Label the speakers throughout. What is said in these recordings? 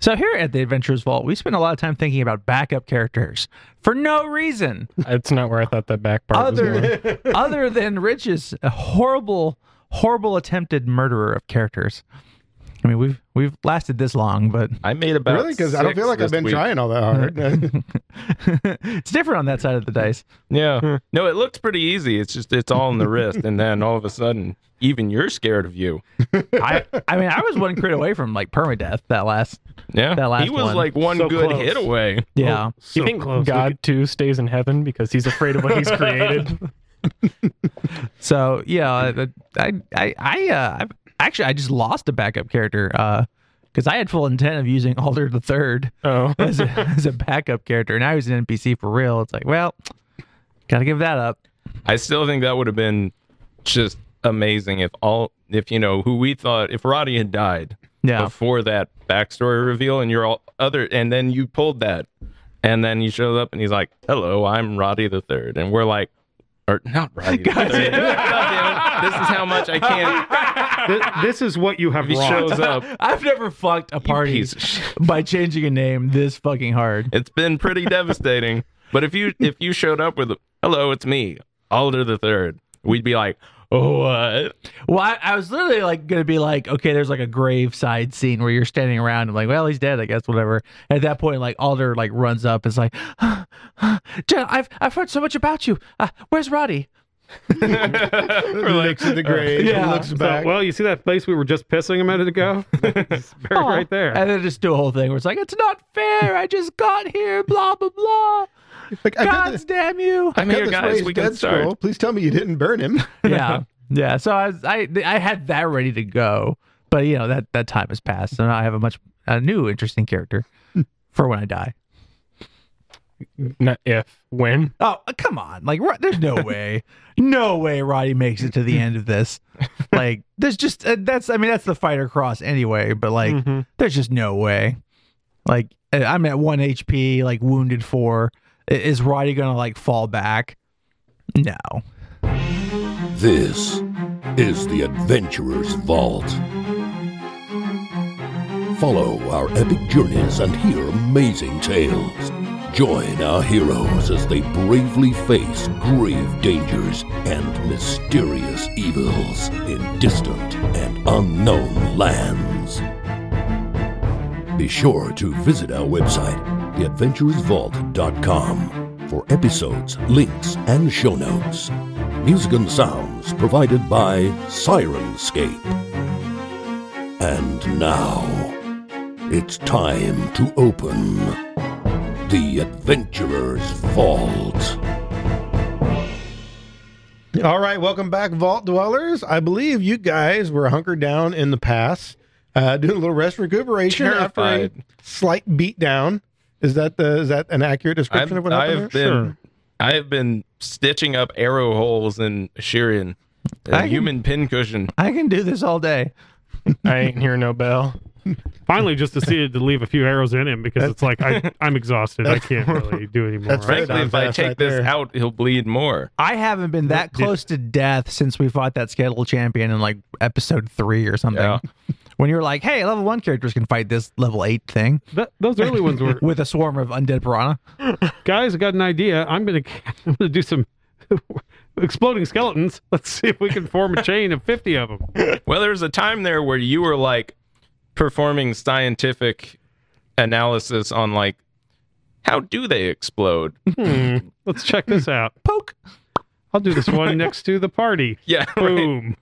Speaker 1: So here at the Adventures Vault, we spend a lot of time thinking about backup characters for no reason
Speaker 2: It's not where I thought that back part was going.
Speaker 1: other other than Rich's horrible horrible attempted murderer of characters. I mean, we've we've lasted this long, but
Speaker 3: I made about
Speaker 4: really? Because I don't
Speaker 3: six
Speaker 4: feel like
Speaker 3: this
Speaker 4: I've been
Speaker 3: week.
Speaker 4: trying all that hard.
Speaker 1: it's different on that side of the dice.
Speaker 4: Hmm.
Speaker 3: Yeah. No, it looks pretty easy. It's just it's all in the wrist, and then all of a sudden, even you're scared of you.
Speaker 1: I I mean, I was one crit away from like permadeath that last.
Speaker 3: Yeah.
Speaker 1: That last
Speaker 3: he was
Speaker 1: one.
Speaker 3: like one
Speaker 5: So
Speaker 3: good
Speaker 5: close.
Speaker 3: hit away.
Speaker 1: Yeah.
Speaker 5: So
Speaker 2: Do you think
Speaker 5: close.
Speaker 2: God too stays in heaven because he's afraid of what he's created?
Speaker 1: So yeah, that- I I I uh, I've- actually I just lost a backup character because I had full intent of using Alder the Third
Speaker 2: Oh,
Speaker 1: as a, as a backup character, and now he's an NPC for real. It's like, well, gotta give that up.
Speaker 3: I still think that would have been just amazing if all if you know who we thought if Roddy had died
Speaker 1: Yeah.
Speaker 3: before that backstory reveal, and you're all other, and then you pulled that, and then you showed up, and he's like, "Hello, I'm Roddy the Third. and we're like. Or not Roddy. the Third. Goddamn, This is how much I can't.
Speaker 5: Th- this is what you have
Speaker 3: He
Speaker 5: wrong.
Speaker 3: shows up.
Speaker 1: I've never fucked a party
Speaker 3: piece of shit.
Speaker 1: by changing a name this fucking hard.
Speaker 3: It's been pretty devastating. But if you if you showed up with, "Hello, it's me, Alder the Third, we'd be like, "Oh, what?"
Speaker 1: Well, I, I was literally like gonna be like, okay, there's like a graveside scene where you're standing around and like, well, he's dead, I guess, whatever. At that point, like Alder like runs up, and is like, Jen, I've I've heard so much about you. Uh, where's Roddy?
Speaker 4: looks at the grave,
Speaker 1: Yeah.
Speaker 4: looks
Speaker 5: So,
Speaker 4: back.
Speaker 5: well, you see that place we were just pissing a minute ago? It's buried
Speaker 1: Aw.
Speaker 5: right there.
Speaker 1: And then just do a whole thing where it's like, it's not fair. I just got here. Blah blah blah.
Speaker 4: like, I've got
Speaker 1: God
Speaker 4: this,
Speaker 1: damn you.
Speaker 3: I'm
Speaker 4: got
Speaker 3: here,
Speaker 4: this
Speaker 3: guys.
Speaker 4: raised
Speaker 3: We
Speaker 4: dead
Speaker 3: can start.
Speaker 4: scroll. Please tell me you didn't burn him.
Speaker 1: yeah, yeah. So I was, I I had that ready to go, but you know that that time has passed, so now I have a much a new interesting character for when I die.
Speaker 2: not if when.
Speaker 1: Oh come on! Like Ro- there's no way, no way Roddy makes it to the end of this. Like there's just uh, that's I mean that's the fighter cross anyway, but like
Speaker 2: Mhm.
Speaker 1: there's just no way. Like uh, I'm at one HP, like wounded four. I- Is Roddy gonna like fall back? No.
Speaker 6: This is the Adventurer's Vault. Follow our epic journeys and hear amazing tales. Join our heroes as they bravely face grave dangers and mysterious evils in distant and unknown lands. Be sure to visit our website, theadventurousvault.com, for episodes, links, and show notes. Music and sounds provided by Sirenscape. And now, it's time to open the Adventurer's Vault.
Speaker 4: All right, welcome back, Vault Dwellers. I believe you guys were hunkered down in the pass, uh, doing a little rest recuperation after
Speaker 3: Terrified.
Speaker 4: a slight beatdown. Is that the, is that an accurate
Speaker 3: I've,
Speaker 4: description of what happened?
Speaker 3: I've
Speaker 4: there?
Speaker 3: been I've been stitching up arrow holes in Assyrian, a
Speaker 1: I-
Speaker 3: human pincushion.
Speaker 1: I can do this all day.
Speaker 2: I ain't hear no bell.
Speaker 5: Finally, just decided to leave a few arrows in him because it's like I, I'm exhausted. I can't really do anymore.
Speaker 4: That's fair.
Speaker 3: Frankly,
Speaker 4: Paradigm
Speaker 3: if I
Speaker 4: fast
Speaker 3: take
Speaker 4: right
Speaker 3: this
Speaker 4: there.
Speaker 3: out, he'll bleed more.
Speaker 1: I haven't been that
Speaker 5: Dude.
Speaker 1: close to death since we fought that skeletal champion in like episode three or something.
Speaker 3: Yeah.
Speaker 1: When you were like, "Hey, level one characters can fight this level eight thing
Speaker 5: Th- those early ones were
Speaker 1: with a swarm of undead piranha."
Speaker 5: guys. I got an idea. I'm gonna I'm gonna do some exploding skeletons. Let's see if we can form a chain of fifty of them.
Speaker 3: Well, there was a time there where you were like performing scientific analysis on like how do they explode?
Speaker 5: Hmm, let's check this out.
Speaker 1: Poke.
Speaker 5: I'll do this one next to the party.
Speaker 3: Yeah, right.
Speaker 5: Boom.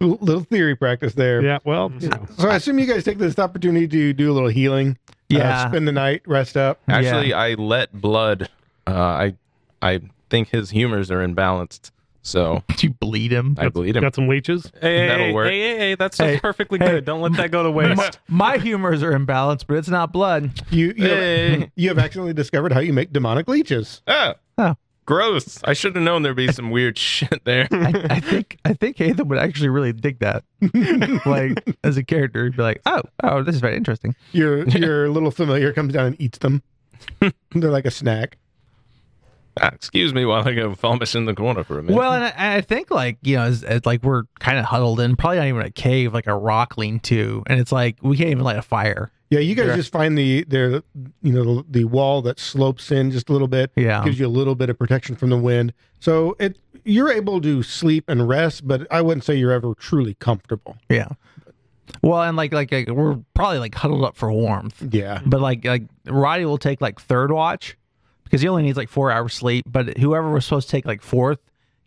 Speaker 4: L- little theory practice there.
Speaker 5: Yeah. Well, you know.
Speaker 4: So I assume you guys take this opportunity to do a little healing. uh,
Speaker 1: Yeah.
Speaker 4: spend the night, rest up.
Speaker 3: Actually, I let blood. Uh, I I think his humors are imbalanced, so
Speaker 1: Did you bleed him?
Speaker 3: I bleed him.
Speaker 5: got some leeches.
Speaker 2: Hey,
Speaker 3: That'll
Speaker 2: hey,
Speaker 3: work.
Speaker 2: hey, hey, hey, that's just
Speaker 1: Hey,
Speaker 2: perfectly
Speaker 1: hey.
Speaker 2: good. Don't let that go to waste.
Speaker 1: My humors are imbalanced, but it's not blood.
Speaker 4: You you, have,
Speaker 3: Hey.
Speaker 4: you have accidentally discovered how you make demonic leeches.
Speaker 3: Ah,
Speaker 1: Oh.
Speaker 3: gross! I should have known there'd be some weird shit there.
Speaker 1: I, I think I think Hathan would actually really dig that. like as a character, he'd be like, "Oh, oh, this is very interesting."
Speaker 4: Your your little familiar comes down and eats them. They're like a snack.
Speaker 3: Ah, excuse me while I go vomit in the corner for a minute.
Speaker 1: Well, and I, and I think like you know, as, as like we're kind of huddled in, probably not even a cave, like a rock lean to, and it's like we can't even light a fire.
Speaker 4: Yeah, you guys just find the the you know the, the wall that slopes in just a little bit.
Speaker 1: Yeah.
Speaker 4: gives you a little bit of protection from the wind. So it you're able to sleep and rest, but I wouldn't say you're ever truly comfortable.
Speaker 1: Yeah. Well, and like, like like we're probably like huddled up for warmth,
Speaker 4: Yeah,
Speaker 1: but like like Roddy will take like third watch because he only needs like four hours sleep. But whoever was supposed to take like fourth,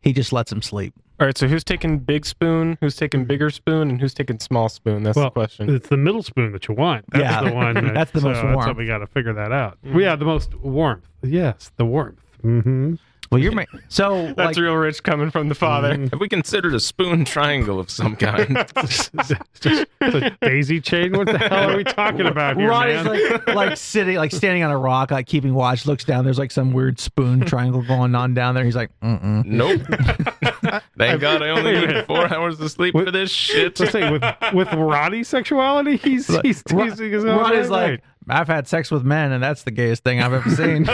Speaker 1: he just lets him sleep.
Speaker 2: All right, so who's taking big spoon? Who's taking bigger spoon? And who's taking small spoon? That's
Speaker 5: Well,
Speaker 2: the question.
Speaker 5: It's the middle spoon that you want. That's
Speaker 1: Yeah.
Speaker 5: the one. That,
Speaker 1: That's the
Speaker 5: so
Speaker 1: most
Speaker 5: That's how
Speaker 1: warmth.
Speaker 5: we got to figure that out.
Speaker 2: Mm-hmm.
Speaker 5: We have the most warmth. Yes, the warmth. Mm-hmm.
Speaker 1: Well, you're ma- so
Speaker 2: That's
Speaker 1: like
Speaker 2: real rich coming from the father.
Speaker 3: Have we considered a spoon triangle of some kind?
Speaker 5: daisy chain. What the hell are we talking about here,
Speaker 1: Roddy's
Speaker 5: man?
Speaker 1: like like sitting like standing on a rock, like keeping watch. Looks down. There's like some weird spoon triangle going on down there. He's like, mm
Speaker 3: nope. Thank God I only needed four hours of sleep for this shit.
Speaker 5: Let's say with with Roddy sexuality, he's he's teasing his own.
Speaker 1: Roddy's like,
Speaker 5: way, right?
Speaker 1: I've had sex with men, and that's the gayest thing I've ever seen.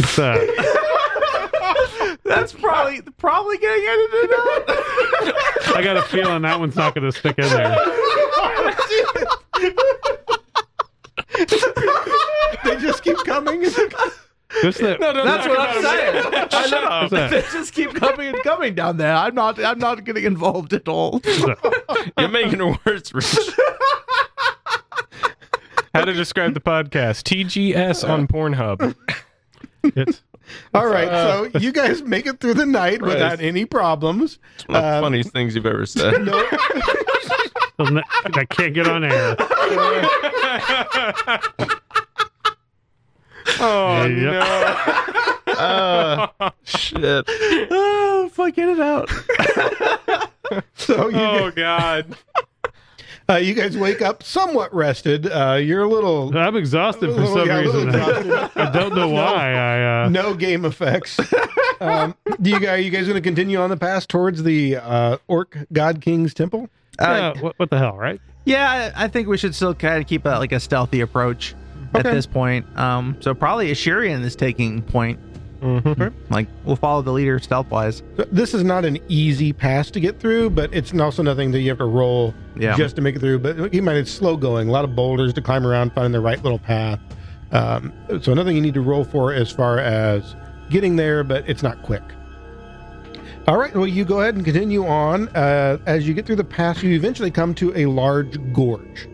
Speaker 5: It's, uh,
Speaker 1: that's probably probably getting edited out.
Speaker 5: I got a feeling that one's not going to stick in there.
Speaker 4: they just keep coming.
Speaker 5: Just that,
Speaker 1: That's what I'm saying. I know.
Speaker 5: just that-
Speaker 1: They just keep coming and coming down there. I'm not. I'm not getting involved at all.
Speaker 5: just that.
Speaker 3: You're making it worse, Rich.
Speaker 2: How to describe the podcast? TGS on Pornhub.
Speaker 5: It's-
Speaker 4: All right, so you guys make it through the night
Speaker 3: Christ.
Speaker 4: without any problems.
Speaker 3: One of the
Speaker 4: Um,
Speaker 3: funniest things you've ever said.
Speaker 5: doesn't that, that can't get on air.
Speaker 2: Oh
Speaker 5: Yep.
Speaker 3: Uh, shit.
Speaker 1: Oh, fuck! Get it out.
Speaker 4: So you,
Speaker 2: Oh God.
Speaker 4: uh, you guys wake up somewhat rested. Uh, you're a little
Speaker 5: I'm exhausted for
Speaker 4: little-
Speaker 5: some
Speaker 4: yeah, a little
Speaker 5: reason.
Speaker 4: exhausted.
Speaker 5: I don't know why. I uh,
Speaker 4: no game effects. Um, do you guys you guys going to continue on the path towards the uh, orc god king's temple?
Speaker 5: yeah, what, what the hell, right?
Speaker 1: Uh, Yeah, I I think we should still kind of keep a, like a stealthy approach at this point. Um, so probably Ashurian is taking point. Like we'll follow the leader stealth wise.
Speaker 4: This is not an easy pass to get through, but it's also nothing that you have to roll
Speaker 1: Yeah.
Speaker 4: just to make it through. But keep in mind, it's slow going. A lot of boulders to climb around, finding the right little path. Um, so nothing you need to roll for as far as getting there, but it's not quick. All right. Well, you go ahead and continue on. Uh, as you get through the pass, you eventually come to a large gorge.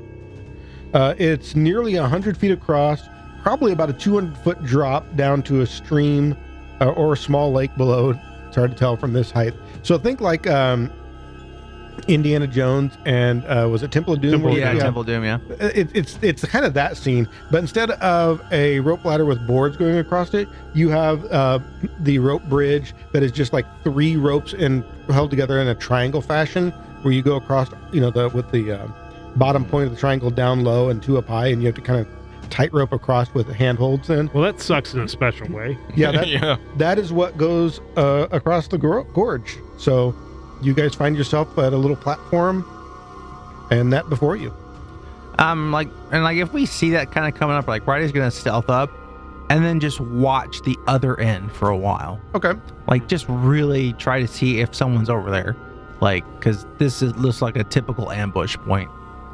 Speaker 4: Uh, it's nearly 100 feet across, probably about a 200 foot drop down to a stream uh, or a small lake below. It's hard to tell from this height. So think like um, Indiana Jones and uh, was it Temple of Doom?
Speaker 5: Temple of
Speaker 1: yeah, Temple Doom. Yeah.
Speaker 4: Uh, It, it's it's kind of that scene, but instead of a rope ladder with boards going across it, you have uh, the rope bridge that is just like three ropes and held together in a triangle fashion, where you go across, you know, the with the uh, bottom point of the triangle down low and two up high, and you have to kind of tightrope across with handholds. In
Speaker 5: Well, that sucks in a special way.
Speaker 4: yeah, that,
Speaker 3: yeah.
Speaker 4: that is what goes uh, across the gor- gorge. So you guys find yourself at a little platform, and that before you.
Speaker 1: Um, like and like if we see that kind of coming up, like Roddy's gonna stealth up, and then just watch the other end for a while.
Speaker 4: Okay.
Speaker 1: Like just really try to see if someone's over there. Like, cause this is looks like a typical ambush point.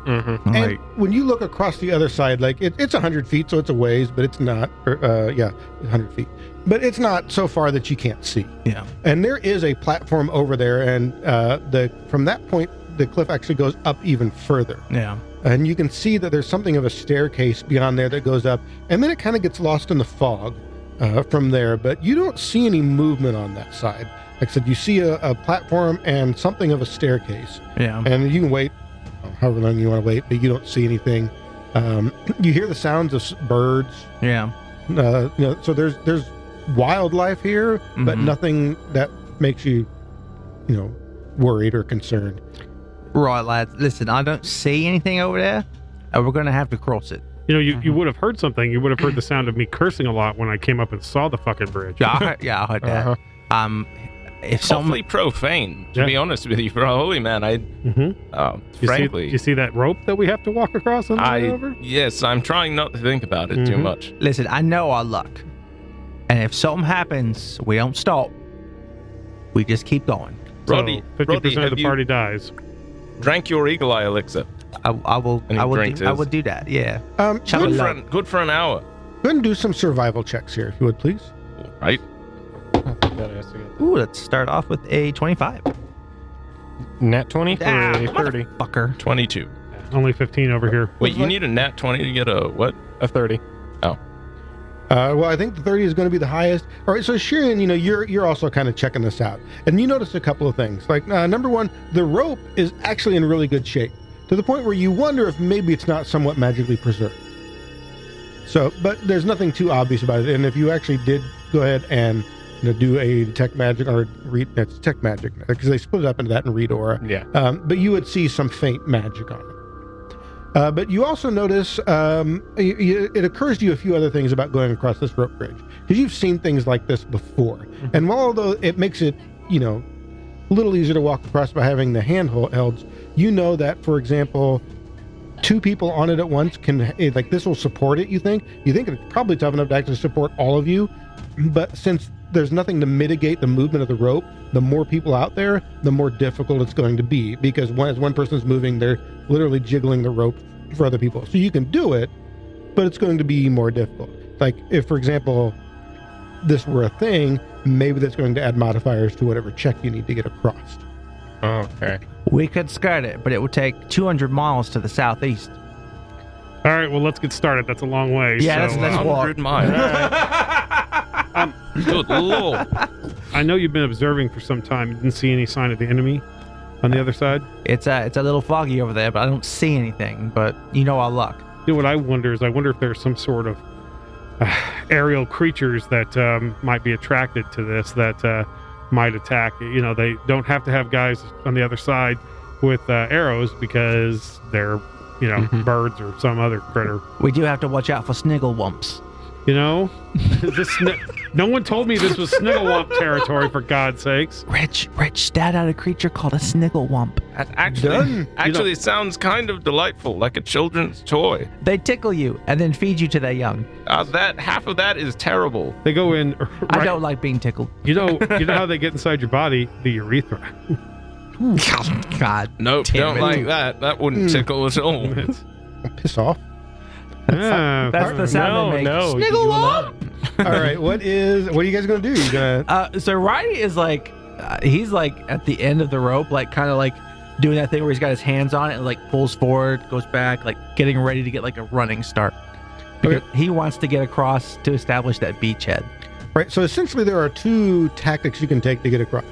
Speaker 3: Mm-hmm.
Speaker 2: Mhm.
Speaker 1: I'm
Speaker 4: And
Speaker 1: like,
Speaker 4: when you look across the other side, like it, it's 100 feet, so it's a ways, but it's not, or, uh, yeah, 100 feet. But it's not so far that you can't see.
Speaker 1: yeah.
Speaker 4: And there is a platform over there, and uh, the from that point, the cliff actually goes up even further.
Speaker 1: Yeah.
Speaker 4: And you can see that there's something of a staircase beyond there that goes up, and then it kind of gets lost in the fog uh, from there. But you don't see any movement on that side. Like I said, you see a, a platform and something of a staircase
Speaker 1: Yeah.
Speaker 4: and you can wait however long you want to wait, but you don't see anything. Um, you hear the sounds of s- birds.
Speaker 1: Yeah.
Speaker 4: Uh, you know, so there's there's wildlife here, but
Speaker 1: Mhm.
Speaker 4: nothing that makes you, you know, worried or concerned.
Speaker 1: Right, lads. Listen, I don't see anything over there, and we're gonna have to cross it.
Speaker 5: You know, you,
Speaker 3: Mm-hmm.
Speaker 5: you would have heard something. You would have heard the sound of me cursing a lot when I came up and saw the fucking bridge.
Speaker 1: Yeah, I heard, yeah, I heard
Speaker 4: Uh-huh.
Speaker 1: that. Um, if
Speaker 3: Awfully
Speaker 1: someone,
Speaker 3: profane, to
Speaker 5: Yeah.
Speaker 3: be honest with you. For a holy man, I,
Speaker 5: Mhm.
Speaker 3: uh,
Speaker 5: You
Speaker 3: frankly,
Speaker 5: see, you see that rope that we have to walk across on the way
Speaker 3: I,
Speaker 5: over?
Speaker 3: yes, I'm trying not to think about it too
Speaker 5: Mhm.
Speaker 3: much.
Speaker 1: listen, I know our luck, and if something happens, we don't stop. We just keep going.
Speaker 3: Roddy,
Speaker 5: so fifty
Speaker 3: Roddy,
Speaker 5: percent of
Speaker 3: have
Speaker 5: the
Speaker 3: you
Speaker 5: party dies.
Speaker 3: drank your Eagle Eye elixir?
Speaker 1: I, I will.
Speaker 3: And he
Speaker 1: I would.
Speaker 3: drinks
Speaker 1: Do, I
Speaker 3: his.
Speaker 1: would do that. Yeah.
Speaker 4: Um,
Speaker 1: Chop
Speaker 4: go
Speaker 1: it
Speaker 3: Good
Speaker 1: up.
Speaker 3: for, an, good for an hour,
Speaker 4: ahead and do some survival checks here, if you would please.
Speaker 3: right?
Speaker 1: Ooh, let's start off with a twenty-five.
Speaker 2: Nat 20 for
Speaker 1: Ah,
Speaker 2: a 30.
Speaker 1: Fucker.
Speaker 3: 22.
Speaker 5: Only fifteen over here.
Speaker 3: Wait, you need a nat 20 to get a what? Oh.
Speaker 2: A 30.
Speaker 4: Uh, well, I think the 30 is going to be the highest. All right, so Shirin, you know, you're you're also kind of checking this out, and you notice a couple of things. Like uh, number one, the rope is actually in really good shape, to the point where you wonder if maybe it's not somewhat magically preserved. So, but there's nothing too obvious about it. And if you actually did go ahead and you know, do a detect magic or read, it's detect magic because they split it up into that and read aura.
Speaker 2: Yeah.
Speaker 4: Um, but you would see some faint magic on it. Uh, but you also notice um, y y it occurs to you a few other things about going across this rope bridge because you've seen things like this before. And while although it makes it, you know, a little easier to walk across by having the handholds, you know that, for example, two people on it at once can eh, like this will support it. You think you think it's probably tough enough to actually support all of you, but since there's nothing to mitigate the movement of the rope, the more people out there, the more difficult it's going to be because one, as one person's moving, they're literally jiggling the rope for other people. So you can do it, but it's going to be more difficult. Like if, for example, this were a thing, maybe that's going to add modifiers to whatever check you need to get across.
Speaker 2: Okay.
Speaker 1: We could skirt it, but it would take two hundred miles to the southeast.
Speaker 5: All right, well, let's get started. That's a long way.
Speaker 1: Yeah,
Speaker 5: so,
Speaker 1: that's-
Speaker 5: uh,
Speaker 3: 100 miles. Good lord.
Speaker 5: I know you've been observing for some time. You didn't see any sign of the enemy on the other side.
Speaker 1: It's a. It's a little foggy over there, but I don't see anything. But you know our luck.
Speaker 5: You know what I wonder is I wonder if there's some sort of uh, aerial creatures that um, might be attracted to this that uh, might attack. You know, they don't have to have guys on the other side with uh, arrows because they're you know
Speaker 1: Mm-hmm.
Speaker 5: birds or some other critter.
Speaker 1: We do have to watch out for snigglewumps.
Speaker 5: You know, this sni- no one told me this was Snigglewump territory for God's sakes.
Speaker 1: Rich, Rich, stat out a creature called a snigglewump.
Speaker 3: That actually, actually sounds kind of delightful, like a children's toy.
Speaker 1: They tickle you and then feed you to their young.
Speaker 3: Uh, that half of that is terrible.
Speaker 5: They go in.
Speaker 1: I
Speaker 5: right-
Speaker 1: don't like being tickled.
Speaker 5: You know, you know how they get inside your body? The urethra.
Speaker 1: God.
Speaker 3: Nope,
Speaker 1: Damn
Speaker 3: don't
Speaker 1: it.
Speaker 3: like that. That wouldn't tickle at all.
Speaker 4: Piss off.
Speaker 5: Ah,
Speaker 1: That's the sound
Speaker 2: no,
Speaker 1: they make.
Speaker 2: no, you
Speaker 1: Snigglewump.
Speaker 4: All right, what is what are you guys gonna do? You gonna
Speaker 1: Uh, so Roddy is like, uh, he's like at the end of the rope, like kind of like doing that thing where he's got his hands on it and like pulls forward, goes back, like getting ready to get like a running start. Because He wants to get across to establish that beachhead.
Speaker 4: Right. So essentially, there are two tactics you can take to get across.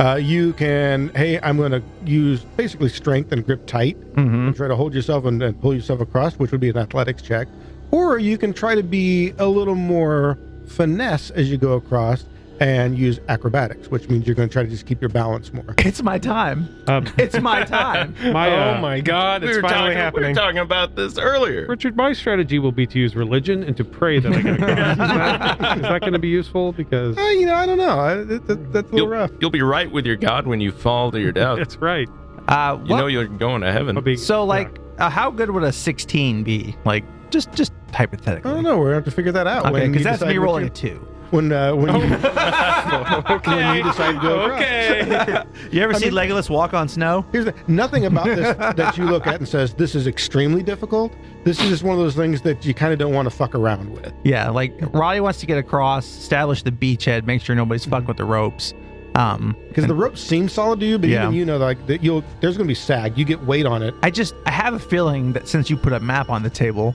Speaker 4: Uh, you can, hey, I'm going to use basically strength and grip tight
Speaker 1: Mm-hmm.
Speaker 4: and try to hold yourself and, and pull yourself across, which would be an athletics check. Or you can try to be a little more finesse as you go across and use acrobatics, which means you're going to try to just keep your balance more.
Speaker 1: It's my time.
Speaker 5: um,
Speaker 1: It's my time.
Speaker 5: my,
Speaker 2: Uh, oh
Speaker 5: uh,
Speaker 2: my god,
Speaker 3: we,
Speaker 2: it's
Speaker 3: were
Speaker 2: finally
Speaker 3: talking, we were
Speaker 2: happening.
Speaker 3: talking about this earlier.
Speaker 5: Richard, my strategy will be to use religion and to pray that I get across. is that, is that going to be useful? Because
Speaker 4: Uh, you know, I don't know. I, that, that, that's a little
Speaker 3: You'll,
Speaker 4: rough.
Speaker 3: you'll be right with your God when you fall to your death.
Speaker 5: that's right.
Speaker 1: Uh,
Speaker 3: You
Speaker 1: what-
Speaker 3: know you're going to
Speaker 5: I'll
Speaker 3: heaven.
Speaker 5: be-
Speaker 1: so like,
Speaker 5: yeah.
Speaker 1: uh, how good would a 16 be? Like, just just hypothetically.
Speaker 4: I don't know. We're going to have to figure that out.
Speaker 1: Okay,
Speaker 4: when
Speaker 1: because
Speaker 4: you
Speaker 1: that's
Speaker 4: decide
Speaker 1: me
Speaker 4: what
Speaker 1: rolling
Speaker 4: you-
Speaker 1: two.
Speaker 4: When, uh, when, you, when you decide to go across.
Speaker 2: okay.
Speaker 1: You ever
Speaker 4: I
Speaker 1: see
Speaker 4: mean-
Speaker 1: Legolas walk on snow?
Speaker 4: Here's the, nothing about this that you look at and says this is extremely difficult. This is just one of those things that you kind of don't want to fuck around with.
Speaker 1: Yeah, like Roddy wants to get across, establish the beachhead, make sure nobody's fucking with the ropes. Um,
Speaker 4: Because the rope seems solid to you, but
Speaker 1: Yeah.
Speaker 4: even you know, like that you'll there's going to be sag. You get weight on it.
Speaker 1: I just I have a feeling that since you put a map on the table,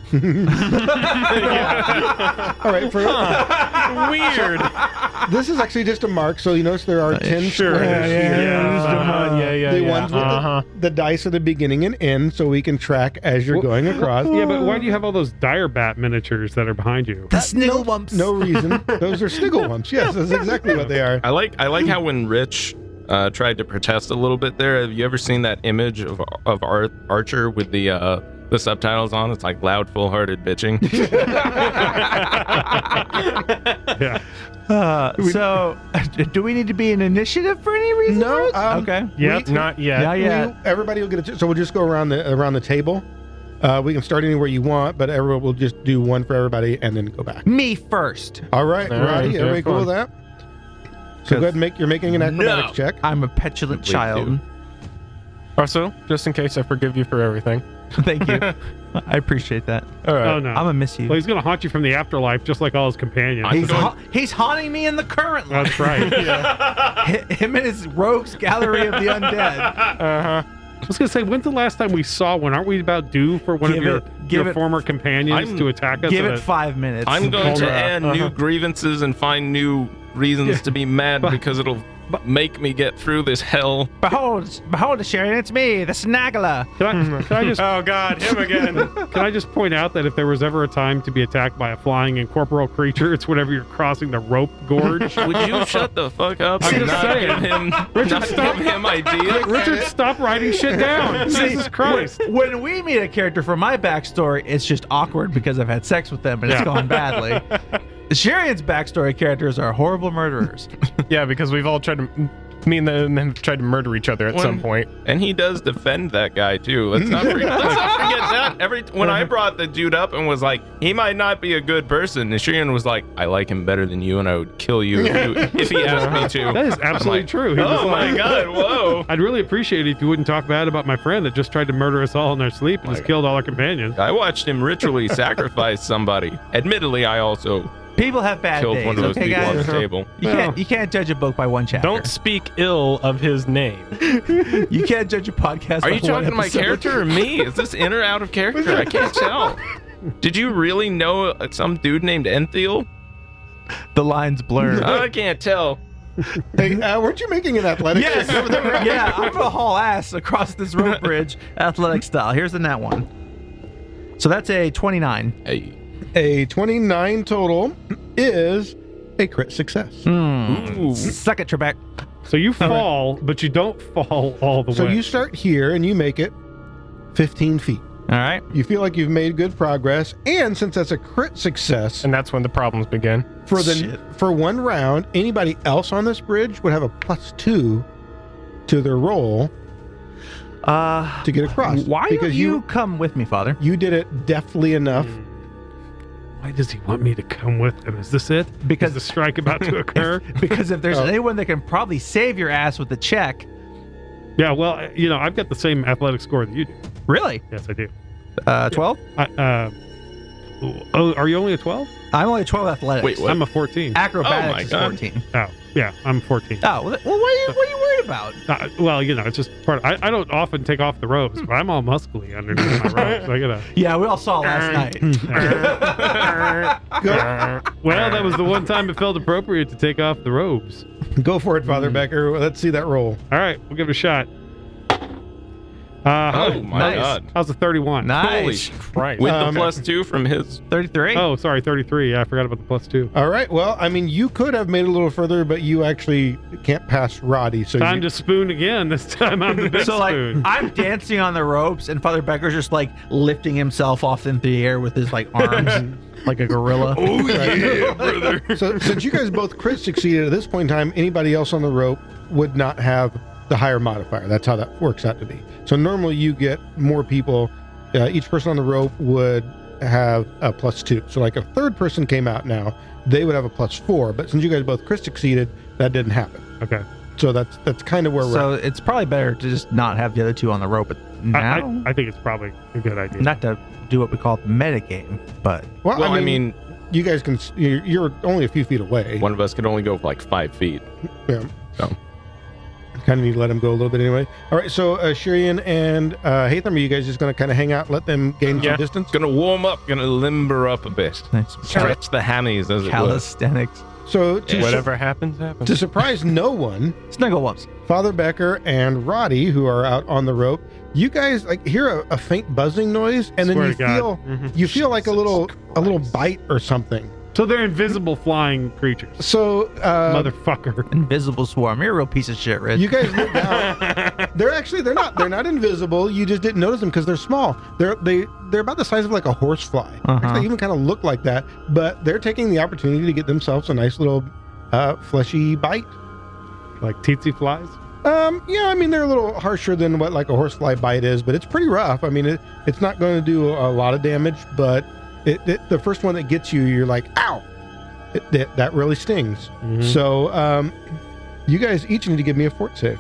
Speaker 4: All right, for,
Speaker 2: Weird. Uh,
Speaker 4: this is actually just a mark. So you notice there are ten
Speaker 2: sure.
Speaker 4: squares
Speaker 2: Yeah, yeah,
Speaker 4: here.
Speaker 2: yeah, uh-huh, yeah, yeah,
Speaker 4: the
Speaker 2: yeah,
Speaker 4: ones with the-
Speaker 2: uh-huh.
Speaker 4: the, dice at the beginning and end, so we can track as you're
Speaker 5: Well,
Speaker 4: going across.
Speaker 5: Yeah, but why do you have all those dire bat miniatures that are behind you?
Speaker 1: the sniggle bumps.
Speaker 4: No reason. Those are sniggle lumps. Yes, that's exactly what they are.
Speaker 3: I like I like how when Rich uh, tried to protest a little bit there. Have you ever seen that image of of Ar- Archer with the uh, the subtitles on? It's like loud, full-hearted bitching.
Speaker 5: Yeah.
Speaker 1: Uh, so, do we need to be an initiative for any reason?
Speaker 4: No,
Speaker 1: Rich?
Speaker 4: um,
Speaker 1: okay.
Speaker 2: Yep,
Speaker 4: We-
Speaker 2: not yet.
Speaker 5: Oh,
Speaker 1: Yeah, yeah.
Speaker 4: We- everybody will get a ch- so we'll just go around the around the table. Uh, we can start anywhere you want, but everyone will just do one for everybody and then go back.
Speaker 1: Me first.
Speaker 4: All right,
Speaker 2: All
Speaker 4: Roddy,
Speaker 2: right,
Speaker 4: everybody
Speaker 2: have
Speaker 4: cool
Speaker 2: fun.
Speaker 4: with that? So go ahead and make you're making an acrobatics check.
Speaker 1: I'm a petulant
Speaker 3: Please
Speaker 1: child.
Speaker 2: Also, just in case, I forgive you for everything.
Speaker 1: Thank you. I appreciate that.
Speaker 2: All right.
Speaker 5: Oh no.
Speaker 1: I'm gonna miss you.
Speaker 5: well, he's gonna haunt you from the afterlife, just like all his companions.
Speaker 3: I-
Speaker 1: He's
Speaker 3: Going-
Speaker 1: ha- he's haunting me in the current life.
Speaker 5: That's right.
Speaker 1: Him and his rogues gallery of the undead.
Speaker 5: Uh-huh. I was gonna say, when's the last time we saw one? Aren't we about due for one
Speaker 1: Give
Speaker 5: of your,
Speaker 1: it- give
Speaker 5: your
Speaker 1: it-
Speaker 5: former companions
Speaker 3: I'm-
Speaker 5: to attack us? Uh,
Speaker 1: Give
Speaker 5: in
Speaker 1: it
Speaker 5: a-
Speaker 1: five minutes.
Speaker 3: I'm going to
Speaker 5: Cobra,
Speaker 3: add new grievances and find new reasons to be mad because it'll make me get through this hell.
Speaker 1: behold, behold, Sharon, it's me, the Snaggler.
Speaker 5: Can I, can I just
Speaker 2: Oh God, him again.
Speaker 5: can I just point out that if there was ever a time to be attacked by a flying incorporeal creature, it's whenever you're crossing the rope gorge.
Speaker 3: Would you shut the fuck up
Speaker 5: I'm
Speaker 3: and
Speaker 5: just
Speaker 3: not
Speaker 5: saying.
Speaker 3: give him, not
Speaker 5: stop.
Speaker 3: give him ideas?
Speaker 5: Richard, stop writing shit down.
Speaker 1: See,
Speaker 5: Jesus Christ.
Speaker 1: When we meet a character from my backstory, it's just awkward because I've had sex with them and it's
Speaker 5: Yeah.
Speaker 1: gone badly. Sharian's backstory characters are horrible murderers.
Speaker 2: yeah, because we've all tried to. Me and them have tried to murder each other at some point.
Speaker 3: And he does defend that guy too. Let's not, forget, let's not forget that. Every when I brought the dude up and was like, he might not be a good person, and Shirin was like, I like him better than you, and I would kill you if, you, if he asked me to.
Speaker 5: That is
Speaker 3: I'm
Speaker 5: absolutely
Speaker 3: like,
Speaker 5: true. He was
Speaker 3: Oh
Speaker 5: like,
Speaker 3: my god! Whoa!
Speaker 5: I'd really appreciate it if you wouldn't talk bad about my friend that just tried to murder us all in our sleep and just killed all our companions.
Speaker 3: I watched him ritually sacrifice somebody. Admittedly, I also
Speaker 1: People have bad
Speaker 3: killed
Speaker 1: days.
Speaker 3: one of those
Speaker 1: okay,
Speaker 3: people on
Speaker 1: guys.
Speaker 3: the table.
Speaker 1: You can't you can't judge a book by one chapter.
Speaker 2: Don't speak ill of his name.
Speaker 1: You can't judge a podcast.
Speaker 3: Are
Speaker 1: by
Speaker 3: you
Speaker 1: one
Speaker 3: talking to my
Speaker 1: episode.
Speaker 3: character or me? Is this in or out of character? I can't tell. Did you really know uh, some dude named Enthiel?
Speaker 1: The lines blur.
Speaker 3: I can't tell.
Speaker 4: Hey, uh, weren't you making an athletics
Speaker 1: Yes.
Speaker 4: check? over there?
Speaker 1: yeah, I'm gonna haul ass across this rope bridge, athletic style. Here's the net one. So that's a 29.
Speaker 3: Hey,
Speaker 4: A 29 total is a crit success.
Speaker 1: Suck it, Trebek.
Speaker 5: So you fall, but you don't fall all the
Speaker 4: So
Speaker 5: way.
Speaker 4: you start here and you make it 15 feet.
Speaker 1: All right.
Speaker 4: You feel like you've made good progress, and since that's a crit success
Speaker 2: And that's when the problems begin.
Speaker 4: for the
Speaker 1: shit.
Speaker 4: for one round, anybody else on this bridge would have a plus two to their roll
Speaker 1: Uh,
Speaker 4: to get across.
Speaker 1: why don't
Speaker 4: Because
Speaker 1: you, come with me, Father?
Speaker 4: you did it deftly enough.
Speaker 5: Why does he want me to come with him? Is this it?
Speaker 1: Because-
Speaker 5: Is the strike about to occur?
Speaker 1: Because if there's
Speaker 4: Oh.
Speaker 1: anyone that can probably save your ass with a check,
Speaker 5: yeah, well, you know, I've got the same athletic score that you do.
Speaker 1: really?
Speaker 5: Yes, I do.
Speaker 1: Uh, 12?
Speaker 5: I, uh, oh, are you only a 12?
Speaker 1: I'm only 12 athletics.
Speaker 3: Wait, what?
Speaker 5: I'm a 14.
Speaker 3: Oh my
Speaker 1: Acrobatics
Speaker 3: God.
Speaker 1: is 14.
Speaker 5: Oh, yeah, I'm 14.
Speaker 1: Oh, well, th- well, what are you, what are you worried about?
Speaker 5: Uh, well, you know, it's just part. I, I don't often take off the robes, but I'm all muscly underneath my robes. I gotta.
Speaker 1: Yeah, we all saw last night.
Speaker 4: Go,
Speaker 5: Well, that was the one time it felt appropriate to take off the robes.
Speaker 4: go for it, Father Becker. Let's see that roll.
Speaker 5: All right, we'll give it a shot. Uh,
Speaker 3: Oh my
Speaker 1: Nice.
Speaker 3: god!
Speaker 5: how's a 31?
Speaker 3: Holy
Speaker 1: Nice.
Speaker 3: sh-
Speaker 2: Right.
Speaker 3: With
Speaker 4: Um,
Speaker 3: the plus two from his
Speaker 1: 33.
Speaker 5: Oh, sorry, 33. Yeah, I forgot about the plus two.
Speaker 4: All right. Well, I mean, you could have made it a little further, but you actually can't pass Roddy. So
Speaker 5: Time
Speaker 4: you,
Speaker 5: to spoon again. This time I'm the big
Speaker 1: So like
Speaker 5: spoon.
Speaker 1: I'm dancing on the ropes and Father Becker's just like lifting himself off into the air with his like arms like a gorilla.
Speaker 4: So since you guys both crit succeeded at this point in time, anybody else on the rope would not have the higher modifier. That's how that works out to be. So normally you get more people. Uh, each person on the rope would have a plus two. So like a third person came out now, they would have a plus four. But since you guys both crit succeeded, that didn't happen.
Speaker 5: okay.
Speaker 4: So that's that's kind of where we're.
Speaker 1: So it's probably better to just not have the other two on the rope but
Speaker 5: I,
Speaker 1: now.
Speaker 5: I, I think it's probably a good idea.
Speaker 1: not to do what we call metagame, but
Speaker 4: at. Well,
Speaker 3: Well, I mean,
Speaker 4: you guys can. s- You're, you're only a few feet away.
Speaker 3: one of us could only go for like five feet.
Speaker 4: Kind of need to let him go a little bit anyway. All right. So uh, Shirian and uh, Hatham, are you guys just going to kind of hang out, let them gain
Speaker 2: Yeah.
Speaker 4: some distance?
Speaker 3: Gonna warm up, gonna limber up a bit,
Speaker 1: it's
Speaker 3: stretch the hammies as it were.
Speaker 1: calisthenics.
Speaker 4: So to
Speaker 2: Whatever happens, happens.
Speaker 4: To surprise no one,
Speaker 1: Snuggle wumps.
Speaker 4: Father Becker and Roddy, who are out on the rope, you guys like hear a, a faint buzzing noise, and then
Speaker 5: Swear
Speaker 4: you
Speaker 5: to God. Mm-hmm.
Speaker 4: feel
Speaker 2: Mhm.
Speaker 4: you feel like a little a little bite or something.
Speaker 5: So they're invisible flying creatures.
Speaker 4: So uh,
Speaker 5: Motherfucker.
Speaker 1: Invisible swarm. You're a real piece of shit, Rich.
Speaker 4: you guys look down. they're actually they're not they're not invisible. You just didn't notice them because they're small. They're they they're about the size of like a horsefly. Actually,
Speaker 1: Uh-huh.
Speaker 4: They even kind of look like that, but they're taking the opportunity to get themselves a nice little uh, fleshy bite.
Speaker 5: Like tsetse flies?
Speaker 4: Um, yeah, I mean they're a little harsher than what like a horsefly bite is, but it's pretty rough. I mean, it, it's not going to do a lot of damage, but it, it, the first one that gets you, you're like, ow, it, that that really stings. So um, You guys each need to give me a fort save.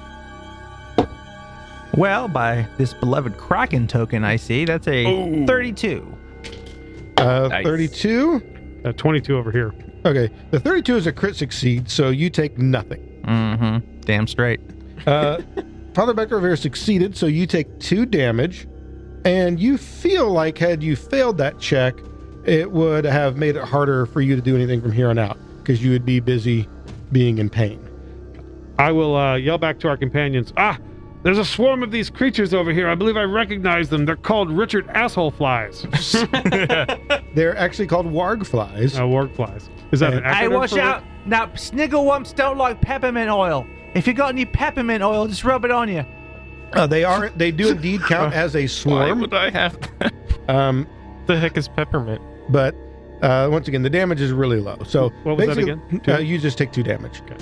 Speaker 1: Well, by this beloved Kraken token I see, that's a
Speaker 3: Oh.
Speaker 1: 32.
Speaker 4: Uh,
Speaker 3: Nice.
Speaker 4: 32.
Speaker 5: Uh, 22 over here.
Speaker 4: Okay. The 32 is a crit succeed, so you take nothing.
Speaker 1: Mm-hmm. Damn straight.
Speaker 4: Uh, Father Becker Rivera succeeded, so you take two damage. And you feel like, had you failed that check, it would have made it harder for you to do anything from here on out because you would be busy being in pain.
Speaker 5: I will uh, yell back to our companions. Ah, there's a swarm of these creatures over here. I believe I recognize them. They're called Richard Asshole Flies.
Speaker 4: They're actually called warg flies.
Speaker 3: Oh.
Speaker 5: uh, warg flies. Is that an acronym
Speaker 1: I wash
Speaker 5: for it?
Speaker 1: out. Now, snigglewumps don't like peppermint oil. If you got any peppermint oil, just rub it on you.
Speaker 4: Uh, they are. They do indeed count as a
Speaker 3: Why
Speaker 4: swarm.
Speaker 3: would I have that?
Speaker 4: Um,
Speaker 2: the heck is peppermint?
Speaker 4: but uh, once again, the damage is really low. So
Speaker 5: What was that
Speaker 4: basically,
Speaker 5: again?
Speaker 4: uh,
Speaker 5: Two?
Speaker 4: you just take two damage.
Speaker 5: Okay.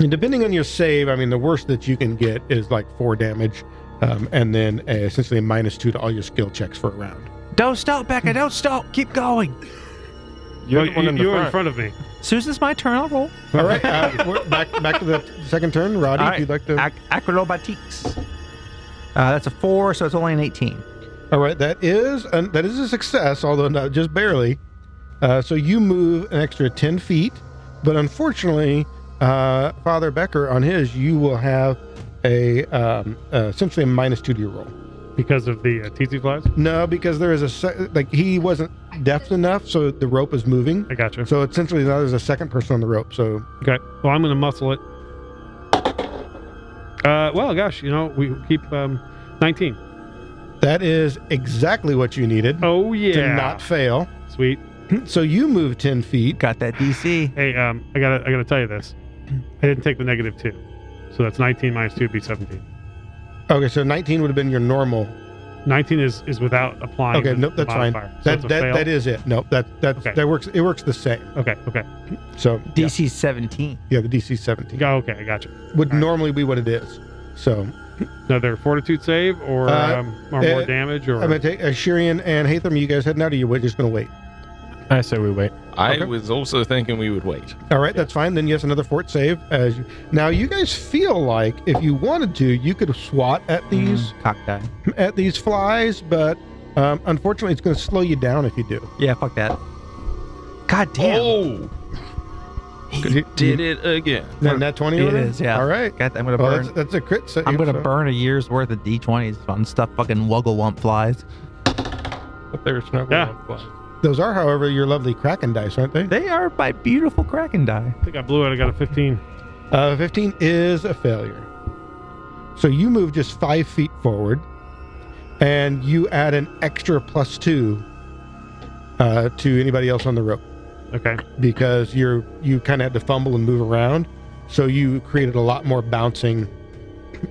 Speaker 4: And depending on your save, I mean, the worst that you can get is like four damage, um, and then uh, essentially a minus two to all your skill checks for a round.
Speaker 1: Don't stop, Becca. Don't stop. Keep going.
Speaker 2: You're
Speaker 5: Well,
Speaker 2: the one
Speaker 5: you-
Speaker 2: in the
Speaker 5: you're
Speaker 2: front.
Speaker 5: in front of me.
Speaker 1: Soon as my turn, I'll roll.
Speaker 4: All right, uh, we're back back to the second turn, Roddy.
Speaker 1: All
Speaker 4: If you'd like to.
Speaker 1: Ac- acrobatics. Uh, that's a four, so it's only an 18.
Speaker 4: All right, that is an, that is a success, although not just barely. Uh, so you move an extra ten feet, but unfortunately, uh, Father Becker on his, you will have a um, uh, essentially a minus two to your roll.
Speaker 5: Because of the uh, tsetse flies?
Speaker 4: No, because there is a se- like he wasn't deft enough, so the rope is moving.
Speaker 5: I gotcha.
Speaker 4: So essentially, now there's a second person on the rope. So
Speaker 5: Okay. Well, I'm going to muscle it. Uh, well, gosh, you know, we keep um, 19.
Speaker 4: that is exactly what you needed
Speaker 5: Oh, yeah.
Speaker 4: to not fail.
Speaker 5: Sweet.
Speaker 4: So you move ten feet.
Speaker 1: Got that DC.
Speaker 5: Hey, um, I gotta, I gotta tell you this. I didn't take the negative two, so that's 19 minus two would be 17.
Speaker 4: Okay, so 19 would have been your normal
Speaker 5: 19 is is without applying.
Speaker 4: Okay,
Speaker 5: the
Speaker 4: nope, that's fine.
Speaker 5: modifier, so
Speaker 4: that
Speaker 5: it's a
Speaker 4: that,
Speaker 5: fail.
Speaker 4: that is it. Nope, that that
Speaker 5: Okay.
Speaker 4: that works. It works the same.
Speaker 5: Okay, okay,
Speaker 4: So yeah,
Speaker 1: DC 17.
Speaker 4: yeah, the DC seventeen
Speaker 5: Go- okay, I gotcha.
Speaker 4: would
Speaker 5: All right.
Speaker 4: normally be what it is. So
Speaker 5: Another fortitude save or
Speaker 4: Uh,
Speaker 5: um, or
Speaker 4: eh,
Speaker 5: more damage or
Speaker 4: I'm gonna take Ashirian and Hatham. You guys heading out, or you wait? Just gonna wait.
Speaker 2: I say we wait.
Speaker 3: I
Speaker 4: Okay.
Speaker 3: was also thinking we would wait.
Speaker 4: All right, that's fine. Then yes, another fort save. As you, now, you guys feel like if you wanted to, you could swat at
Speaker 5: Mm-hmm.
Speaker 4: these
Speaker 1: Mm, cock die.
Speaker 4: at these flies, but um, unfortunately, it's gonna slow you down if you do.
Speaker 1: Yeah, fuck that. God damn.
Speaker 3: Oh,
Speaker 4: Did you,
Speaker 3: did it again.
Speaker 4: Then that twenty.
Speaker 1: It
Speaker 4: over?
Speaker 1: is, yeah.
Speaker 4: All right.
Speaker 1: God, I'm gonna
Speaker 4: Well,
Speaker 1: burn.
Speaker 4: that's, that's a crit. Save,
Speaker 1: I'm gonna
Speaker 4: so-
Speaker 1: burn a year's worth of D20s on stuff fucking wugglewump flies.
Speaker 2: But there's no
Speaker 5: Yeah.
Speaker 4: Those are, however, your lovely kraken dice, aren't they?
Speaker 1: They are my beautiful Kraken die.
Speaker 5: I think I blew it. I got a 15.
Speaker 4: Uh, 15 is a failure. So you move just five feet forward and you add an extra plus two uh, to anybody else on the rope
Speaker 5: Okay,
Speaker 4: because you're you kind of had to fumble and move around. So you created a lot more bouncing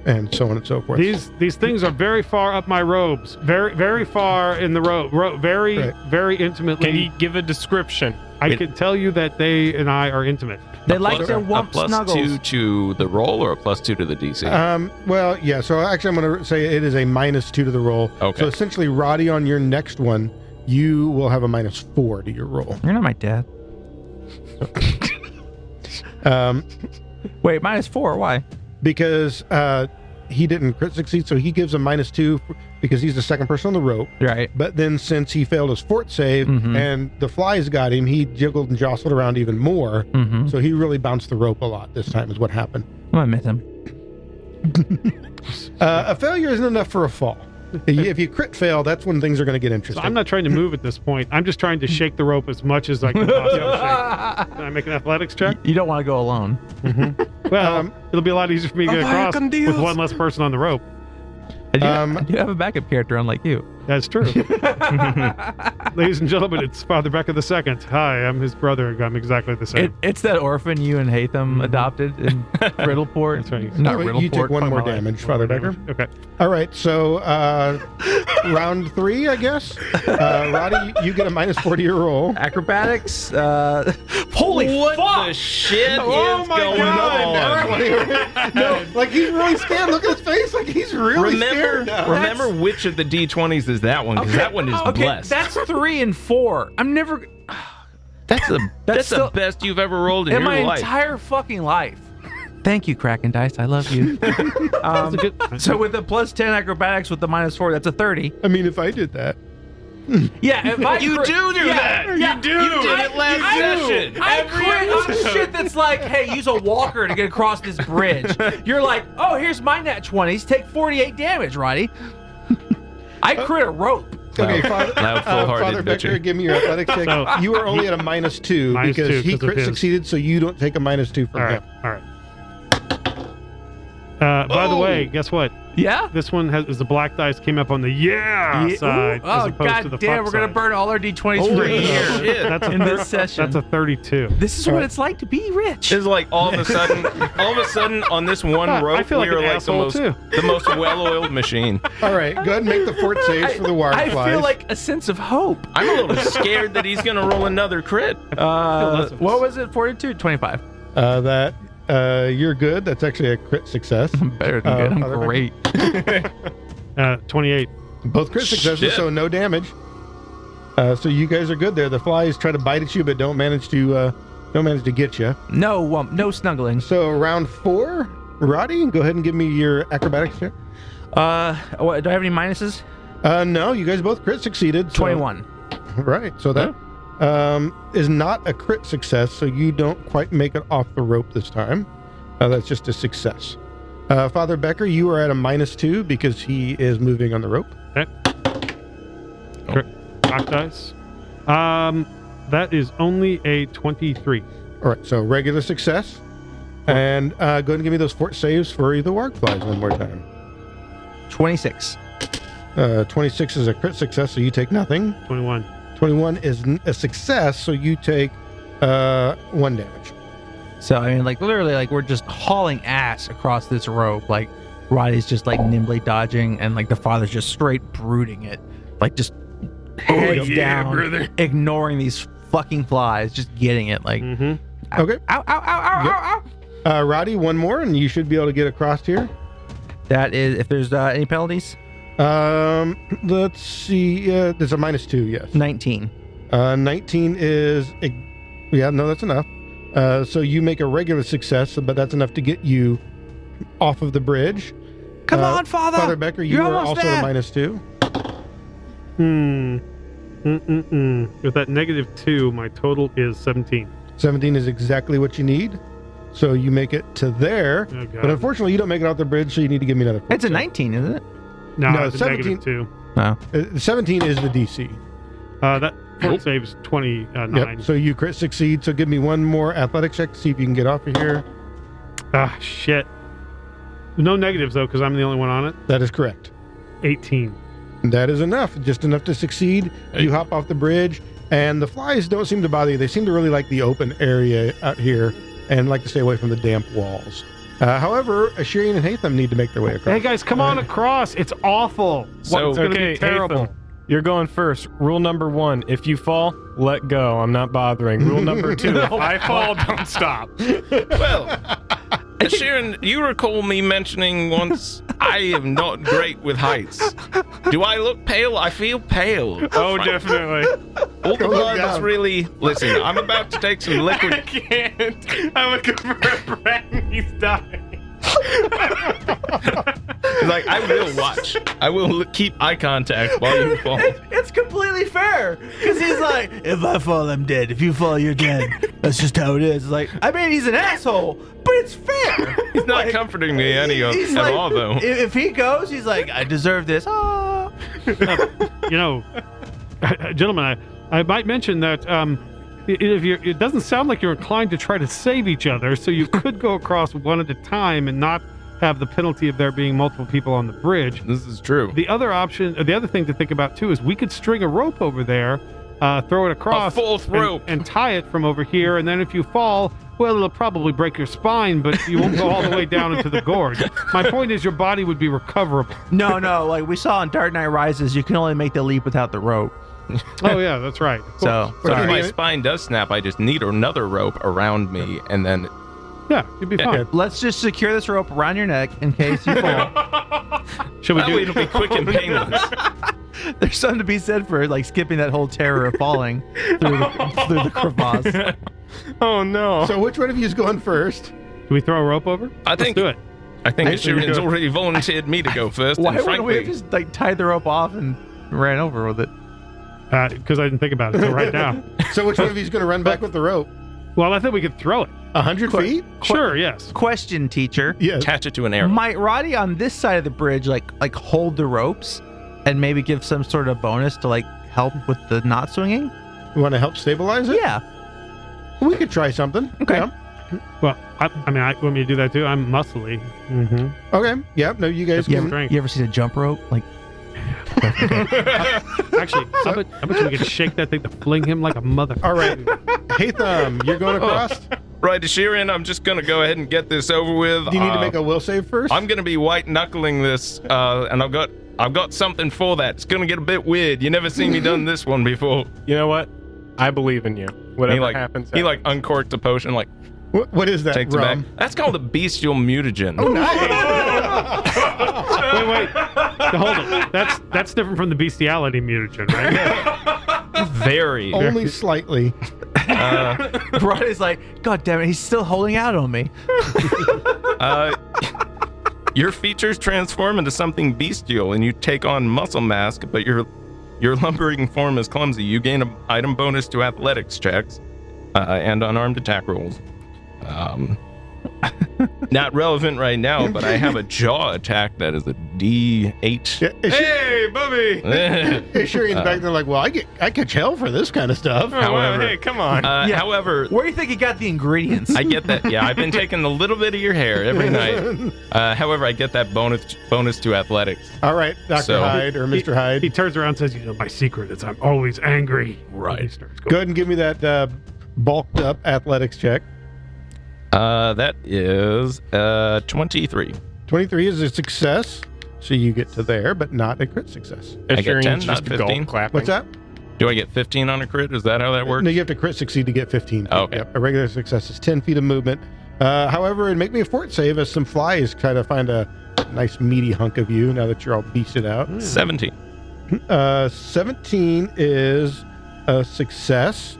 Speaker 4: and so on and so forth.
Speaker 5: these these things are very far up my robes, very very far in the robe, ro- very
Speaker 4: Right.
Speaker 5: very intimately.
Speaker 2: Can you give a description?
Speaker 5: I can tell you that they and I are intimate.
Speaker 1: They
Speaker 3: A
Speaker 1: like
Speaker 3: plus-
Speaker 1: their
Speaker 3: a
Speaker 1: wump
Speaker 3: plus
Speaker 1: snuggles.
Speaker 3: two to the roll or a plus two to the DC?
Speaker 4: um, well, yeah. So actually, I'm going to say it is a minus two to the roll.
Speaker 3: Okay.
Speaker 4: So essentially, Roddy, on your next one, you will have a minus four to your roll.
Speaker 1: You're not my dad.
Speaker 4: Um,
Speaker 1: Wait, minus four. Why?
Speaker 4: because uh, he didn't crit succeed, so he gives a minus two f- because he's the second person on the rope.
Speaker 1: Right.
Speaker 4: But then, since he failed his fort save
Speaker 1: Mhm.
Speaker 4: and the flies got him, he jiggled and jostled around even more.
Speaker 1: Mm-hmm.
Speaker 4: So he really bounced the rope a lot this time, is what happened.
Speaker 1: I'm gonna miss him.
Speaker 4: Uh, a failure isn't enough for a fall. if you crit fail, that's when things are going to get
Speaker 5: So
Speaker 4: interesting.
Speaker 5: I'm not trying to move at this point. I'm just trying to shake the rope as much as I can possibly shake.
Speaker 1: you
Speaker 5: Can I make an athletics check?
Speaker 1: don't want to go alone.
Speaker 5: Well,
Speaker 4: Um,
Speaker 5: it'll be a lot easier for me to get across with one less person on the rope.
Speaker 1: I do,
Speaker 4: Um,
Speaker 1: I do have a backup character, unlike you.
Speaker 5: That's true. Ladies and gentlemen, it's Father Becker II. Hi, I'm his brother. I'm exactly the same.
Speaker 1: It, it's that orphan you and Hatham adopted in Riddleport.
Speaker 5: That's right.
Speaker 1: Mm-hmm. Not
Speaker 4: Wait,
Speaker 1: Riddleport.
Speaker 4: you took one
Speaker 1: fuck
Speaker 4: more
Speaker 1: my life.
Speaker 4: damage, Father Becker.
Speaker 5: Okay.
Speaker 4: All right, so uh, round three, I guess. Uh, Roddy, you, you get a minus 40 to your roll.
Speaker 1: Acrobatics. Uh, holy
Speaker 3: what
Speaker 1: fuck!
Speaker 3: the shit
Speaker 4: Oh
Speaker 3: is
Speaker 4: my
Speaker 3: going
Speaker 4: god!
Speaker 3: on?
Speaker 4: no, like he's really scared. Look at his face. Like he's really
Speaker 3: Remember,
Speaker 4: scared. now.
Speaker 3: remember which of the D20s is that one? Because that one is
Speaker 1: okay,
Speaker 3: blessed.
Speaker 1: that's three and four. I'm never.
Speaker 3: That's the that's,
Speaker 1: still-
Speaker 3: the best you've ever rolled in,
Speaker 1: in
Speaker 3: your
Speaker 1: my
Speaker 3: life.
Speaker 1: entire fucking life. Thank you, Kraken Dice. I love you. um, so with the plus ten acrobatics with the minus four, that's a thirty.
Speaker 4: I mean, if I did that,
Speaker 1: Yeah, if I you do do
Speaker 3: that.
Speaker 1: Yeah, you do.
Speaker 3: You did it last session.
Speaker 1: I quit on shit that's like, hey, use a walker to get across this bridge. You're like, oh, here's my nat twenties. Take forty eight damage, Roddy. I crit a rope.
Speaker 4: okay, Father,
Speaker 3: loud, full-hearted
Speaker 4: Father Becker,
Speaker 3: bitcher.
Speaker 4: give me your athletics check.
Speaker 5: So-
Speaker 4: you are only at a minus two
Speaker 5: Minus
Speaker 4: because
Speaker 5: two
Speaker 4: he
Speaker 5: 'cause of
Speaker 4: crit
Speaker 5: his.
Speaker 4: succeeded, so you don't take a minus two
Speaker 5: All
Speaker 4: from
Speaker 5: right.
Speaker 4: him.
Speaker 5: All right. Uh, by the way,
Speaker 1: Oh!
Speaker 5: guess what?
Speaker 1: Yeah.
Speaker 5: This one has is the black dice came up on the yeah,
Speaker 1: Yeah,
Speaker 5: side
Speaker 1: ooh,
Speaker 5: as
Speaker 1: oh
Speaker 5: opposed to
Speaker 1: god
Speaker 5: the
Speaker 1: damn,
Speaker 5: fuck
Speaker 1: we're gonna
Speaker 5: side.
Speaker 1: burn all our d twenties for a year
Speaker 5: Oh. That's a
Speaker 1: in
Speaker 5: thir-
Speaker 1: this session.
Speaker 5: that's a thirty-two.
Speaker 1: this is what it's like to be rich.
Speaker 3: It's like all of a sudden, all of a sudden on this
Speaker 5: I
Speaker 3: one rope,
Speaker 5: feel like
Speaker 3: we were
Speaker 5: an
Speaker 3: like the
Speaker 5: asshole,
Speaker 3: most,
Speaker 5: too.
Speaker 3: the most well-oiled machine.
Speaker 4: All right, go ahead and make the fort saves for the
Speaker 1: I
Speaker 4: wireflies.
Speaker 1: feel like a sense of hope.
Speaker 3: I'm a little scared that he's gonna roll another crit.
Speaker 1: Uh,
Speaker 5: less of
Speaker 1: what
Speaker 5: us.
Speaker 1: was it? 42? 25.
Speaker 4: uh, that uh, you're good. That's actually a crit success.
Speaker 1: I'm better than
Speaker 4: Uh,
Speaker 1: good.
Speaker 4: other
Speaker 1: I'm
Speaker 4: people?
Speaker 1: great.
Speaker 5: Uh, Twenty-eight.
Speaker 4: Both crit successes,
Speaker 3: Shit.
Speaker 4: so no damage. Uh, so you guys are good there. The flies try to bite at you, but don't manage to uh, don't manage to get you.
Speaker 1: No, um, no snuggling.
Speaker 4: So round four, Roddy, go ahead and give me your acrobatics check.
Speaker 1: Uh, what, do I have any minuses?
Speaker 4: Uh, no, you guys both crit succeeded. so-
Speaker 1: 21.
Speaker 4: Right. So that um, is not a crit success, so you don't quite make it off the rope this time. Uh, that's just a success. Uh, Father Becker, you are at a minus two because he is moving on the rope.
Speaker 5: Black dice. Um, that is only a twenty-three.
Speaker 4: All right, so regular success. And uh, go ahead and give me those fort saves for the warg flies one more time.
Speaker 1: 26.
Speaker 4: Uh, 26 is a crit success, so you take nothing.
Speaker 5: Twenty-one.
Speaker 4: 21 is n- a success, so you take uh, one damage.
Speaker 1: So, I mean, like, literally, like, we're just hauling ass across this rope. Like, Roddy's just, like, nimbly dodging, and, like, the father's just straight brooding it. Like, just heads down, ignoring these fucking flies, just getting it. Like,
Speaker 5: Mm-hmm.
Speaker 4: Okay.
Speaker 1: ow, ow, ow, ow,
Speaker 4: Yep.
Speaker 1: ow, ow.
Speaker 4: Uh, Roddy, one more, and you should be able to get across here.
Speaker 1: That is, if there's uh, any penalties,
Speaker 4: Um, let's see. Uh, there's a minus two, yes.
Speaker 1: 19.
Speaker 4: Uh, 19 is. A, yeah, no, that's enough. Uh, so you make a regular success, but that's enough to get you off of the bridge.
Speaker 1: Come
Speaker 4: Uh,
Speaker 1: on, father.
Speaker 4: Father Becker, you
Speaker 1: You're
Speaker 4: are
Speaker 1: almost
Speaker 4: also at
Speaker 1: there.
Speaker 4: a minus two.
Speaker 5: Hmm. Mm-mm-mm. With that negative two, my total is seventeen.
Speaker 4: 17 is exactly what you need. So you make it to there.
Speaker 5: Oh, God.
Speaker 4: But unfortunately, you don't make it off the bridge, so you need to give me another. fort
Speaker 1: It's a
Speaker 4: save.
Speaker 1: 19, isn't it?
Speaker 5: No,
Speaker 4: No,
Speaker 5: it's a
Speaker 4: 17.
Speaker 5: negative two.
Speaker 4: Uh, 17 is the DC.
Speaker 5: Uh, that fort saves twenty-nine.
Speaker 4: Yep. So you crit succeed. So give me one more athletic check to see if you can get off of here.
Speaker 5: Ah, shit. No negatives though, because I'm the only one on it.
Speaker 4: That is correct.
Speaker 5: Eighteen.
Speaker 4: That is enough, just enough to succeed. You hop off the bridge, and the flies don't seem to bother you. They seem to really like the open area out here and like to stay away from the damp walls. Uh, however, Ashirian and Hatham need to make their way across.
Speaker 7: Hey guys, come on across. It's awful.
Speaker 3: So-
Speaker 7: it's gonna
Speaker 2: Okay,
Speaker 7: be terrible.
Speaker 2: Ethan, you're going first. Rule number one: If you fall, let go. I'm not bothering. Rule number two: If I fall, don't stop.
Speaker 3: Well, Sharon, you recall me mentioning once I am not great with heights. Do I look pale? I feel pale.
Speaker 2: Oh, definitely.
Speaker 3: All the
Speaker 4: Go look
Speaker 3: blood is
Speaker 4: down.
Speaker 3: really. Listen, I'm about to take some liquid.
Speaker 7: can't. I would go for a brat and he's dying.
Speaker 3: Like I will watch. I will li- keep eye contact while you fall.
Speaker 1: it's completely fair because he's like, if I fall, I'm dead. If you fall, you're dead. That's just how it is. It's like, I mean, he's an asshole, but it's fair.
Speaker 3: He's not comforting me any of, at
Speaker 1: like,
Speaker 3: all, though.
Speaker 1: If, if he goes, he's like, I deserve this. Ah.
Speaker 5: you know, uh, gentlemen, I, I might mention that um, i- if you're, it doesn't sound like you're inclined to try to save each other, so you could go across one at a time and not have the penalty of there being multiple people on the bridge.
Speaker 3: This is true.
Speaker 5: The other option, or the other thing to think about too, is we could string a rope over there, uh, throw it across,
Speaker 3: fourth
Speaker 5: and,
Speaker 3: rope.
Speaker 5: and tie it from over here, and then if you fall. Well, it'll probably break your spine, but you won't go all the way down into the gorge. My point is, your body would be recoverable.
Speaker 1: no, no, like we saw in Dark Knight Rises, you can only make the leap without the rope.
Speaker 5: Oh yeah, that's right.
Speaker 1: So,
Speaker 3: So if
Speaker 1: sorry.
Speaker 3: my spine does snap, I just need another rope around me, and then
Speaker 5: Yeah, you'd be fine.
Speaker 1: Let's just secure this rope around your neck in case you fall.
Speaker 5: Should we
Speaker 3: that
Speaker 5: do?
Speaker 3: way it'll be quick and painless.
Speaker 1: There's something to be said for like skipping that whole terror of falling through the, through the crevasse.
Speaker 2: Oh no.
Speaker 4: so which one of you is going first?
Speaker 5: Do we throw a rope over?
Speaker 3: I think-
Speaker 5: Let's do it.
Speaker 3: I think
Speaker 4: I-
Speaker 3: Sharon's already volunteered me to go first.
Speaker 1: Why
Speaker 3: and
Speaker 1: would we have
Speaker 3: frankly,
Speaker 1: just like tied the rope off and ran over with it?
Speaker 5: Because Uh, I didn't think about it until right now.
Speaker 4: So which one of you's going to run back with the rope?
Speaker 5: Well, I think we could throw it.
Speaker 4: A hundred feet?
Speaker 5: Sure, yes.
Speaker 1: Question, teacher.
Speaker 4: Yes.
Speaker 3: attach it to an arrow?
Speaker 1: Might Roddy on this side of the bridge like like hold the ropes and maybe give some sort of bonus to like help with the not swinging?
Speaker 4: You want to help stabilize it?
Speaker 1: Yeah.
Speaker 4: We could try something.
Speaker 1: Okay.
Speaker 4: Yeah.
Speaker 5: Well, I, I mean, I want me to do that too. I'm muscly. Mm-hmm.
Speaker 4: Okay. Yeah. No, you guys
Speaker 1: You
Speaker 4: can.
Speaker 1: ever, you ever seen a jump rope? Like
Speaker 5: Actually, I bet, I bet you we could shake that thing to fling him like a mother.
Speaker 4: All right. hey, Thumb, you're going
Speaker 7: Oh,
Speaker 4: across.
Speaker 3: Right, Sharon, I'm just gonna go ahead and get this over with.
Speaker 4: Do you need to
Speaker 3: Uh,
Speaker 4: make a will save first?
Speaker 3: I'm gonna be white knuckling this, uh, and I've got I've got something for that. It's gonna get a bit weird. You never seen me done this one before.
Speaker 2: You know what? I believe in you. Whatever
Speaker 3: he like
Speaker 2: happens,
Speaker 3: he
Speaker 2: happens.
Speaker 3: like uncorked a potion, like
Speaker 4: Wh- what is that?
Speaker 3: takes
Speaker 4: rum? Oh.
Speaker 3: it back. That's called a bestial mutagen.
Speaker 5: Wait, wait. Hold on. That's that's different from the bestiality mutagen, right?
Speaker 3: Very.
Speaker 4: Only slightly.
Speaker 1: Roddy's like, God damn it, he's still holding out on me.
Speaker 3: Uh, your features transform into something bestial, and you take on muscle mask, but your your lumbering form is clumsy. You gain an item bonus to athletics checks uh, and unarmed attack rolls. Um, not relevant right now, but I have a jaw attack that is a D8.
Speaker 4: Yeah, it's-
Speaker 7: Hey, Bubby!
Speaker 3: Uh,
Speaker 4: Hey, Shurian's back there like, well, I get I catch hell for this kind of stuff.
Speaker 3: However-
Speaker 7: Oh, hey, come on.
Speaker 3: Uh,
Speaker 1: Yeah.
Speaker 3: However,
Speaker 1: Where do you think he got the ingredients?
Speaker 3: I get that. Yeah, I've been taking a little bit of your hair every night. Uh, however, I get that bonus bonus to athletics.
Speaker 4: All right, Dr.
Speaker 3: So-
Speaker 4: Hyde or Mr. Hyde.
Speaker 5: He turns around and says, You know, my secret is I'm always angry.
Speaker 3: Right.
Speaker 5: And he starts going.
Speaker 4: Go ahead and give me that uh, bulked up athletics check.
Speaker 3: Uh, that is uh 23.
Speaker 4: 23 is a success. So you get to there, but not a crit success.
Speaker 2: If
Speaker 3: I get
Speaker 2: Sharon's
Speaker 3: 10,
Speaker 2: just
Speaker 3: not
Speaker 2: golf
Speaker 3: 15.
Speaker 2: clapping.
Speaker 4: What's that?
Speaker 3: Do I get 15 on a crit? Is that how that works? Oh,
Speaker 4: No, you have to crit succeed to get 15. feet.
Speaker 3: Okay.
Speaker 4: a regular success is 10 feet of movement. Uh, however, and make me a fort save as some flies try to find a nice meaty hunk of you now that you're all beasted out.
Speaker 3: 17.
Speaker 4: Uh, 17 is a success.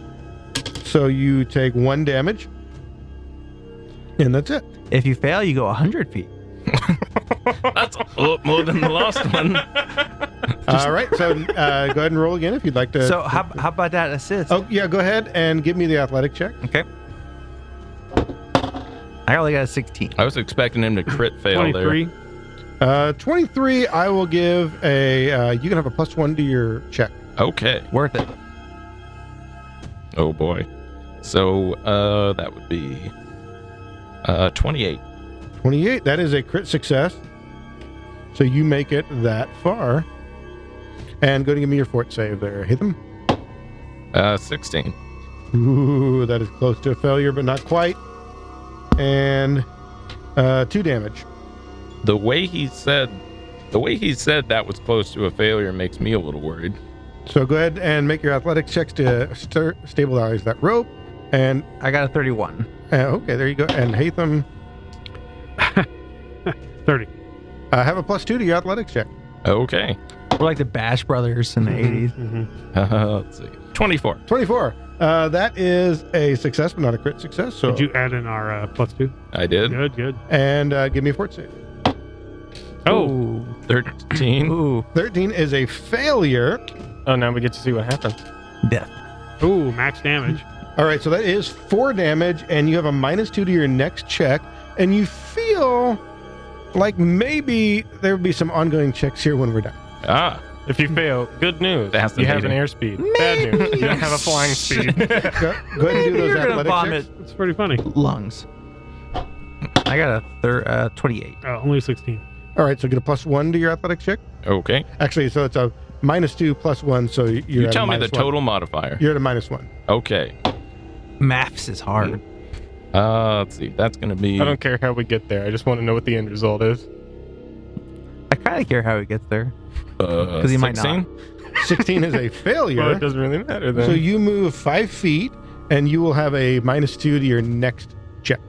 Speaker 4: So you take one damage. And that's it.
Speaker 1: if you fail, you go 100 feet.
Speaker 3: That's a lot more than the last one.
Speaker 4: all right. So uh, go ahead and roll again if you'd like to.
Speaker 1: So how, how about that assist?
Speaker 4: oh, yeah. Go ahead and give me the athletic check.
Speaker 1: I only got a 16.
Speaker 3: I was expecting him to crit fail there.
Speaker 5: 23.
Speaker 4: Uh, 23, I will give a. Uh, you can have a plus one to your check.
Speaker 3: Okay.
Speaker 1: Worth it.
Speaker 3: Oh boy. So uh that would be uh 28.
Speaker 4: 28. That is a crit success. So you make it that far. And go to give me your fort save there. Hit them.
Speaker 3: Uh 16.
Speaker 4: Ooh, that is close to a failure, but not quite. And uh, two damage.
Speaker 3: The way he said the way he said that was close to a failure makes me a little worried.
Speaker 4: So go ahead and make your athletics checks to st- stabilize that rope. And
Speaker 1: I got a 31.
Speaker 4: uh, okay, there you go. And Hatham,
Speaker 5: 30.
Speaker 4: uh, have a plus two to your athletics check.
Speaker 3: Okay.
Speaker 1: We're like the Bash Brothers in the 80s.
Speaker 3: Let's see. 24.
Speaker 4: 24. Uh, that is a success, but not a crit success. So
Speaker 5: Did you add in our uh, plus two?
Speaker 3: I did.
Speaker 5: Good, good.
Speaker 4: and uh, give me a fort save.
Speaker 5: Oh,
Speaker 3: 13.
Speaker 1: Ooh.
Speaker 4: 13 is a failure.
Speaker 2: Oh, now we get to see what happens.
Speaker 1: Death.
Speaker 5: ooh, max damage.
Speaker 4: All right, so that is four damage, and you have a minus two to your next check, and you feel like maybe there will be some ongoing checks here when we're done.
Speaker 3: Ah.
Speaker 2: If you fail, good news. You have an
Speaker 3: Fascinating.
Speaker 2: airspeed. Bad news. You don't have a flying speed.
Speaker 4: Go, go ahead and do
Speaker 1: Maybe
Speaker 4: those
Speaker 1: you're gonna
Speaker 4: athletic
Speaker 1: vomit
Speaker 4: checks.
Speaker 5: It's pretty funny.
Speaker 1: lungs. I got a thir- uh, 28.
Speaker 5: Oh, only 16.
Speaker 4: All right, so get a plus one to your athletic check.
Speaker 3: Okay.
Speaker 4: Actually, so it's a minus two plus one, so you're
Speaker 3: You
Speaker 4: at a
Speaker 3: tell me the
Speaker 4: minus one.
Speaker 3: total modifier.
Speaker 4: You're at a minus one.
Speaker 3: Okay.
Speaker 1: Maths is hard.
Speaker 3: Uh, let's see. That's gonna be.
Speaker 2: I don't care how we get there. I just want to know what the end result is.
Speaker 1: I kind of care how it gets there.
Speaker 3: Because
Speaker 1: he might not.
Speaker 4: Sixteen is a
Speaker 2: Well, it
Speaker 4: failure,
Speaker 2: doesn't really matter then.
Speaker 4: so you move five feet, and you will have a minus two to your next check.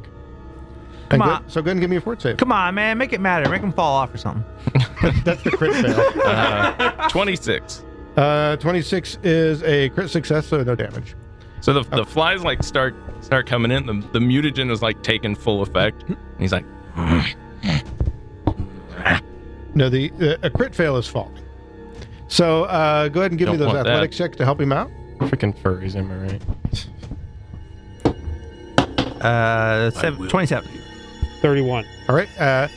Speaker 1: Come
Speaker 4: And go-
Speaker 1: on.
Speaker 4: so go ahead and give me a fort save.
Speaker 1: Come on, man. Make it matter. Make him fall off or something.
Speaker 4: That's the crit fail.
Speaker 3: Uh, Twenty-six.
Speaker 4: Uh, 26 is a crit success, so no damage.
Speaker 3: So the, the flies like start start coming in. The, the mutagen is like taking full effect.
Speaker 4: Hmm.
Speaker 3: And he's like,
Speaker 4: No, the uh, a crit fail is faulty. So uh, go ahead and give me
Speaker 3: Don't
Speaker 4: those
Speaker 3: want
Speaker 4: athletic
Speaker 3: that.
Speaker 4: checks to help him out.
Speaker 2: Freaking furries, am I right?
Speaker 8: Uh, seven, 27.
Speaker 5: 31.
Speaker 4: All right. Uh,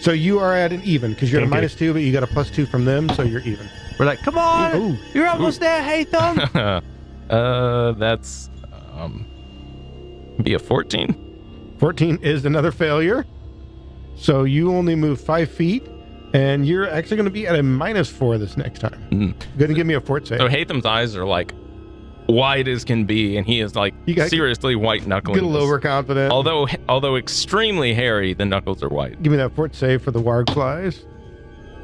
Speaker 4: so you are at an even because you're at a
Speaker 2: Thank you.
Speaker 4: minus two, but you got a plus two from them, so you're even.
Speaker 8: We're like, come on,
Speaker 4: Ooh.
Speaker 8: you're almost there, hey Thumb.
Speaker 3: uh, that's um, be a fourteen.
Speaker 4: 14 is another failure. So you only move five feet, and you're actually going to be at a minus four this next time.
Speaker 3: Mm.
Speaker 4: Going to give me a fort save.
Speaker 3: So Hatham's eyes are like wide as can be, and he is like
Speaker 4: You got-
Speaker 3: seriously white knuckling.
Speaker 4: Get a
Speaker 3: this.
Speaker 4: little overconfident.
Speaker 3: Although although extremely hairy, the knuckles are white.
Speaker 4: give me that fort save for the warg flies.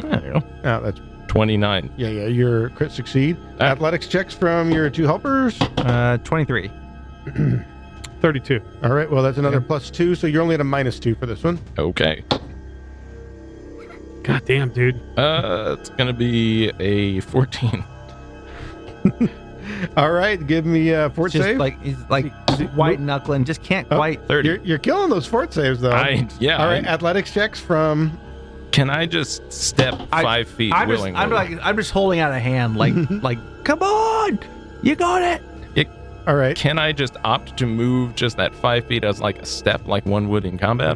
Speaker 4: Oh, that's
Speaker 3: Twenty nine.
Speaker 4: yeah, yeah. Your crit succeed.
Speaker 3: Ah.
Speaker 4: Athletics checks from your two helpers.
Speaker 8: Uh, 23.
Speaker 5: 32.
Speaker 4: All right. Well, that's another plus two, so you're only at a minus two for this one.
Speaker 3: Okay.
Speaker 5: God damn, dude.
Speaker 3: Uh, it's gonna be a fourteen.
Speaker 4: All right. Give me a fort
Speaker 8: It's just
Speaker 4: save.
Speaker 8: like he's like white knuckling, just can't
Speaker 4: Oh.
Speaker 8: quite.
Speaker 3: Thirty.
Speaker 4: you're, you're killing those fort saves though.
Speaker 3: I yeah.
Speaker 4: All right. uh,
Speaker 3: I-
Speaker 4: athletics checks from
Speaker 3: Can I just step
Speaker 1: I-
Speaker 3: five feet
Speaker 1: I'm just,
Speaker 3: willingly?
Speaker 1: I'm like, I'm just holding out a hand, like, like, come on, you got it.
Speaker 4: all right.
Speaker 3: Can I just opt to move just that five feet as like a step, like one would in combat?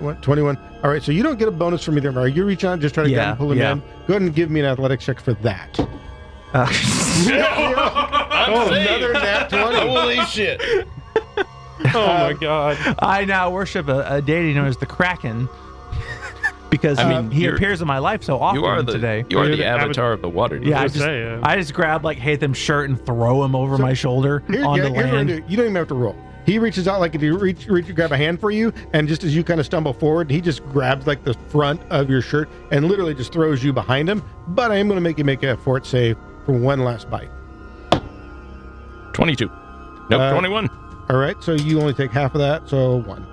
Speaker 4: What, 21. All right, so you don't get a bonus from either Mario. You reach out and just try to get
Speaker 8: Yeah,
Speaker 4: him, pull him
Speaker 8: yeah.
Speaker 4: in. Go ahead and give me an athletics check for that.
Speaker 8: Uh,
Speaker 4: oh, another nat 20.
Speaker 3: Holy shit!
Speaker 5: Oh my god.
Speaker 8: I now worship a, a deity known as the Kraken because
Speaker 3: I
Speaker 8: I
Speaker 3: mean,
Speaker 8: mean, he
Speaker 3: you're-
Speaker 8: appears in my life so often
Speaker 3: You are the
Speaker 8: today.
Speaker 3: you are
Speaker 5: You're
Speaker 3: the
Speaker 5: the avatar-
Speaker 3: avatar of the water. dude.
Speaker 8: Yeah, I
Speaker 5: was
Speaker 8: just,
Speaker 5: gonna say, uh,
Speaker 8: I just grab like Hatham's shirt and throw him over my shoulder
Speaker 4: Here-
Speaker 8: on
Speaker 4: yeah,
Speaker 8: the
Speaker 4: here's what I
Speaker 8: land.
Speaker 4: do. You don't even have to roll. He reaches out like if you reach, reach, grab a hand for you, and just as you kind of stumble forward, he just grabs like the front of your shirt and literally just throws you behind him. But I am going to make you make a fort save for one last bite.
Speaker 3: twenty-two. Nope,
Speaker 4: Uh,
Speaker 3: twenty-one.
Speaker 4: All right, so you only take half of that, so one.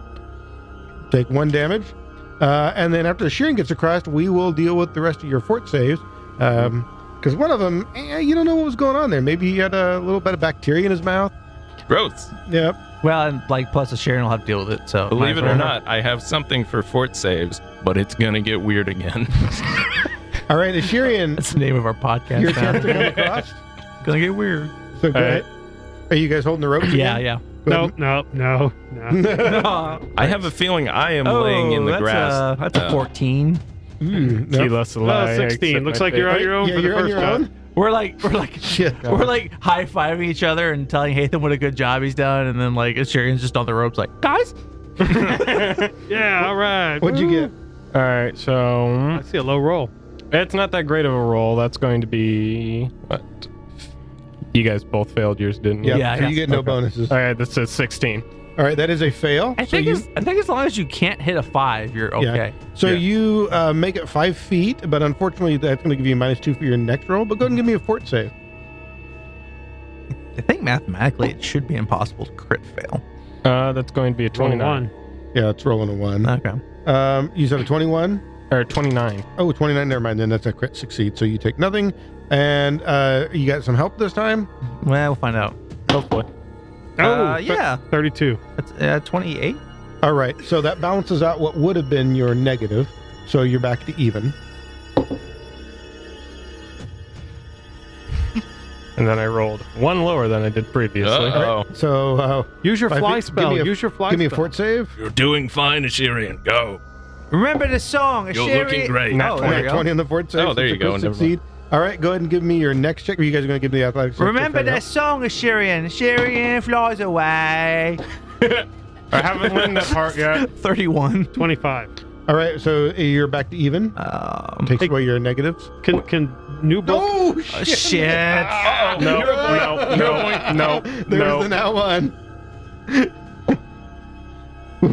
Speaker 4: Take one damage, uh, and then after the shearing gets across, we will deal with the rest of your fort saves. Because one of them, eh, you don't know what was going on there. Maybe he had a little bit of bacteria in his mouth.
Speaker 3: Gross.
Speaker 4: Yep.
Speaker 8: Well, and like plus the Sharon will have to deal with it. So
Speaker 3: Believe it
Speaker 8: might as
Speaker 3: or
Speaker 8: well.
Speaker 3: not, I have something for fort saves, but it's gonna get weird again.
Speaker 4: All right, Ashirian,
Speaker 8: that's the name of our
Speaker 4: your
Speaker 8: podcast. now.
Speaker 4: chance to come across.
Speaker 8: Gonna get weird.
Speaker 4: So go
Speaker 5: All
Speaker 4: ahead. Are you guys holding the ropes?
Speaker 8: Yeah,
Speaker 4: again?
Speaker 8: yeah.
Speaker 5: No, no, no, no.
Speaker 3: I have a feeling I am
Speaker 1: Oh,
Speaker 3: laying in the
Speaker 8: Oh, that's
Speaker 3: grass.
Speaker 8: A, that's a
Speaker 3: Uh,
Speaker 8: 14.
Speaker 4: Mm,
Speaker 2: He
Speaker 4: no.
Speaker 2: left a lie,
Speaker 5: Uh, 16.
Speaker 2: except
Speaker 5: Looks
Speaker 2: my
Speaker 5: like you're on
Speaker 2: favorite.
Speaker 5: your own
Speaker 4: Yeah,
Speaker 5: for the
Speaker 4: you're on
Speaker 5: first
Speaker 4: your
Speaker 5: time.
Speaker 4: own.
Speaker 8: We're like we're like
Speaker 4: Shit.
Speaker 8: we're like high fiving each other and telling Hatham what a good job he's done, and then like Assyrian's just on the ropes, like guys.
Speaker 5: Yeah, all right.
Speaker 4: What'd you get?
Speaker 2: All right, so
Speaker 5: I see a low roll.
Speaker 2: It's not that great of a roll. That's going to be what? You guys both failed yours, didn't you?
Speaker 4: Yep,
Speaker 8: Yeah,
Speaker 4: so
Speaker 8: yeah.
Speaker 4: you get no
Speaker 2: Okay.
Speaker 4: bonuses.
Speaker 2: All right, this is 16.
Speaker 4: All right, that is a fail.
Speaker 8: I
Speaker 4: So
Speaker 8: think
Speaker 4: you-
Speaker 8: as, I think as long as you can't hit a five, you're
Speaker 4: Yeah.
Speaker 8: okay.
Speaker 4: So you uh, make it five feet, but unfortunately, that's going to give you minus two for your next roll. But go ahead and give me a fort save.
Speaker 8: I think mathematically it should be impossible to crit fail.
Speaker 2: Uh, that's going to be a 29.
Speaker 5: 21.
Speaker 4: Yeah, it's rolling a one.
Speaker 8: Okay.
Speaker 4: Um, you said a 21.
Speaker 2: Or 29.
Speaker 4: Oh, 29. Never mind. Then that's a crit succeed. So you take nothing. And uh, you got some help this time.
Speaker 8: Well, we'll find out.
Speaker 2: Hopefully.
Speaker 5: Oh,
Speaker 8: uh,
Speaker 5: th-
Speaker 8: yeah.
Speaker 5: 32.
Speaker 8: That's uh, 28.
Speaker 4: All right. So that balances out what would have been your negative. So you're back to even.
Speaker 2: And then I rolled one lower than I did previously.
Speaker 3: Uh-oh.
Speaker 4: So uh,
Speaker 5: Use your
Speaker 4: Five
Speaker 5: fly
Speaker 4: feet. Give
Speaker 5: spell.
Speaker 4: me a-
Speaker 5: Use your fly
Speaker 4: give me a
Speaker 5: spell.
Speaker 4: fort save.
Speaker 3: You're doing fine, Assyrian. Go.
Speaker 8: Remember the song.
Speaker 3: You're
Speaker 8: Asheri-
Speaker 3: looking great.
Speaker 8: Oh, there
Speaker 4: Nat
Speaker 8: you go.
Speaker 4: 20 on the fort save.
Speaker 3: Oh, there
Speaker 4: It's a
Speaker 3: you go,
Speaker 4: crit
Speaker 3: never mind.
Speaker 4: Succeed. All right. Go ahead and give me your next check. Are you guys going to give me the athletics? check to
Speaker 8: Remember
Speaker 4: find out?
Speaker 8: that song, Asherian. Asherian flies away.
Speaker 2: I haven't learned that part yet.
Speaker 8: 31.
Speaker 5: 25.
Speaker 4: All right. So you're back to even.
Speaker 8: Um,
Speaker 4: Takes away your negatives.
Speaker 5: Can can new book
Speaker 4: Oh
Speaker 8: oh, shit.
Speaker 2: No, no, no, no,
Speaker 4: There's
Speaker 2: no.
Speaker 4: the now one.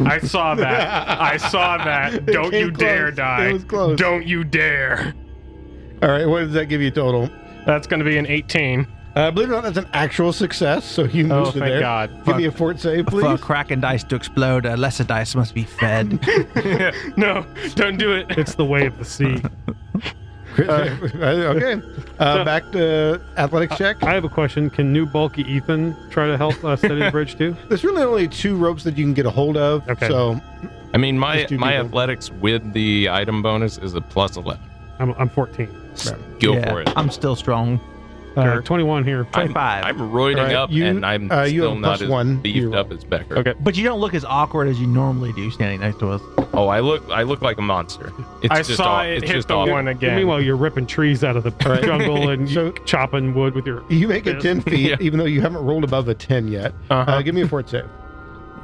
Speaker 2: I saw that. I saw that.
Speaker 4: It
Speaker 2: Don't
Speaker 4: came
Speaker 2: you dare
Speaker 4: close.
Speaker 2: die.
Speaker 4: It was close.
Speaker 2: Don't you dare.
Speaker 4: All right, what does that give you total?
Speaker 2: That's going to be an 18.
Speaker 4: Uh, believe it or not, that's an actual success. So you
Speaker 2: Oh,
Speaker 4: moved to
Speaker 2: thank
Speaker 4: there.
Speaker 2: God.
Speaker 4: Give me a fort save, please.
Speaker 8: For a Kraken dice to explode, a lesser dice must be fed.
Speaker 2: no, don't do it.
Speaker 5: It's the way of the sea.
Speaker 4: okay. Uh, back to athletics check.
Speaker 5: I have a question. Can new bulky Ethan try to help uh, steady the bridge too?
Speaker 4: There's really only two ropes that you can get a hold of.
Speaker 5: Okay.
Speaker 4: So
Speaker 3: I mean, my
Speaker 4: Just do
Speaker 3: my
Speaker 4: people.
Speaker 3: athletics with the item bonus is a plus eleven.
Speaker 5: I'm, I'm 14.
Speaker 3: Go
Speaker 8: Yeah,
Speaker 3: for it.
Speaker 8: I'm still strong.
Speaker 5: Or 21 Uh, here.
Speaker 3: I'm-
Speaker 8: 25.
Speaker 3: I'm, roiding
Speaker 4: Alright,
Speaker 3: up,
Speaker 4: you-
Speaker 3: and I'm
Speaker 4: uh, you
Speaker 3: still
Speaker 4: have a
Speaker 3: not
Speaker 4: plus
Speaker 3: as
Speaker 4: one.
Speaker 3: beefed
Speaker 4: You're-
Speaker 3: up as Becker.
Speaker 2: Okay.
Speaker 8: But you don't look as awkward as you normally do standing next to us.
Speaker 3: Oh, I look I look like a monster. It's
Speaker 2: I
Speaker 3: just
Speaker 2: saw
Speaker 3: aw-
Speaker 2: it
Speaker 3: it's
Speaker 2: hit
Speaker 3: just
Speaker 2: the
Speaker 3: awful.
Speaker 2: one again.
Speaker 5: Meanwhile, you're ripping trees out of the jungle and
Speaker 4: So-
Speaker 5: chopping wood with your.
Speaker 4: you make it
Speaker 5: Yes.
Speaker 4: 10 feet,
Speaker 3: Yeah.
Speaker 4: even though you haven't rolled above a 10 yet.
Speaker 2: Uh-huh.
Speaker 4: Uh, give me a fort save.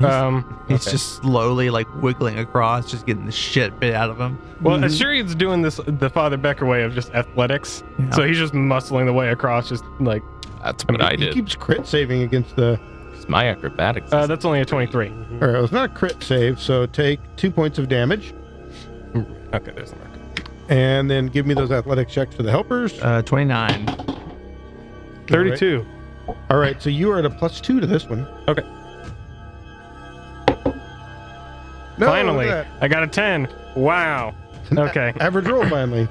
Speaker 2: Um,
Speaker 8: He's just slowly like wiggling across, just getting the shit bit out of him.
Speaker 2: well,
Speaker 5: Mm-hmm.
Speaker 2: Assyrian's doing this the Father Becker way of just athletics. So he's just muscling the way across, just like
Speaker 3: That's what I
Speaker 4: He
Speaker 3: did.
Speaker 4: keeps crit saving against the.
Speaker 3: It's my acrobatics.
Speaker 2: uh,
Speaker 3: is-
Speaker 2: that's only a twenty-three.
Speaker 4: All right, it's not a crit save, so take two points of damage
Speaker 3: okay, there's an acrobat.
Speaker 4: and then give me those athletic checks to the helpers.
Speaker 8: Uh, 29.
Speaker 5: 32.
Speaker 4: All right, so you are at a plus two to this one.
Speaker 2: Okay.
Speaker 4: No,
Speaker 2: finally,
Speaker 4: look at
Speaker 2: I got a ten. Wow.
Speaker 4: that.
Speaker 2: Okay.
Speaker 4: Average roll finally.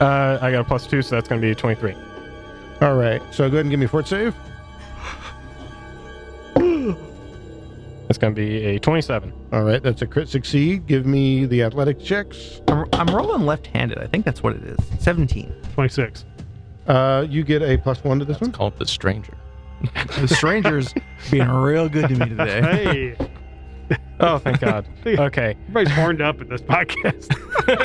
Speaker 2: Uh, I got a plus two, so that's going to be a twenty-three.
Speaker 4: All right, so go ahead and give me a fort save.
Speaker 2: That's going to be a twenty-seven.
Speaker 4: All right, that's a crit succeed. Give me the athletic checks.
Speaker 8: I'm, I'm rolling left handed. I think that's what it is. 17.
Speaker 5: 26.
Speaker 4: Uh, you get a plus one to this
Speaker 3: That's
Speaker 4: one.
Speaker 3: called the stranger.
Speaker 8: The stranger's being real good to me today.
Speaker 5: Hey.
Speaker 2: Oh, thank God. Okay,
Speaker 5: Everybody's horned up in this podcast.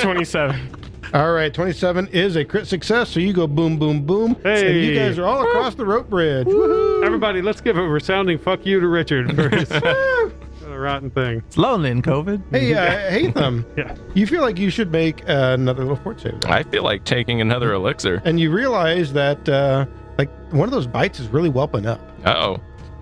Speaker 2: twenty-seven.
Speaker 4: All right, 27 is a crit success, so you go boom, boom, boom. And you
Speaker 5: Hey.
Speaker 4: guys are all across the rope bridge. Woohoo!
Speaker 5: Everybody, let's give a resounding fuck you to Richard for his a rotten thing.
Speaker 8: It's lonely in COVID.
Speaker 4: Hey, uh, Hatham,
Speaker 5: Yeah.
Speaker 4: you feel like you should make uh, another little fort save. there.
Speaker 3: I feel like taking another elixir.
Speaker 4: And you realize that, uh, like, one of those bites is really whelping up.
Speaker 3: Uh oh.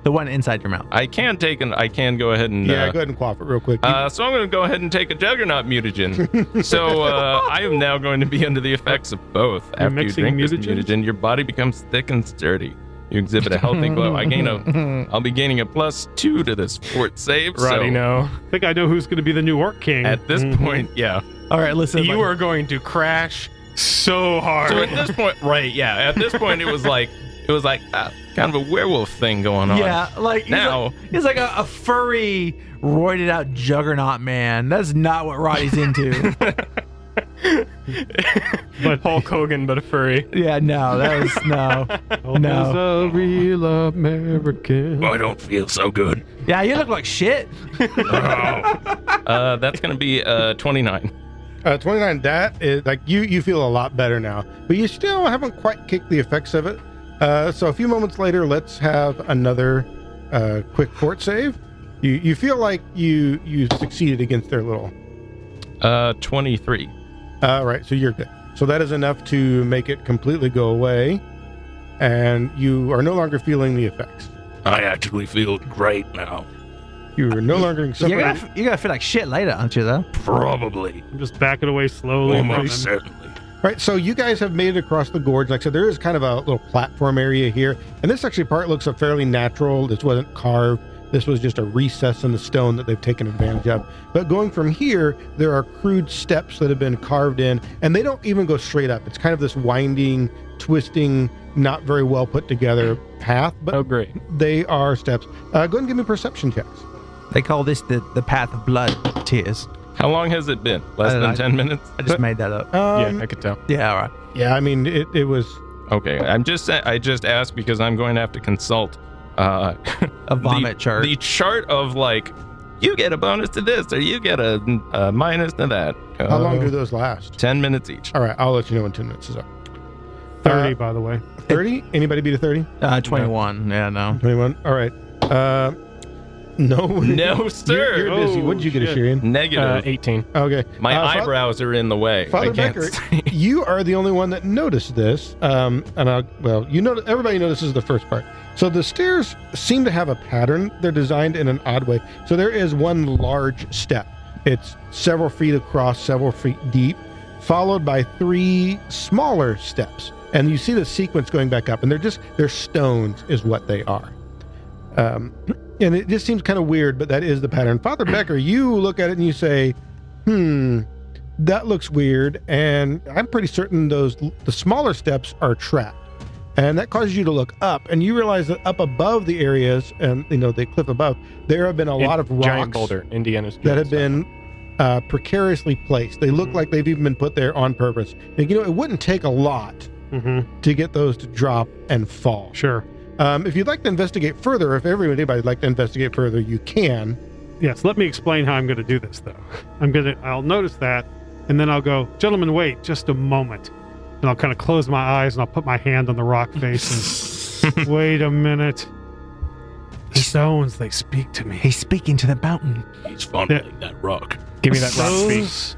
Speaker 8: The one inside your mouth.
Speaker 3: I can take an. I can go ahead and.
Speaker 4: Yeah,
Speaker 3: uh,
Speaker 4: go ahead and quaff it real quick. You-
Speaker 3: Uh, so I'm going to go ahead and take a juggernaut mutagen. so uh, I am now going to be under the effects of both. After you
Speaker 5: mixing
Speaker 3: drink this
Speaker 5: mutagens?
Speaker 3: mutagen, your body becomes thick and sturdy. You exhibit a healthy glow. I gain a. I'll be gaining a plus two to this fort save.
Speaker 2: Roddy,
Speaker 3: so
Speaker 2: no.
Speaker 5: I think I know who's going to be the new orc king.
Speaker 3: At this
Speaker 8: Mm-hmm.
Speaker 5: Mhm.
Speaker 3: point, yeah.
Speaker 8: All right, listen.
Speaker 2: You
Speaker 8: like-
Speaker 2: are going to crash so hard.
Speaker 3: So at this point, right? Yeah. At this point, it was like it was like uh, kind of a werewolf thing going on.
Speaker 8: Yeah, like he's
Speaker 3: Now-
Speaker 8: like, he's like a, a furry, roided out juggernaut man. That's not what Roddy's into.
Speaker 2: but Hulk Hogan, but a furry.
Speaker 8: yeah, no, that was no, no.
Speaker 5: As a real American.
Speaker 3: I don't feel so good.
Speaker 8: Yeah, you look like shit.
Speaker 3: Uh, that's gonna be uh 29.
Speaker 4: Uh, 29 that is like you you feel a lot better now but you still haven't quite kicked the effects of it uh, so a few moments later let's have another uh, quick fort save you you feel like you you succeeded against their little
Speaker 3: Uh, 23.
Speaker 4: uh, right so you're good so that is enough to make it completely go away and you are no longer feeling the effects
Speaker 3: I actually feel great now.
Speaker 4: you are no longer
Speaker 8: You're
Speaker 4: suffering
Speaker 8: gonna, you're gonna feel like shit later, aren't you? Though.
Speaker 3: Probably.
Speaker 5: I'm just backing away slowly. from him.
Speaker 3: certainly.
Speaker 4: Right, so you guys have made it across the gorge. Like I said, there is kind of a little platform area here, and this actually part looks a fairly natural. This wasn't carved. This was just a recess in the stone that they've taken advantage of. But going from here, there are crude steps that have been carved in, and they don't even go straight up. It's kind of this winding, twisting, not very well put together path, but
Speaker 2: Oh, great.
Speaker 4: they are steps. Uh, go ahead and give me perception checks.
Speaker 8: They call this the, the path of blood tears.
Speaker 3: How long has it been? Less
Speaker 8: I
Speaker 3: than
Speaker 8: don't know.
Speaker 3: 10 minutes?
Speaker 8: I just made that up.
Speaker 4: Um,
Speaker 2: yeah, I could tell.
Speaker 8: Yeah, all right.
Speaker 4: yeah, I mean, it, it was
Speaker 3: Okay, I'm just sa- I just asked because I'm going to have to consult uh
Speaker 8: A vomit
Speaker 3: the,
Speaker 8: chart.
Speaker 3: The chart of like you get a bonus to this or you get a, a minus to that.
Speaker 4: how long
Speaker 3: Uh,
Speaker 4: do those last?
Speaker 3: 10 minutes each.
Speaker 4: All right, I'll let you know when 10 minutes is up.
Speaker 2: uh,
Speaker 5: 30, by the way.
Speaker 4: 30? Anybody beat a 30?
Speaker 8: uh, 21. Yeah, no.
Speaker 4: 21. All right. Uh, no.
Speaker 3: No, sir.
Speaker 4: You're, you're busy.
Speaker 5: Oh,
Speaker 4: what did you get,
Speaker 5: shit.
Speaker 4: Assyrian?
Speaker 2: Uh,
Speaker 3: Negative.
Speaker 2: 18.
Speaker 4: Okay.
Speaker 3: My
Speaker 4: Uh, Fa-
Speaker 3: eyebrows are in the way.
Speaker 4: Father
Speaker 3: I can't
Speaker 4: Becker,
Speaker 3: see.
Speaker 4: you are the only one that noticed this. Um, and I, well, you know, everybody notices the first part. So the stairs seem to have a pattern. They're designed in an odd way. So there is one large step. It's several feet across, several feet deep, followed by three smaller steps. And you see the sequence going back up. And they're just they're stones, is what they are. Um, and it just seems kind of weird, but that is the pattern. Father Becker, you look at it and you say, "Hmm, that looks weird, and I'm pretty certain those the smaller steps are trapped, and that causes you to look up, and you realize that up above the areas and you know the cliff above, there have been a lot of rocks
Speaker 2: Giant boulder, Indiana's
Speaker 4: that have been uh, precariously placed. They look like they've even been put there on purpose. And, you know, it wouldn't take a lot
Speaker 5: hmm
Speaker 2: mm-hmm.
Speaker 4: to get those to drop and fall.
Speaker 5: Sure.
Speaker 4: Um, if you'd like to investigate further, if everyone anybody'd like to investigate further, you can.
Speaker 5: Yes. Let me explain how I'm going to do this, though. I'm going to. I'll notice that, and then I'll go, gentlemen, wait just a moment, and I'll kind of close my eyes and I'll put my hand on the rock face and wait a minute. The stones, they speak to me.
Speaker 8: He's speaking to the mountain.
Speaker 6: He's fondling that rock.
Speaker 2: Give me that rock speak.
Speaker 5: those,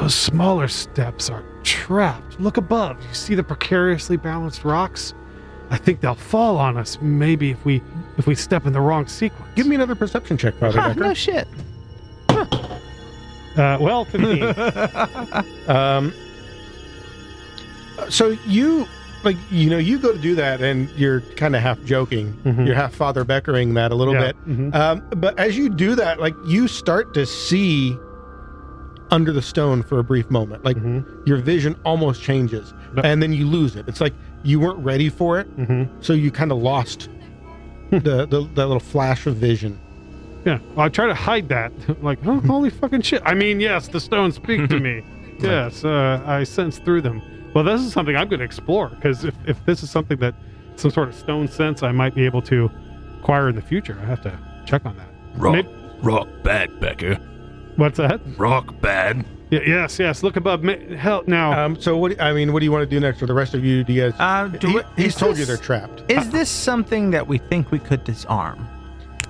Speaker 5: those smaller steps are trapped. Look above. You see the precariously balanced rocks? I think they'll fall on us maybe if we if we step in the wrong sequence.
Speaker 4: Give me another perception check, Father Becker.
Speaker 8: no shit.
Speaker 5: uh, well, 15.
Speaker 4: Um, so you like you know you go to do that and you're kind of half joking
Speaker 8: Mm-hmm.
Speaker 5: Mhm.
Speaker 4: you're half father beckering that a little
Speaker 5: Yeah,
Speaker 4: bit
Speaker 5: mhm.
Speaker 4: um, but as you do that like you start to see under the stone for a brief moment like
Speaker 5: Mhm.
Speaker 8: Mm-hmm.
Speaker 4: your vision almost changes
Speaker 5: But-
Speaker 4: and then you lose it it's like you weren't ready for it
Speaker 5: Mhm.
Speaker 4: so you kind of lost
Speaker 8: Hmm.
Speaker 4: the, the that little flash of vision
Speaker 5: Yeah. Well, I try to hide that. like, oh, holy fucking shit. I mean, yes, the stones speak to me. Yes, uh, I sense through them. Well, this is something I'm going to explore because if, if this is something that some sort of stone sense I might be able to acquire in the future, I have to check on that.
Speaker 6: Rock,
Speaker 5: Maybe-
Speaker 6: rock bad, Becker.
Speaker 5: What's that?
Speaker 6: Rock bad.
Speaker 5: Y- yes, yes. Look above. Ma- Hell,
Speaker 8: Oh.
Speaker 5: now.
Speaker 4: um, so what i mean what do you want to do next for the rest of you do you guys
Speaker 8: Um, do
Speaker 4: he-
Speaker 8: it-
Speaker 4: he's
Speaker 8: is
Speaker 4: told you
Speaker 8: this-
Speaker 4: they're trapped
Speaker 8: Is this something that we think we could disarm?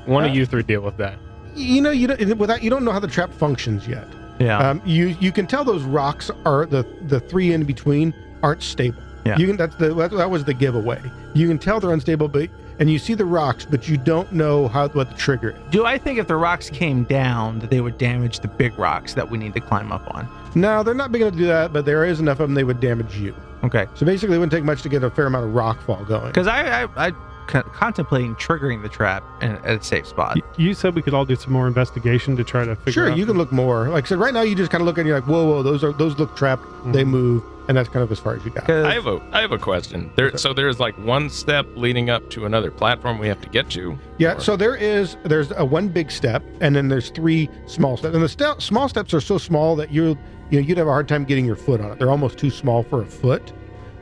Speaker 2: One
Speaker 4: uh,
Speaker 2: of you three deal with that.
Speaker 4: you know you don't without you don't know how the trap functions yet
Speaker 8: Yeah.
Speaker 4: um, you you can tell those rocks are the the three in between aren't stable
Speaker 8: Yeah.
Speaker 4: you can that's the that, that was the giveaway you can tell they're unstable but and you see the rocks but you don't know how what the trigger is
Speaker 8: do I think if the rocks came down that they would damage the big rocks that we need to climb up on?
Speaker 4: no they're not big enough to do that but there is enough of them they would damage you
Speaker 8: Okay.
Speaker 4: so basically it wouldn't take much to get a fair amount of rock fall going
Speaker 8: Because I, I, I con- contemplating triggering the trap in, at a safe spot.
Speaker 5: y- you said we could all do some more investigation to try to figure
Speaker 4: sure
Speaker 5: out.
Speaker 4: you can look more like i said right now you just kind of look and you're like whoa whoa those are those look trapped
Speaker 8: Mm-hmm.
Speaker 4: they move and that's kind of as far as you got
Speaker 8: 'Cause-
Speaker 3: I have a I have a question. There, so there's like one step leading up to another platform we have to get to.
Speaker 4: Yeah,
Speaker 3: Or-
Speaker 4: so there is there's a one big step, and then there's three small steps, and the ste- small steps are so small that you you know, you'd have a hard time getting your foot on it. They're almost too small for a foot.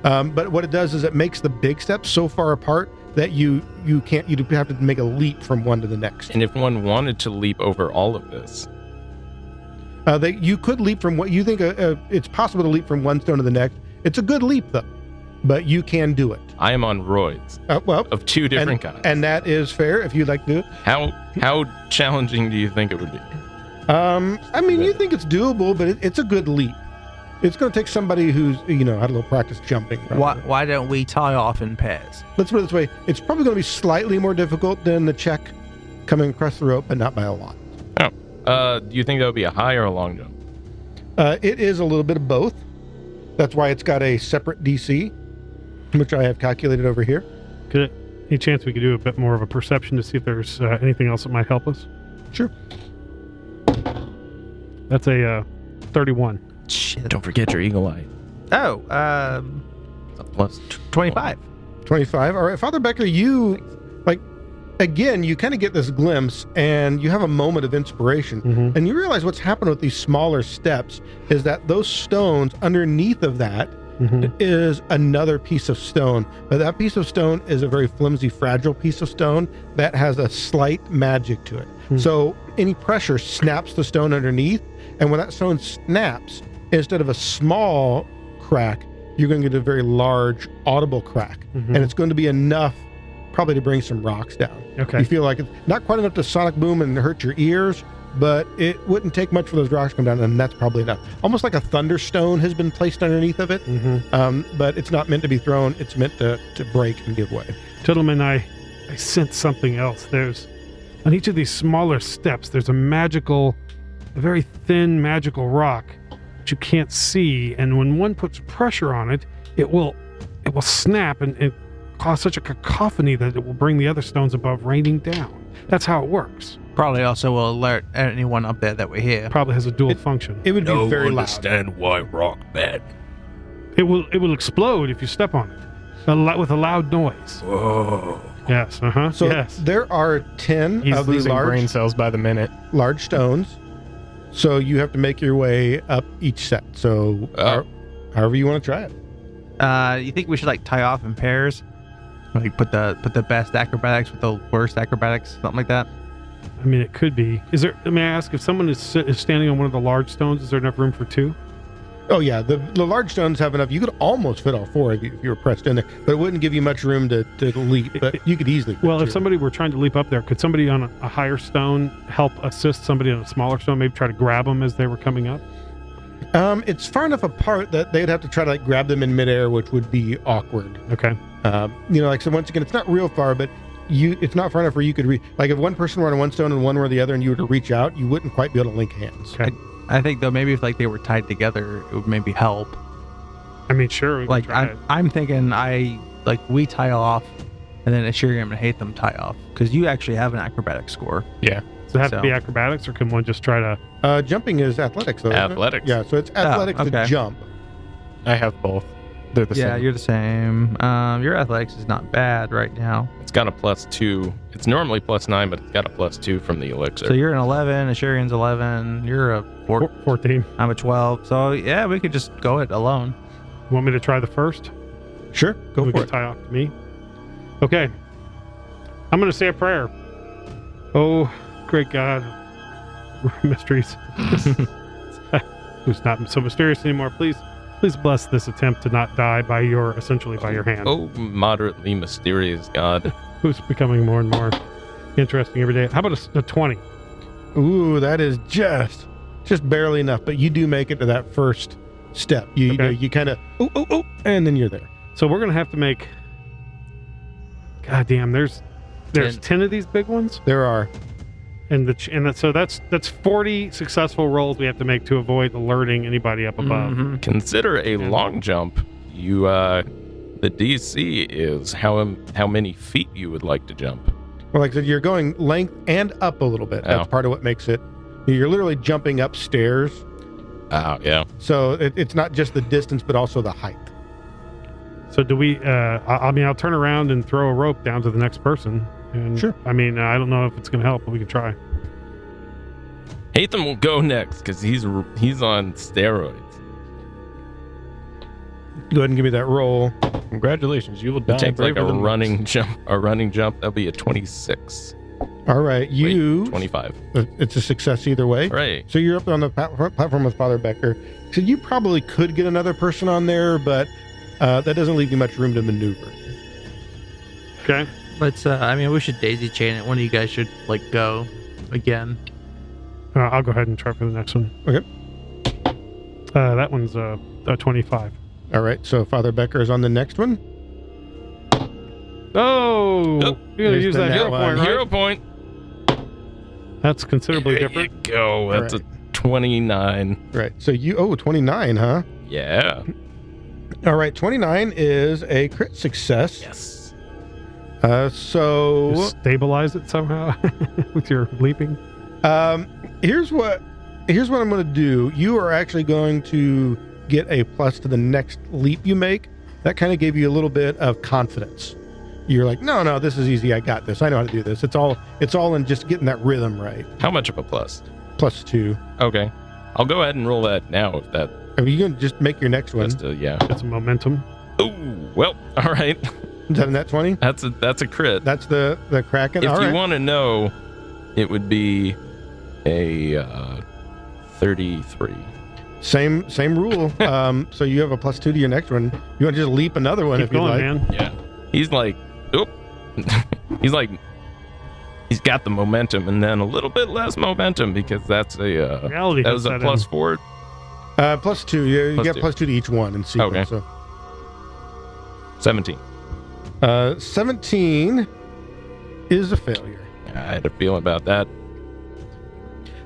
Speaker 4: Um, but what it does is it makes the big steps so far apart that you you can't you have to make a leap from one to the next.
Speaker 3: And if one wanted to leap over all of this,
Speaker 4: Uh, they, you could leap from what you think uh uh it's possible to leap from one stone to the next. It's a good leap though, but you can do it.
Speaker 3: I am on roids
Speaker 4: Uh, well,
Speaker 3: of two different
Speaker 4: and,
Speaker 3: kinds.
Speaker 4: and that is fair if you'd like to do it.
Speaker 3: how how challenging do you think it would be?
Speaker 4: Um, I mean, you think it's doable, but it, it's a good leap. It's going to take somebody who's you know had a little practice jumping. probably.
Speaker 8: why, why don't we tie off in pairs?
Speaker 4: Let's put it this way: it's probably going to be slightly more difficult than the check coming across the rope, but not by a lot.
Speaker 3: Uh, do you think that would be a high or a long jump?
Speaker 4: Uh, it is a little bit of both. That's why it's got a separate DC, which I have calculated over here.
Speaker 5: Could, any chance we could do a bit more of a perception to see if there's uh, anything else that might help us?
Speaker 4: Sure.
Speaker 5: That's a uh, 31.
Speaker 8: Shit.
Speaker 3: Don't forget your eagle eye.
Speaker 8: Oh, um,
Speaker 3: It's a plus.
Speaker 8: 25.
Speaker 4: 25. All right, Father Becker, you, like, again, you kind of get this glimpse and you have a moment of inspiration.
Speaker 5: Mhm.
Speaker 4: And you realize what's happened with these smaller steps is that those stones underneath of that
Speaker 5: Mhm.
Speaker 4: is another piece of stone. But that piece of stone is a very flimsy, fragile piece of stone that has a slight magic to it. So any pressure snaps the stone underneath. And when that stone snaps, instead of a small crack, you're going to get a very large, audible crack. And it's going to be enough probably to bring some rocks down. You
Speaker 5: Okay.
Speaker 4: feel like it's not quite enough to sonic boom and hurt your ears, but it wouldn't take much for those rocks to come down, and that's probably enough. Almost like a thunderstone has been placed underneath of it,
Speaker 5: Mm-hmm.
Speaker 4: um, but it's not meant to be thrown. It's meant to, to break and give way.
Speaker 5: Gentlemen, I, I sense something else. There's on each of these smaller steps, there's a magical, a very thin magical rock that you can't see, and when one puts pressure on it, it will it will snap and, and cause such a cacophony that it will bring the other stones above raining down. That's how it works.
Speaker 1: Probably also will alert anyone up there that we're here.
Speaker 5: Probably has a dual
Speaker 4: It-
Speaker 5: function.
Speaker 4: It would be very loud.
Speaker 6: why Rock Bad.
Speaker 5: It will it will explode if you step on it, a lo- with a loud noise.
Speaker 6: Whoa.
Speaker 5: Yes. Uh huh.
Speaker 4: So
Speaker 5: yes.
Speaker 4: there are ten
Speaker 2: He's
Speaker 4: of the
Speaker 2: losing brain
Speaker 4: large
Speaker 2: cells by the minute.
Speaker 4: large stones. So you have to make your way up each set. So
Speaker 3: Uh.
Speaker 4: how- however you want to try it.
Speaker 8: Uh, you think we should like tie off in pairs? Like put the put the best acrobatics with the worst acrobatics, something like that.
Speaker 5: I mean, it could be. Is there? May I ask if someone is, si- is standing on one of the large stones? Is there enough room for two?
Speaker 4: Oh yeah, the the large stones have enough. You could almost fit all four if you, if you were pressed in there, but it wouldn't give you much room to, to leap. But you could easily. fit
Speaker 5: Well, if
Speaker 4: two.
Speaker 5: somebody were trying to leap up there, could somebody on a, a higher stone help assist somebody on a smaller stone? Maybe try to grab them as they were coming up.
Speaker 4: um, it's far enough apart that they'd have to try to like grab them in midair, which would be awkward.
Speaker 5: Okay.
Speaker 4: Um, you know, like so. Once again, it's not real far, but you it's not far enough where you could reach. Like if one person were on one stone and one were the other, and you were to reach out, you wouldn't quite be able to link hands.
Speaker 5: Okay.
Speaker 8: I think though maybe if like they were tied together, it would maybe help.
Speaker 5: I mean, sure. We can
Speaker 8: Like
Speaker 5: try
Speaker 8: I'm, I'm thinking I like we tie off, and then Ashiriam and Hate them tie off because you actually have an acrobatic score.
Speaker 5: it. Does it have to
Speaker 8: so-
Speaker 5: be acrobatics, or can one just try to?
Speaker 4: Uh, jumping is athletics, though. isn't it?
Speaker 3: Athletics.
Speaker 4: Yeah, so
Speaker 5: Ah,
Speaker 4: it's athletics to
Speaker 8: okay.
Speaker 4: jump.
Speaker 2: I have both. They're the
Speaker 8: yeah,
Speaker 2: same.
Speaker 8: you're the same. Um, your athletics is not bad right now.
Speaker 3: It's got a plus two. It's normally plus nine, but it's got a plus two from the elixir.
Speaker 8: So you're an 11, Ashirian's 11, you're a 4,
Speaker 5: Four- Fourteen.
Speaker 8: I'm a 12. So yeah, we could just go it alone.
Speaker 5: Want me to try the first?
Speaker 4: Sure, go
Speaker 5: we
Speaker 4: for
Speaker 5: can
Speaker 4: it.
Speaker 5: tie off to me. Okay. I'm going to say a prayer. Oh, great God. Mysteries. Who's not so mysterious anymore. Please, please bless this attempt to not die by your, essentially by your hand.
Speaker 3: Oh, moderately mysterious god.
Speaker 5: Who's becoming more and more interesting every day. How about a s- a, 20?
Speaker 4: Ooh, that is just just barely enough, but you do make it to that first step. You
Speaker 5: Okay.
Speaker 4: you, you kind of ooh ooh ooh, and then you're there.
Speaker 5: So we're going to have to make, God damn, there's, there's 10 of these big ones.
Speaker 4: There are
Speaker 5: and the ch- and that, so that's that's 40 successful rolls we have to make to avoid alerting anybody up above
Speaker 4: Mm-hmm.
Speaker 3: Consider a long jump. You, uh, the DC is how um, how many feet you would like to jump.
Speaker 4: well, like I said, you're going length and up a little bit. That's
Speaker 3: Oh.
Speaker 4: part of what makes it. You're literally jumping upstairs,
Speaker 3: Oh, yeah.
Speaker 4: so it, it's not just the distance, but also the height.
Speaker 5: so do we uh I, I mean i'll turn around and throw a rope down to the next person and
Speaker 4: Sure.
Speaker 5: i mean i don't know if it's gonna help but we can try
Speaker 3: Hatham will go next because he's r- he's on steroids.
Speaker 4: Go ahead and give me that roll.
Speaker 2: Congratulations, you will die.
Speaker 3: It takes like
Speaker 2: Oh, braver
Speaker 3: a
Speaker 2: than-
Speaker 3: running jump. A running jump. That'll be a twenty-six.
Speaker 4: All right,
Speaker 3: Wait,
Speaker 4: you. uh,
Speaker 3: twenty-five.
Speaker 4: It's a success either way.
Speaker 3: Hooray!
Speaker 4: So you're up on the pat- front platform with Father Becker. So you probably could get another person on there, but uh, that doesn't leave you much room to maneuver.
Speaker 5: okay
Speaker 8: Let's, uh, I mean, we should daisy chain it. One of you guys should like go again.
Speaker 5: uh, i'll go ahead and try for the next one
Speaker 4: Okay.
Speaker 5: uh that one's uh, uh 25
Speaker 4: All right, so Father Becker is on the next one.
Speaker 5: oh
Speaker 3: Oh,
Speaker 5: you're gonna
Speaker 4: there's
Speaker 5: use
Speaker 4: the
Speaker 5: that
Speaker 4: net
Speaker 5: hero
Speaker 4: one.
Speaker 5: point right?
Speaker 3: Hero point.
Speaker 5: that's considerably
Speaker 3: There
Speaker 5: different
Speaker 3: you go. That's a twenty-nine.
Speaker 4: Right. So you oh 29, huh?
Speaker 3: Yeah.
Speaker 4: All right, 29 is a crit success.
Speaker 3: Yes.
Speaker 4: Uh, so
Speaker 5: Just stabilize it somehow with your leaping
Speaker 4: um, here's what here's what I'm going to do. You are actually going to get a plus to the next leap you make. That kind of gave you a little bit of confidence. You're like, "No, no, this is easy. I got this. I know how to do this." It's all it's all in just getting that rhythm right.
Speaker 3: How much of a plus?
Speaker 4: Plus 2.
Speaker 3: Okay. I'll go ahead and roll that now if that
Speaker 4: I mean, you can just make your next one.
Speaker 3: just a, yeah.
Speaker 5: get some momentum
Speaker 3: Oh well, all right.
Speaker 4: Is that a net 20?
Speaker 3: That's a that's a crit.
Speaker 4: That's the the Kraken.
Speaker 3: if
Speaker 4: all
Speaker 3: you
Speaker 4: right.
Speaker 3: want to know, it would be a uh, thirty-three.
Speaker 4: same same rule. um, so you have a plus 2 to your next one. You want to just leap another one
Speaker 5: keep
Speaker 4: if you
Speaker 5: going
Speaker 4: like.
Speaker 5: man
Speaker 3: Yeah. He's like, oop. he's like, he's got the momentum, and then a little bit less momentum because that's a uh,
Speaker 5: reality
Speaker 3: that
Speaker 5: hits
Speaker 3: was a
Speaker 5: that
Speaker 3: plus
Speaker 5: in.
Speaker 3: four.
Speaker 4: Uh, plus two. You, you
Speaker 3: Plus
Speaker 4: get
Speaker 3: two.
Speaker 4: plus two to each one in sequence.
Speaker 3: Seventeen.
Speaker 4: So, uh, seventeen is a failure.
Speaker 3: I had a feeling about that.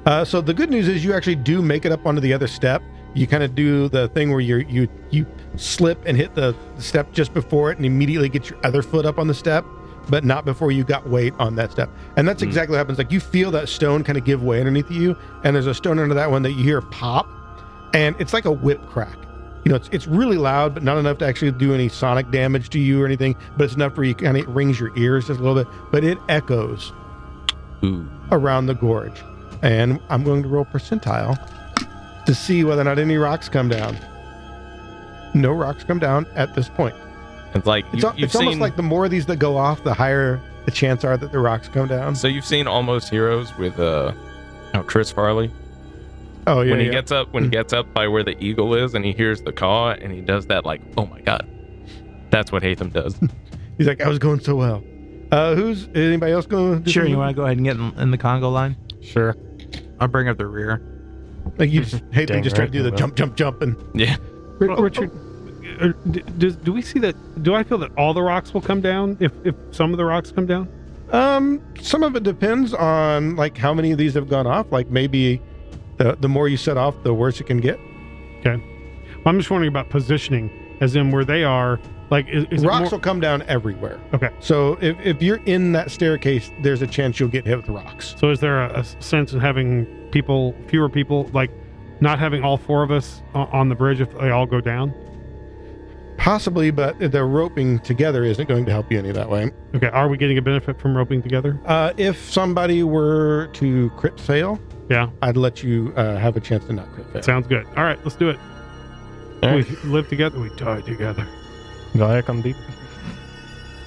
Speaker 4: Uh, so the good news is you actually do make it up onto the other step. You kind of do the thing where you you you slip and hit the step just before it, and immediately get your other foot up on the step. but not before you got weight on that step. And that's exactly what happens. Like you feel that stone kind of give way underneath you, and there's a stone under that one that you hear pop, and it's like a whip crack. You know, it's, it's really loud, but not enough to actually do any sonic damage to you or anything. But it's enough for you kind of it rings your ears just a little bit, but it echoes
Speaker 3: Ooh.
Speaker 4: around the gorge. And I'm going to roll percentile to see whether or not any rocks come down. No rocks come down at this point.
Speaker 3: It's like
Speaker 4: It's,
Speaker 3: you,
Speaker 4: al-
Speaker 3: you've
Speaker 4: it's
Speaker 3: seen.
Speaker 4: almost like the more of these that go off, the higher the chance are that the rocks come down.
Speaker 3: so you've seen Almost Heroes with uh, oh, Chris Farley.
Speaker 4: Oh yeah,
Speaker 3: when he
Speaker 4: yeah.
Speaker 3: gets up, when he gets up by where the eagle is, and he hears the caw, and he does that like, oh my god, that's what Hatham does.
Speaker 4: he's like, I was going so well. Uh, who's anybody else going? to do
Speaker 8: Sure, you
Speaker 4: something?
Speaker 8: want to go ahead and get in, in the Congo line?
Speaker 2: Sure.
Speaker 8: I'll bring up the rear.
Speaker 4: Like you just hate they
Speaker 2: Damn
Speaker 4: just try to
Speaker 2: right
Speaker 4: do
Speaker 2: I
Speaker 4: the
Speaker 2: will.
Speaker 4: jump, jump, jump, and
Speaker 3: yeah,
Speaker 5: Ri- Richard, uh, d do, do we see that? Do I feel that all the rocks will come down if, if some of the rocks come down?
Speaker 4: Um, some of it depends on like how many of these have gone off. Like maybe the the more you set off, the worse it can get.
Speaker 5: I'm just wondering about positioning, as in where they are. Like, is, is it
Speaker 4: Rocks
Speaker 5: more-
Speaker 4: will come down everywhere.
Speaker 5: Okay.
Speaker 4: So if, if you're in that staircase, there's a chance you'll get hit with rocks.
Speaker 5: So is there a, a sense in having people, fewer people, like not having all four of us o- on the bridge if they all go down?
Speaker 4: Possibly, but the roping together isn't going to help you any that way.
Speaker 5: Okay, are we getting a benefit from roping together?
Speaker 4: Uh, if somebody were to crit fail,
Speaker 5: Yeah.
Speaker 4: I'd let you uh, have a chance to not crit fail.
Speaker 5: Sounds good. All right, let's do it.
Speaker 2: All right.
Speaker 5: We live together, we die together.
Speaker 2: Glad I come deep.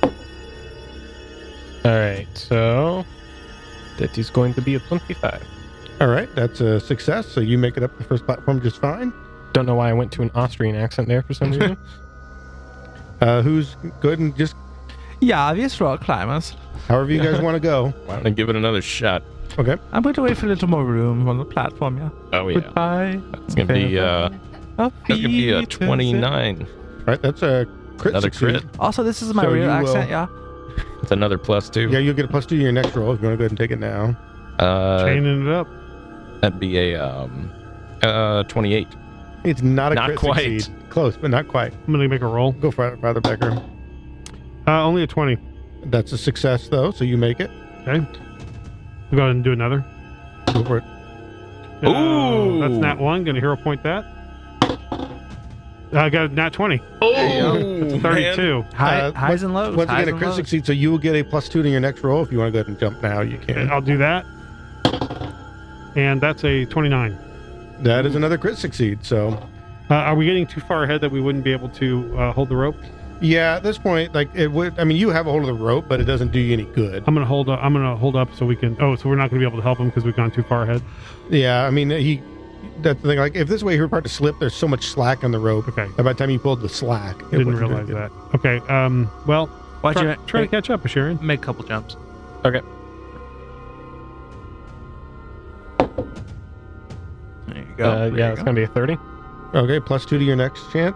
Speaker 2: All right, so that is going to be a 25.
Speaker 4: All right, that's a success. So you make it up the first platform just fine.
Speaker 2: Don't know why I went to an Austrian accent there for some reason.
Speaker 4: Uh, who's good and just
Speaker 8: Yeah, obvious rock climbers.
Speaker 4: however you guys want to go.
Speaker 3: why don't I give it another shot?
Speaker 8: I'm going to wait for a little more room on the platform, yeah.
Speaker 3: Oh yeah,
Speaker 8: Goodbye.
Speaker 3: it's gonna be uh, that's
Speaker 8: Auf
Speaker 3: gonna be a
Speaker 8: Wiedersehen.
Speaker 3: twenty-nine.
Speaker 4: All right, that's a crit
Speaker 3: Another
Speaker 4: succeed.
Speaker 3: crit.
Speaker 8: Also, this is my
Speaker 4: So you
Speaker 8: real
Speaker 4: will-
Speaker 8: accent, yeah.
Speaker 3: It's another plus two.
Speaker 4: Yeah, you'll get a plus two to your next roll if you want to go ahead and take it now.
Speaker 3: Uh,
Speaker 5: Chaining it up.
Speaker 3: that'd be a um, uh, twenty-eight.
Speaker 4: It's not a
Speaker 3: Not
Speaker 4: crit
Speaker 3: quite.
Speaker 4: succeed. Close, but not quite.
Speaker 5: I'm gonna make a roll.
Speaker 4: Go for it, Father Becker.
Speaker 5: Uh, only a twenty.
Speaker 4: That's a success though, so you make it.
Speaker 5: Okay. We'll go ahead and do another.
Speaker 4: Go for it.
Speaker 5: Oh, that's
Speaker 3: Ooh.
Speaker 5: not one. Gonna hero point that. I got a nat twenty.
Speaker 3: Oh,
Speaker 5: Thirty-two.
Speaker 8: High,
Speaker 4: Uh,
Speaker 8: highs
Speaker 4: once-
Speaker 8: and lows.
Speaker 4: Once
Speaker 8: highs
Speaker 4: again, a
Speaker 8: and
Speaker 4: crit
Speaker 8: lows.
Speaker 4: succeed, so you will get a plus two to your next roll if you want to go ahead and jump now. You
Speaker 5: And
Speaker 4: can.
Speaker 5: Uh, I'll do that. And that's a 29.
Speaker 4: That is another crit succeed. So
Speaker 5: Uh, are we getting too far ahead that we wouldn't be able to uh, hold the rope?
Speaker 4: yeah, at this point, like it would. I mean, you have a hold of the rope, but it doesn't do you any good.
Speaker 5: I'm gonna hold. Up, I'm gonna hold up so we can. Oh, so we're not gonna be able to help him because we've gone too far ahead.
Speaker 4: Yeah, I mean, he. That's the thing. Like if this way he were part to slip, there's so much slack on the rope.
Speaker 5: Okay,
Speaker 4: And by the time you pulled the slack, it
Speaker 5: didn't
Speaker 4: wouldn't do
Speaker 5: realize
Speaker 4: anything.
Speaker 5: that. Okay. Um. Well,
Speaker 8: Why'd
Speaker 5: try,
Speaker 8: you
Speaker 5: try to catch up, Sharon.
Speaker 8: make a couple jumps?
Speaker 2: Okay.
Speaker 8: There you go.
Speaker 2: uh,
Speaker 8: there
Speaker 2: yeah,
Speaker 8: you
Speaker 2: it's
Speaker 8: go.
Speaker 2: going to be a 30.
Speaker 4: Okay, plus two to your next chance.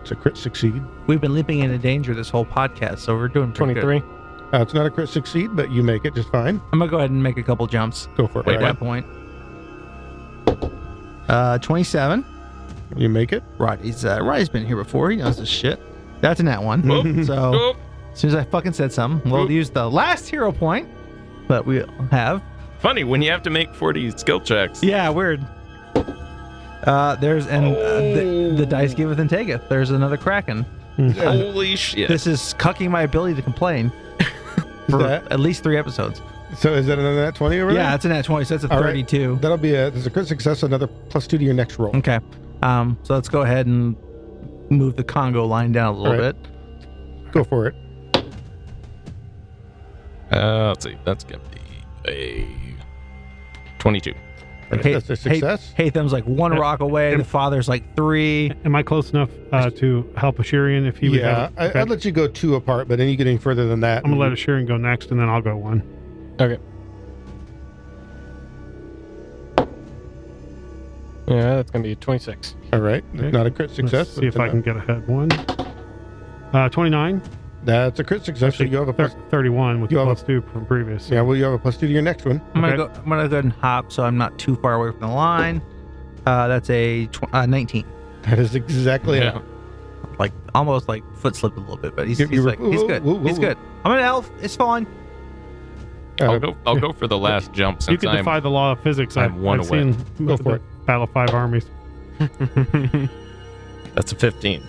Speaker 4: It's a crit succeed.
Speaker 8: We've been leaping into danger this whole podcast, so we're doing pretty good.
Speaker 2: 23.
Speaker 4: Uh, it's not a crit succeed, but you make it just fine.
Speaker 8: I'm gonna go ahead and make a couple jumps
Speaker 4: Go for it.
Speaker 8: at
Speaker 4: Ryan.
Speaker 8: that point. Uh, 27.
Speaker 4: You make it.
Speaker 8: Roddy's uh, Roddy's been here before. He knows this shit. That's a nat one.
Speaker 3: Whoop.
Speaker 8: So
Speaker 3: Oh,
Speaker 8: as soon as I fucking said something, we'll
Speaker 3: Whoop.
Speaker 8: use the last hero point that we have.
Speaker 3: funny when you have to make forty skill checks.
Speaker 8: Yeah, weird. Uh, there's and uh, the, the dice giveth and taketh. There's another kraken.
Speaker 3: Holy shit!
Speaker 8: This is cucking my ability to complain for
Speaker 4: that-
Speaker 8: at least three episodes.
Speaker 4: So is that another nat twenty over
Speaker 8: Yeah,
Speaker 4: there?
Speaker 8: it's an at twenty, so that's a
Speaker 4: All right.
Speaker 8: thirty-two.
Speaker 4: That'll be a there's a crit success, another plus two to your next roll.
Speaker 8: Okay. Um, so let's go ahead and move the Congo line down a little
Speaker 4: All right.
Speaker 8: bit.
Speaker 4: Go for it.
Speaker 3: Uh, let's see. That's gonna be a twenty-two.
Speaker 8: Hey-
Speaker 4: That's a
Speaker 8: hey-
Speaker 4: success.
Speaker 8: Haytham's like one rock away. The father's like three.
Speaker 5: Am I close enough uh, to help Ashirian if he would?
Speaker 4: yeah,
Speaker 5: have it?
Speaker 4: I,
Speaker 5: Okay.
Speaker 4: I'd let you go two apart, but any getting further than that,
Speaker 5: I'm gonna let Ashirian go next, and then I'll go one.
Speaker 2: Yeah, that's going to be a 26.
Speaker 4: All right,
Speaker 5: Okay.
Speaker 4: not a crit success.
Speaker 5: Let's see
Speaker 4: but
Speaker 5: if I can get ahead. One. Uh, 29.
Speaker 4: That's a crit success. So you have a plus.
Speaker 5: Thir- 31 with
Speaker 4: you
Speaker 5: the
Speaker 4: have a-
Speaker 5: plus two from previous.
Speaker 4: Yeah, well, you have a plus two to your next one.
Speaker 8: I'm gonna
Speaker 5: Okay.
Speaker 8: go. I'm gonna go ahead and hop, so I'm not too far away from the line. Uh, that's a tw- uh, nineteen.
Speaker 4: That is exactly it.
Speaker 8: Like almost like foot slipped a little bit, but he's,
Speaker 4: You-
Speaker 8: he's
Speaker 4: you were-
Speaker 8: like he's
Speaker 4: whoa,
Speaker 8: good.
Speaker 4: whoa, whoa,
Speaker 8: he's
Speaker 4: whoa.
Speaker 8: good. I'm an elf. It's fine.
Speaker 3: I'll
Speaker 4: Uh,
Speaker 3: go. I'll go for the last jump
Speaker 5: You
Speaker 3: since
Speaker 5: can
Speaker 3: I'm.
Speaker 5: defy the law of physics.
Speaker 3: I'm
Speaker 5: I've,
Speaker 3: one
Speaker 5: I've
Speaker 3: away.
Speaker 5: seen
Speaker 4: Go for it.
Speaker 5: Battle of Five Armies.
Speaker 3: That's a 15.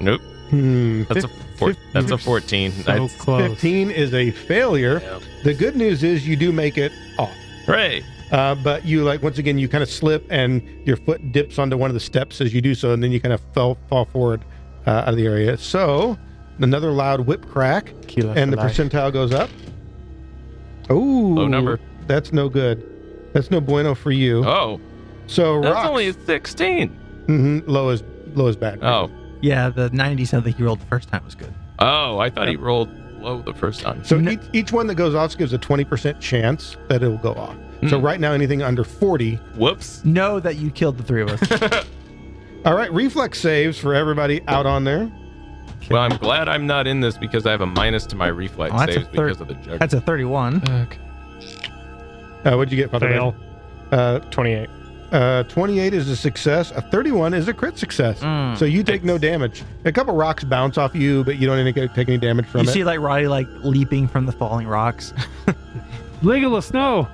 Speaker 3: Nope.
Speaker 4: hmm,
Speaker 3: That's a four,
Speaker 4: fif-
Speaker 3: That's a
Speaker 4: you're
Speaker 3: 14.
Speaker 5: So
Speaker 3: That's-
Speaker 5: close.
Speaker 4: 15 is a failure.
Speaker 3: Yeah.
Speaker 4: The good news is you do make it off.
Speaker 3: Hooray!
Speaker 4: Uh, but you like once again you kind of slip and your foot dips onto one of the steps as you do so, and then you kind of fell fall forward uh, out of the area. So another loud whip crack, and the percentile goes up. Ooh,
Speaker 3: Low number.
Speaker 4: That's no good. That's no bueno for you.
Speaker 3: Oh,
Speaker 4: so
Speaker 3: that's
Speaker 4: rocks,
Speaker 3: only a 16.
Speaker 4: Mhm, low is low is bad.
Speaker 3: Oh,
Speaker 8: Yeah, the 90 something he rolled the first time was good.
Speaker 3: oh, I thought he rolled low the first time.
Speaker 4: So each, each one that goes off gives a twenty percent chance that it will go off. So
Speaker 3: Hmm.
Speaker 4: right now, anything under forty
Speaker 3: Whoops.
Speaker 1: Know that you killed the three of us.
Speaker 4: All right, reflex saves for everybody out on there.
Speaker 3: Well, I'm glad I'm not in this because I have a minus to my reflex
Speaker 8: Oh, that's a
Speaker 3: saves
Speaker 8: third-
Speaker 3: because of the jug.
Speaker 8: That's a 31.
Speaker 4: Uh, what'd you get, Father?
Speaker 5: Fail.
Speaker 4: Ben? Uh,
Speaker 2: 28.
Speaker 4: uh, 28 is a success. A 31 is a crit success.
Speaker 3: Hmm.
Speaker 8: Mm.
Speaker 4: So you take no damage. A couple rocks bounce off you, but you don't even get- take any damage from
Speaker 8: You
Speaker 4: it.
Speaker 8: see, like Roddy, like leaping from the falling rocks.
Speaker 5: Legolas, no.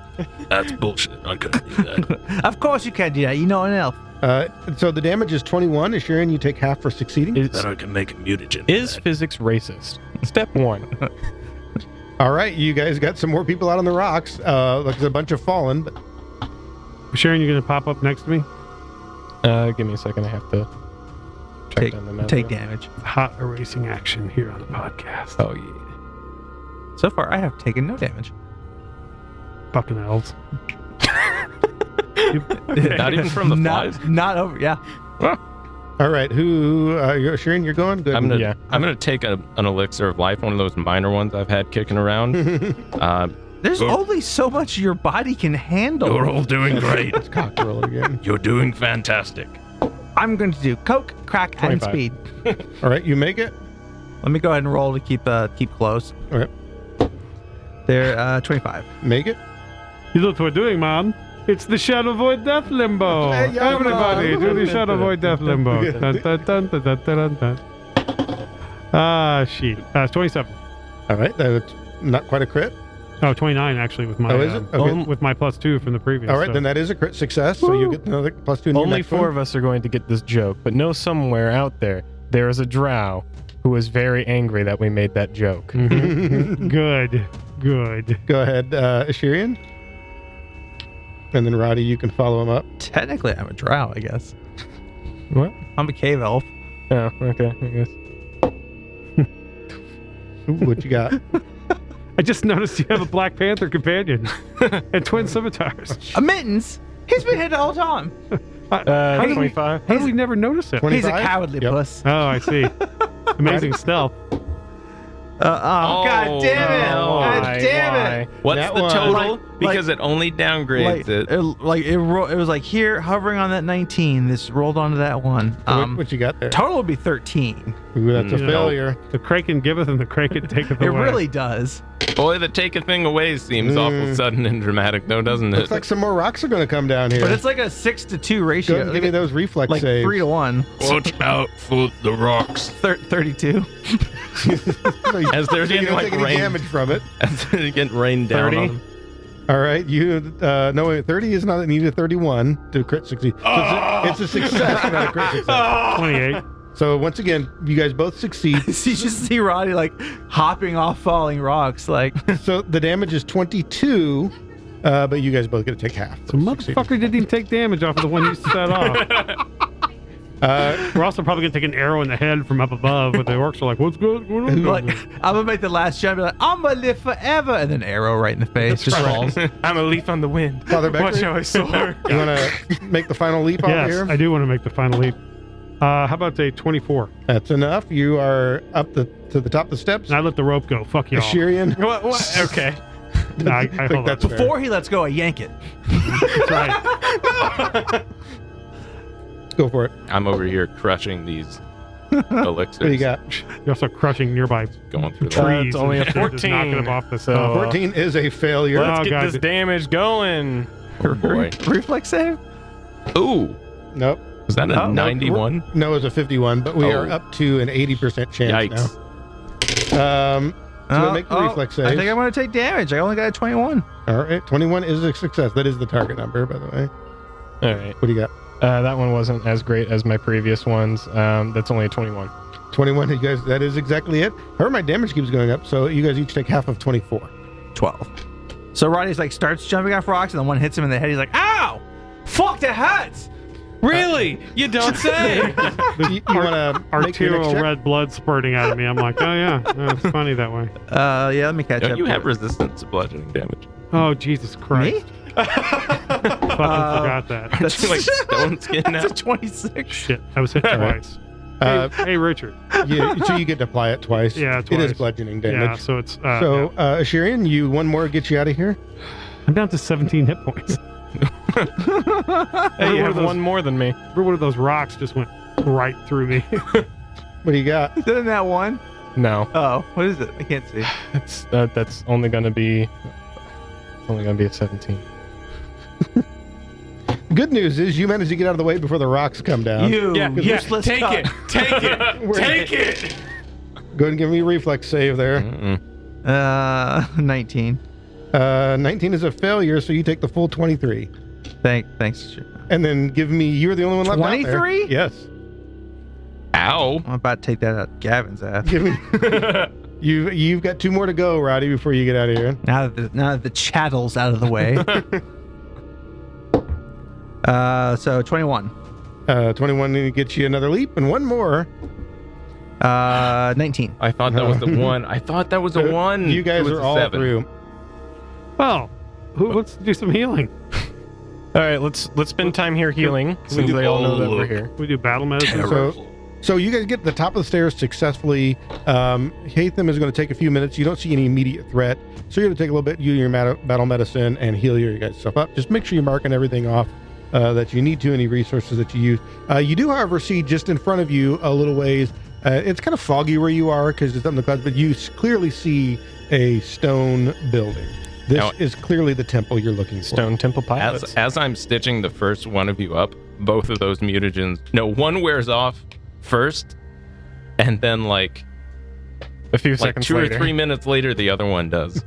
Speaker 3: That's bullshit. I couldn't do that.
Speaker 8: of course, you can't do that. You know an elf.
Speaker 4: uh, so the damage is 21. Asherin, you take half for succeeding.
Speaker 2: Is,
Speaker 3: I can make a mutagen.
Speaker 2: is physics racist? Step one.
Speaker 4: All right, you guys got some more people out on the rocks. Uh, like there's a bunch of fallen. But
Speaker 5: Sharon, you're going to pop up next to me?
Speaker 2: Uh, give me a second. I have to check
Speaker 8: Take-
Speaker 2: down the map.
Speaker 8: Take damage.
Speaker 5: Hot erasing action here on the podcast.
Speaker 3: Oh yeah.
Speaker 8: So far, I have taken no damage.
Speaker 5: Fucking elves.
Speaker 3: Not even from the
Speaker 8: not,
Speaker 3: flies.
Speaker 8: not over. Yeah.
Speaker 4: all right, who uh, you- Asherin, you're going. Good.
Speaker 3: I'm gonna.
Speaker 2: Yeah.
Speaker 3: I'm gonna take a, an elixir of life, one of those minor ones I've had kicking around. uh,
Speaker 8: There's
Speaker 3: Go-
Speaker 8: only so much your body can handle.
Speaker 3: all doing great.
Speaker 4: it's cockerel again.
Speaker 3: You're doing fantastic.
Speaker 8: I'm going to do coke, crack, and
Speaker 2: 25.
Speaker 8: speed.
Speaker 4: All right, you make it.
Speaker 8: Let me go ahead and roll to keep uh, keep close.
Speaker 4: Okay.
Speaker 8: They're uh, 25.
Speaker 4: Make it.
Speaker 5: You know what we're doing, man? It's the Shadow Void Death Limbo.
Speaker 4: Hey, yeah,
Speaker 5: Everybody,
Speaker 4: man.
Speaker 5: do the Shadow Void Death Limbo. Dun, dun, dun, dun, dun, dun, dun. Ah, shit. Uh, it's 27.
Speaker 4: All right, that's not quite a crit.
Speaker 5: Oh, 29 actually with my
Speaker 4: Oh, is
Speaker 5: uh,
Speaker 4: it? Okay.
Speaker 5: on- with my plus two from the previous.
Speaker 4: All right,
Speaker 5: so-
Speaker 4: then that is a crit success. So you get another plus two. in your
Speaker 2: Only
Speaker 4: next
Speaker 2: four
Speaker 4: one.
Speaker 2: of us are going to get this joke, but know somewhere out there, there is a drow who is very angry that we made that joke.
Speaker 5: good, good.
Speaker 4: Go ahead, uh, Ashirian. And then Roddy, you can follow him up.
Speaker 8: Technically, I'm a drow, I guess.
Speaker 2: What?
Speaker 8: I'm a cave elf.
Speaker 2: Oh, okay. I guess.
Speaker 4: Ooh, What you got?
Speaker 5: I just noticed you have a Black Panther companion and twin scimitars.
Speaker 8: A mittens. He's been here the whole time.
Speaker 2: Uh,
Speaker 5: do we-
Speaker 2: 25.
Speaker 5: How did we never notice it?
Speaker 4: 20?
Speaker 8: He's a
Speaker 4: 25?
Speaker 8: cowardly
Speaker 4: Yep.
Speaker 8: puss.
Speaker 5: Oh, I see. Amazing stealth.
Speaker 8: Uh, oh,
Speaker 3: Oh,
Speaker 8: god damn it!
Speaker 2: Oh,
Speaker 8: God
Speaker 2: why,
Speaker 8: damn it!
Speaker 2: why?
Speaker 3: What's
Speaker 4: That
Speaker 3: the
Speaker 4: one.
Speaker 3: total?
Speaker 8: Like-
Speaker 3: because it only downgrades
Speaker 8: Like
Speaker 3: it.
Speaker 8: it, like it, ro- it was like here hovering on that 19. This rolled onto that one.
Speaker 4: What-
Speaker 8: Um,
Speaker 4: what you got there?
Speaker 8: total would be 13.
Speaker 4: Ooh, that's a
Speaker 5: No.
Speaker 4: failure.
Speaker 5: The Kraken giveth and the Kraken taketh
Speaker 8: It
Speaker 5: away.
Speaker 8: really does.
Speaker 3: Boy, the take a thing away seems
Speaker 4: Mm.
Speaker 3: awful sudden and dramatic, though, doesn't it?
Speaker 4: Looks like some more rocks are going to come down here.
Speaker 8: But it's like a six to two
Speaker 4: Go
Speaker 8: ratio.
Speaker 4: ahead and give me those reflex
Speaker 8: like
Speaker 4: saves.
Speaker 8: three to one.
Speaker 3: Watch out for the rocks.
Speaker 8: Thir- 32.
Speaker 4: So you-
Speaker 3: As they're
Speaker 4: so you
Speaker 3: getting,
Speaker 4: don't
Speaker 3: like,
Speaker 4: take any
Speaker 3: rain.
Speaker 4: damage from it.
Speaker 3: As they're getting rained down
Speaker 2: 30?
Speaker 3: on them.
Speaker 4: All right, you uh, no wait, thirty is not needed. Thirty-one to crit succeed. So it's, a, it's a success, not a crit
Speaker 5: Ah!
Speaker 4: success.
Speaker 5: 28.
Speaker 4: So once again, you guys both succeed.
Speaker 8: you just see Roddy like hopping off falling rocks. Like
Speaker 4: So the damage is twenty-two, uh, but you guys both get to take half.
Speaker 5: The motherfucker didn't even take damage off of the one you set off.
Speaker 4: Uh,
Speaker 5: We're also probably going to take an arrow in the head from up above, but the orcs are like, what's good? What on?"
Speaker 8: like I'm gonna make the last jump. be Like I'm gonna live forever, and then arrow right in the face. Just falls.
Speaker 2: I'm a leaf on the wind.
Speaker 4: Father Becker?
Speaker 2: Watch how I soar.
Speaker 4: you want to make the final leap
Speaker 5: Yes,
Speaker 4: over here?
Speaker 5: I do want to make the final leap. Uh, how about a 24?
Speaker 4: That's enough. You are up the to the top of the steps.
Speaker 5: And I let the rope go. Fuck y'all.
Speaker 4: Assyrian.
Speaker 2: what, what? Okay.
Speaker 5: No, I, I
Speaker 4: I
Speaker 5: hold
Speaker 4: think
Speaker 5: that's
Speaker 4: that's fair.
Speaker 8: Before he lets go, I yank it.
Speaker 5: That's right.
Speaker 4: Go for it.
Speaker 3: I'm over here crushing these elixirs.
Speaker 4: What do you got?
Speaker 5: You're also crushing nearby
Speaker 3: Going through
Speaker 5: trees.
Speaker 3: that.
Speaker 2: it's only a
Speaker 5: and shit, just
Speaker 2: 14.
Speaker 5: Knocking them off the
Speaker 2: So,
Speaker 5: cell.
Speaker 2: uh,
Speaker 4: 14 is a failure.
Speaker 5: Well-
Speaker 2: Let's
Speaker 5: Oh,
Speaker 2: get
Speaker 5: God.
Speaker 2: this damage going.
Speaker 3: Oh, boy.
Speaker 8: Reflex save.
Speaker 3: Ooh.
Speaker 4: nope.
Speaker 3: Is that a
Speaker 8: Oh, no,
Speaker 3: 91?
Speaker 4: No, it's a 51, but we are
Speaker 3: Oh.
Speaker 4: up to an 80% chance
Speaker 3: Yikes.
Speaker 4: now. Um, so make the reflex
Speaker 8: Uh, oh, I
Speaker 4: save.
Speaker 8: think I'm going to take damage. I only got a 21.
Speaker 4: All right, 21 is a success. That is the target number, by the way.
Speaker 2: All right.
Speaker 4: What do you got?
Speaker 2: Uh, that one wasn't as great as my previous ones. Um, that's only a 21.
Speaker 4: 21, you guys, that is exactly it. However, my damage keeps going up, so you guys each take half of 24.
Speaker 8: 12. So Roddy's like starts jumping off rocks, and then one hits him in the head. He's like, "Ow! Fuck, that hurts! Really? you don't say!"
Speaker 4: You, you want to make your next
Speaker 5: Arterial
Speaker 4: check?
Speaker 5: red blood spurting out of me. I'm like, oh yeah, yeah, it's funny that way.
Speaker 8: uh, yeah, let me catch
Speaker 3: Don't
Speaker 8: up.
Speaker 3: you
Speaker 8: to
Speaker 3: have
Speaker 8: it.
Speaker 3: resistance to bludgeoning damage?
Speaker 5: Oh Jesus
Speaker 8: me?
Speaker 5: Christ! Fucking forgot that.
Speaker 3: That's like stone skin now.
Speaker 8: That's a 26.
Speaker 5: Shit, I was hit twice.
Speaker 4: Uh,
Speaker 5: hey, hey, Richard.
Speaker 4: you, so you get to apply it twice.
Speaker 5: Yeah,
Speaker 4: It is
Speaker 5: twice.
Speaker 4: bludgeoning
Speaker 5: Yeah,
Speaker 4: damage.
Speaker 5: so it's uh,
Speaker 4: so,
Speaker 5: yeah.
Speaker 4: uh, Shirian, you one more gets you out of here.
Speaker 5: I'm down to 17 hit points.
Speaker 2: Hey, you
Speaker 5: one
Speaker 2: have
Speaker 5: of those-
Speaker 2: one more than me.
Speaker 5: Every one of those rocks just went right through me.
Speaker 4: What do you got?
Speaker 8: Isn't that one?
Speaker 2: No,
Speaker 8: Oh, what is it? I can't see.
Speaker 2: that's uh, that's only gonna be it's only gonna be a 17.
Speaker 4: Good news is you managed to get out of the way before the rocks come down.
Speaker 1: You
Speaker 7: Yeah, yeah,
Speaker 1: useless
Speaker 7: Take
Speaker 1: cuck.
Speaker 7: it. Take it. Take it.
Speaker 4: Go ahead and give me a reflex save
Speaker 3: Mm-hmm.
Speaker 4: there.
Speaker 3: Mm-mm.
Speaker 8: Uh, 19.
Speaker 4: Uh, 19 is a failure, so you take the full 23.
Speaker 8: Thank, thanks.
Speaker 4: And then give me, you're the only one left. out there.
Speaker 8: 23?
Speaker 4: Yes.
Speaker 3: Ow.
Speaker 8: I'm about to take that out Gavin's ass.
Speaker 4: Give me. You've, you've got two more to go, Roddy, before you get out of here.
Speaker 8: Now that the, now that the chattel's out of the way. uh, so 21.
Speaker 4: Uh, 21 gets you another leap and one more.
Speaker 8: Uh, 19.
Speaker 3: I thought that was the one. I thought that was a one.
Speaker 4: You
Speaker 3: It
Speaker 4: guys
Speaker 3: was
Speaker 4: are
Speaker 3: a
Speaker 4: all
Speaker 3: seven.
Speaker 4: through.
Speaker 5: well, who, let's do some healing.
Speaker 2: All right, let's let's spend time here healing
Speaker 3: we
Speaker 2: since
Speaker 3: do
Speaker 2: they all know
Speaker 3: all
Speaker 2: that we're
Speaker 3: look?
Speaker 2: here.
Speaker 5: We do battle medicine.
Speaker 4: So, so you guys get to the top of the stairs successfully. Um, Hatham is going to take a few minutes. You don't see any immediate threat, so you're going to take a little bit, you your mat- battle medicine, and heal your guys stuff up. Just make sure you're marking everything off uh, that you need to, any resources that you use. Uh, you do, however, see just in front of you a little ways. Uh, it's kind of foggy where you are because it's up in the clouds, but you s- clearly see a stone building. This
Speaker 3: Now-
Speaker 4: is clearly the temple you're looking for.
Speaker 2: Stone Temple
Speaker 3: As
Speaker 2: Pilots.
Speaker 3: as I'm stitching the first one of you up, both of those mutagens. No, one wears off first, and then like
Speaker 2: a few
Speaker 3: like
Speaker 2: seconds
Speaker 3: two
Speaker 2: later.
Speaker 3: or three minutes later, the other one does.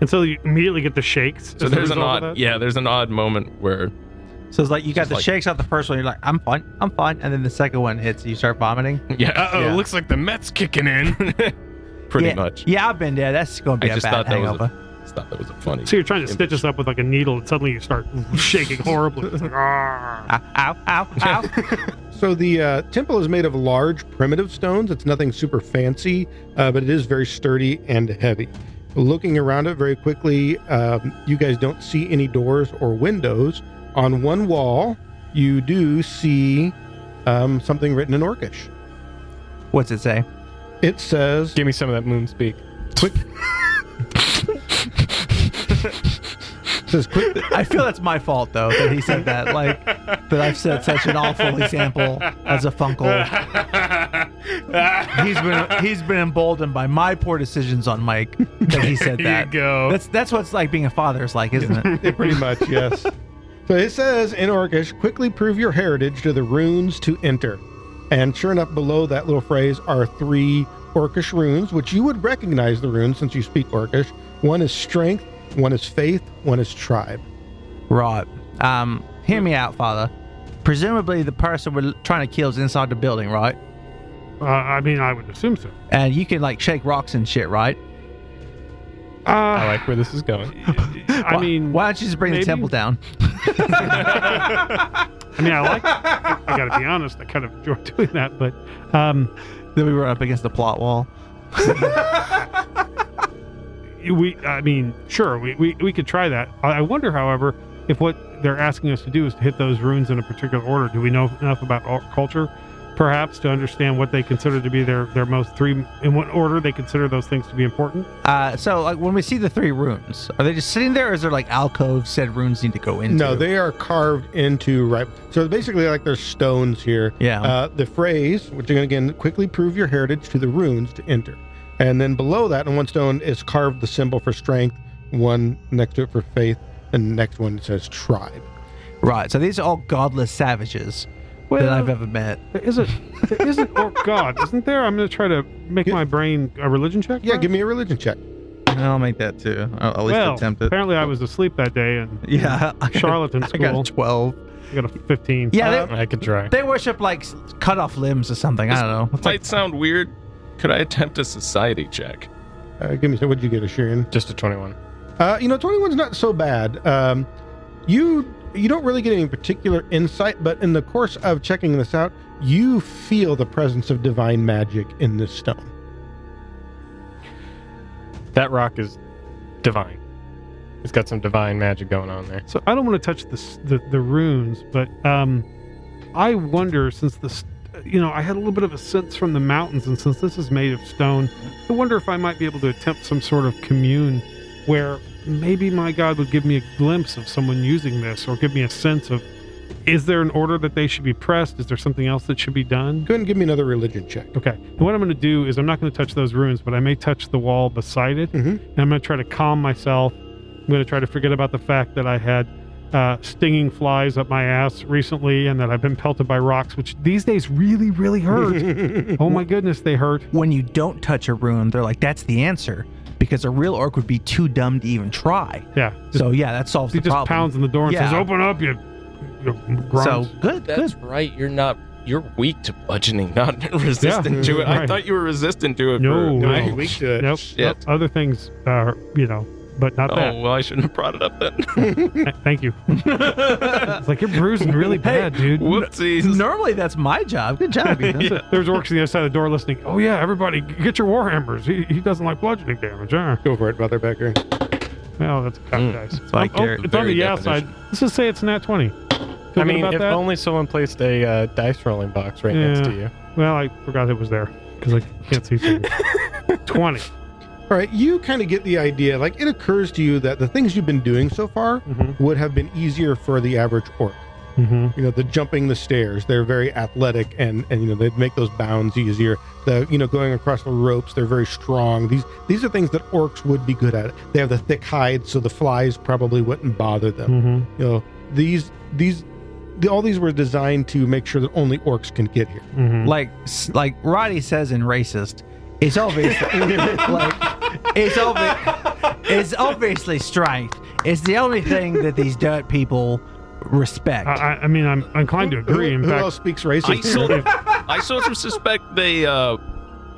Speaker 5: And so you immediately get the shakes.
Speaker 3: So
Speaker 5: as a
Speaker 3: there's an
Speaker 5: result of
Speaker 3: odd
Speaker 5: that.
Speaker 3: yeah, there's an odd moment where
Speaker 8: So it's like you got
Speaker 3: Just
Speaker 8: the
Speaker 3: like-
Speaker 8: shakes off the first one. You're like, I'm fine, I'm fine. And then the second one hits, you start vomiting.
Speaker 3: yeah,
Speaker 2: Uh-oh,
Speaker 3: yeah.
Speaker 2: looks like the Mets kicking in.
Speaker 3: pretty
Speaker 8: yeah,
Speaker 3: much.
Speaker 8: Yeah, I've been there. That's going to
Speaker 3: I
Speaker 8: be a
Speaker 3: just
Speaker 8: bad
Speaker 3: thought that was
Speaker 8: hangover.
Speaker 3: a, just thought that was a funny.
Speaker 5: So you're trying to stitch us up with like a needle, and suddenly you start shaking horribly. It's like, "Ah."
Speaker 8: Ow, ow, ow, ow.
Speaker 4: So the uh, temple is made of large primitive stones. It's nothing super fancy, uh, but it is very sturdy and heavy. Looking around it very quickly, um, you guys don't see any doors or windows. On one wall, you do see um, something written in Orcish.
Speaker 8: What's it say?
Speaker 4: It says,
Speaker 2: Give me some of that moon speak.
Speaker 4: it says quick,
Speaker 8: I feel that's my fault though that he said that. Like that I've set such an awful example as a Funkle. He's been he's been emboldened by my poor decisions on Mike that he said
Speaker 5: Here
Speaker 8: that.
Speaker 5: you go.
Speaker 8: That's that's what it's like being a father is like, isn't it?
Speaker 4: it pretty much, yes. So it says in Orcish, quickly prove your heritage to the runes to enter. And sure enough, below that little phrase are three Orcish runes, which you would recognize the runes since you speak Orcish. One is strength, one is faith, one is tribe.
Speaker 8: Right. Um, hear me out, father. Presumably the person we're trying to kill is inside the building, right?
Speaker 5: uh, I mean, I would assume so.
Speaker 8: And you can like shake rocks and shit, right?
Speaker 5: Uh,
Speaker 2: I
Speaker 5: I,
Speaker 2: like where this is going.
Speaker 8: Why-
Speaker 5: mean,
Speaker 8: why don't you just bring
Speaker 5: maybe.
Speaker 8: the temple down?
Speaker 5: I mean, I like. I gotta be honest. I kind of enjoy doing that, but um,
Speaker 8: Then we run up against the plot wall.
Speaker 5: we. I mean, sure, we, we we could try that. I I wonder, however, if what they're asking us to do is to hit those runes in a particular order. Do we know enough about our culture, perhaps, to understand what they consider to be their their most three in what order they consider those things to be important?
Speaker 8: Uh, so like when we see the three runes, are they just sitting there, or is there like alcoves said runes need to go into?
Speaker 4: No, they are carved into right. So basically, like there's stones here.
Speaker 8: Yeah.
Speaker 4: Uh, the phrase, which again, again, quickly prove your heritage to the runes to enter. And then below that, on one stone, is carved the symbol for strength, one next to it for faith, and the next one says tribe.
Speaker 8: right. So these are all godless savages.
Speaker 1: that
Speaker 5: Well-
Speaker 1: I've ever met.
Speaker 5: There isn't. There isn't or oh, God, isn't there? I'm gonna try to make my brain a religion check.
Speaker 4: Yeah,
Speaker 5: bro.
Speaker 4: give me a religion check.
Speaker 8: I'll make that too. I'll at least
Speaker 5: well,
Speaker 8: attempt it.
Speaker 5: apparently I was asleep that day and
Speaker 8: Yeah, I got a-
Speaker 5: charlatan
Speaker 8: I got a
Speaker 5: school.
Speaker 8: twelve.
Speaker 5: I got a 15.
Speaker 1: Yeah, they,
Speaker 2: I could try.
Speaker 1: they worship like s- cut off limbs or something. I don't know. It's like
Speaker 3: Might sound weird. Could I attempt a society check?
Speaker 4: Uh, give me. What did you get, Asherin?
Speaker 2: Just a 21.
Speaker 4: Uh, you know, twenty one's not so bad. Um, you you don't really get any particular insight, but in the course of checking this out, you feel the presence of divine magic in this stone.
Speaker 2: That rock is divine. It's got some divine magic going on there.
Speaker 5: So I don't want to touch the, s- the the runes, but um, I wonder since this, you know, I had a little bit of a sense from the mountains, and since this is made of stone, I wonder if I might be able to attempt some sort of commune, where maybe my god would give me a glimpse of someone using this, or give me a sense of, is there an order that they should be pressed? Is there something else that should be done?
Speaker 4: Go ahead and give me another religion check.
Speaker 5: Okay. And what I'm going to do is I'm not going to touch those runes, but I may touch the wall beside it,
Speaker 1: Mm-hmm.
Speaker 4: Mhm.
Speaker 5: and I'm going to try to calm myself. I'm going to try to forget about the fact that I had uh, stinging flies up my ass recently, and that I've been pelted by rocks, which these days really, really hurt. oh my goodness, they hurt.
Speaker 1: when you don't touch a rune, they're like, that's the answer. Because a real orc would be too dumb to even try.
Speaker 5: Yeah. Just,
Speaker 1: So yeah, that solves
Speaker 5: he
Speaker 1: the
Speaker 5: just
Speaker 1: problem.
Speaker 5: pounds on the door and
Speaker 1: Yeah.
Speaker 5: says, "Open up, you." you
Speaker 1: so
Speaker 5: grunt."
Speaker 1: good,
Speaker 3: That's
Speaker 1: good.
Speaker 3: right. You're not. You're weak to bludgeoning, not resistant to it. I
Speaker 5: Right.
Speaker 3: thought you were resistant to it.
Speaker 5: No.
Speaker 3: for,
Speaker 5: No.
Speaker 4: Weak
Speaker 1: uh,
Speaker 4: to it.
Speaker 5: nope.
Speaker 3: Shit.
Speaker 5: nope. Other things are, you know, but not
Speaker 3: Oh well, I shouldn't have brought it up then.
Speaker 5: that. Th- Thank you. it's like you're bruising really bad, dude.
Speaker 3: Whoopsies.
Speaker 1: Normally that's my job. Good job, Ethan.
Speaker 5: That's it. There's orcs on the other side of the door listening. Oh yeah, everybody, g- get your war hammers. He, he doesn't like bludgeoning damage. Huh?
Speaker 4: Go for it, Brother Becker.
Speaker 5: Well, that's a cock dice. It's,
Speaker 8: like
Speaker 5: on,
Speaker 8: your
Speaker 5: oh, it's on the
Speaker 3: very
Speaker 5: yeah side.
Speaker 3: definition.
Speaker 5: Let's just say it's nat twenty. Feel
Speaker 2: I
Speaker 5: good
Speaker 2: mean,
Speaker 5: about
Speaker 2: if
Speaker 5: that?
Speaker 2: only someone placed a uh, dice rolling box right next to
Speaker 5: Yeah.
Speaker 2: you.
Speaker 5: well, I forgot it was there because I can't see things. twenty.
Speaker 4: All right, you kind of get the idea. Like it occurs to you that the things you've been doing so far
Speaker 5: Mhm.
Speaker 4: would have been easier for the average orc.
Speaker 5: Mm-hmm.
Speaker 4: You know, the jumping the stairs, they're very athletic and and you know, they'd make those bounds easier. The you know, going across the ropes, they're very strong. These these are things that orcs would be good at. They have the thick hides, so the flies probably wouldn't bother them.
Speaker 5: Mm-hmm.
Speaker 3: Hmm.
Speaker 4: You know, these these the, all these were designed to make sure that only orcs can get here.
Speaker 5: Mm-hmm.
Speaker 1: like s- like Roddy says in racist, it's obviously like it's obvi- it's obviously strength. It's the only thing that these dirt people respect.
Speaker 5: I, I I mean, I'm inclined to agree. In
Speaker 4: who, who
Speaker 5: fact,
Speaker 4: else speaks racist?
Speaker 3: I sort
Speaker 4: here?
Speaker 3: of, I sort of suspect they. Uh,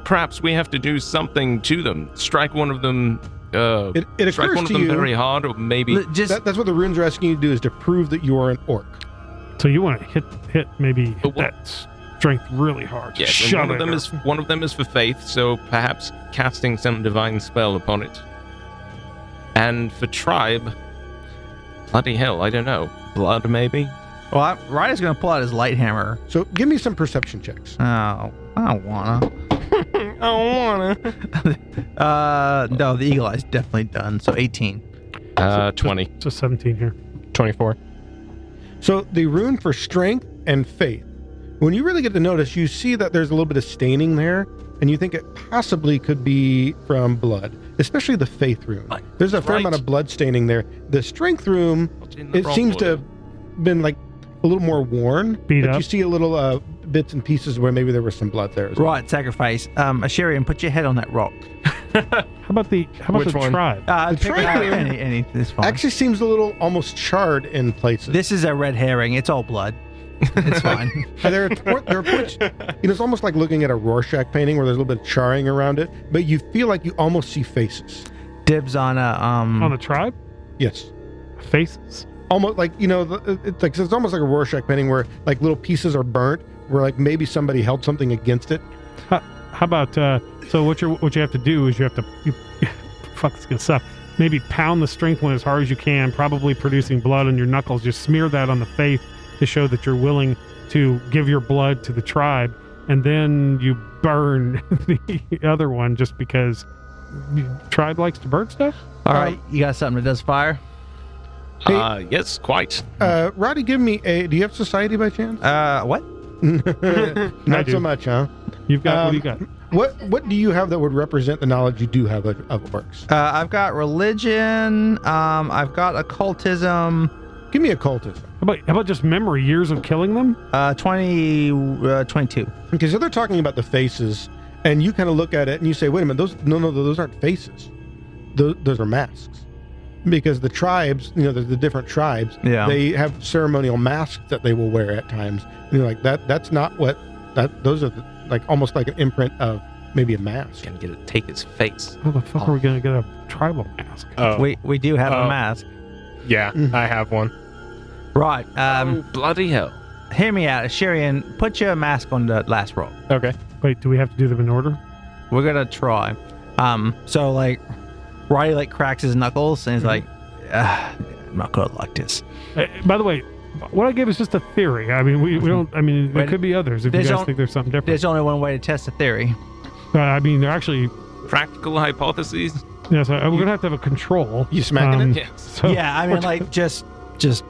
Speaker 3: perhaps we have to do something to them. Strike one of them. Uh,
Speaker 4: It, it
Speaker 3: strike
Speaker 4: occurs
Speaker 3: one of
Speaker 4: to
Speaker 3: them
Speaker 4: you.
Speaker 3: very hard, or maybe.
Speaker 1: L- Just
Speaker 4: That, that's what the runes are asking you to do is to prove that you are an orc.
Speaker 5: so you want to hit hit maybe hit
Speaker 3: But what-
Speaker 5: that s- strength really hard.
Speaker 3: Yes, and
Speaker 5: Shove
Speaker 3: one of
Speaker 5: it
Speaker 3: them
Speaker 5: or-
Speaker 3: is one of them is for faith, so perhaps casting some divine spell upon it. And for tribe, bloody hell, I don't know, blood maybe. Uh,
Speaker 1: well, I, Roddy's gonna pull out his light hammer.
Speaker 4: So give me some perception checks.
Speaker 1: Oh, I don't wanna.
Speaker 3: I wanna.
Speaker 1: Uh, no, the eagle eye's definitely done. So eighteen.
Speaker 3: Uh, twenty.
Speaker 5: It's a seventeen here.
Speaker 2: 24.
Speaker 4: So the rune for strength and faith. When you really get to notice, you see that there's a little bit of staining there, and you think it possibly could be from blood, especially the faith rune.
Speaker 3: Right.
Speaker 4: There's a fair
Speaker 3: Right.
Speaker 4: amount of blood staining there. The strength rune,
Speaker 3: In the
Speaker 4: it
Speaker 3: wrong
Speaker 4: seems to
Speaker 3: order.
Speaker 4: have been like a little more worn,
Speaker 5: Beat
Speaker 4: but you
Speaker 5: up.
Speaker 4: see a little uh, bits and pieces where maybe there was some blood there. as well.
Speaker 1: Right, sacrifice. Um, Asherian, put your head on that rock.
Speaker 5: How about the how about
Speaker 2: Which
Speaker 5: the
Speaker 2: one?
Speaker 5: tribe?
Speaker 1: Uh,
Speaker 4: The
Speaker 1: pick
Speaker 4: trick
Speaker 1: out
Speaker 4: room-
Speaker 1: any, any, it's fine.
Speaker 4: Actually, seems a little almost charred in places.
Speaker 1: this is a red herring. It's all blood. It's fine.
Speaker 4: And there, are point, there are points, you know, it's almost like looking at a Rorschach painting where there's a little bit of charring around it, but you feel like you almost see faces.
Speaker 1: Dibs on a um
Speaker 5: On the tribe
Speaker 4: Yes.
Speaker 5: faces.
Speaker 4: Almost like, you know, the- it's like, it's almost like a Rorschach painting where like little pieces are burnt, where like maybe somebody held something against it.
Speaker 5: How about uh, so? What you what you have to do is you have to you, fuck. It's gonna suck. Maybe pound the strength one as hard as you can, probably producing blood on your knuckles. Just smear that on the faith to show that you're willing to give your blood to the tribe, and then you burn the other one just because you- tribe likes to burn stuff.
Speaker 1: All right, you got something that does fire?
Speaker 4: Hey-
Speaker 3: Uh, yes, quite.
Speaker 4: Uh, Roddy, give me a, do you have society by chance?
Speaker 1: Uh, what?
Speaker 4: Not so
Speaker 5: do.
Speaker 4: much, huh?
Speaker 5: You've got what do you
Speaker 4: Um,
Speaker 5: got?
Speaker 4: What, what do you have that would represent the knowledge you do have of, of orcs?
Speaker 1: Uh, I've got religion. Um, I've got occultism.
Speaker 4: Give me occultism.
Speaker 5: about, how about just memory? Years of killing them?
Speaker 8: Uh, 20, uh, 22.
Speaker 4: Okay, so they're talking about the faces, and you kind of look at it and you say, "Wait a minute, those no, no, those aren't faces. Those, those are masks." Because the tribes, you know, the, the different tribes,
Speaker 8: Yeah.
Speaker 4: they have ceremonial masks that they will wear at times, and you're like, "That that's not what that those are the, like almost like an imprint of maybe a mask."
Speaker 3: Gonna get it, take his face.
Speaker 5: How the fuck are we gonna get a tribal mask?
Speaker 2: Oh,
Speaker 8: We, we do have
Speaker 2: Oh.
Speaker 8: a mask.
Speaker 2: yeah,
Speaker 8: Mm-hmm.
Speaker 2: I have one.
Speaker 8: Right. Um,
Speaker 3: oh, bloody hell!
Speaker 8: Hear me out. Shirian, put your mask on the last roll.
Speaker 2: Okay.
Speaker 5: Wait, do we have to do them in order?
Speaker 8: We're gonna try. Um, so like, Roddy like cracks his knuckles
Speaker 4: Mm-hmm.
Speaker 8: and he's like, "Ah, "I'm not gonna like this."
Speaker 5: Uh, by the way, what I gave is just a theory. I mean, we, we don't. I mean, there
Speaker 8: Right.
Speaker 5: could be others if
Speaker 8: There's
Speaker 5: you guys
Speaker 8: on-
Speaker 5: think there's something different.
Speaker 8: There's only one way to test a theory.
Speaker 5: Uh, I mean, they're actually.
Speaker 3: Practical hypotheses.
Speaker 5: Yeah, so we're gonna have to have a control. Um,
Speaker 4: You smacking it?
Speaker 3: Yes.
Speaker 5: So,
Speaker 8: yeah, I mean, like just, just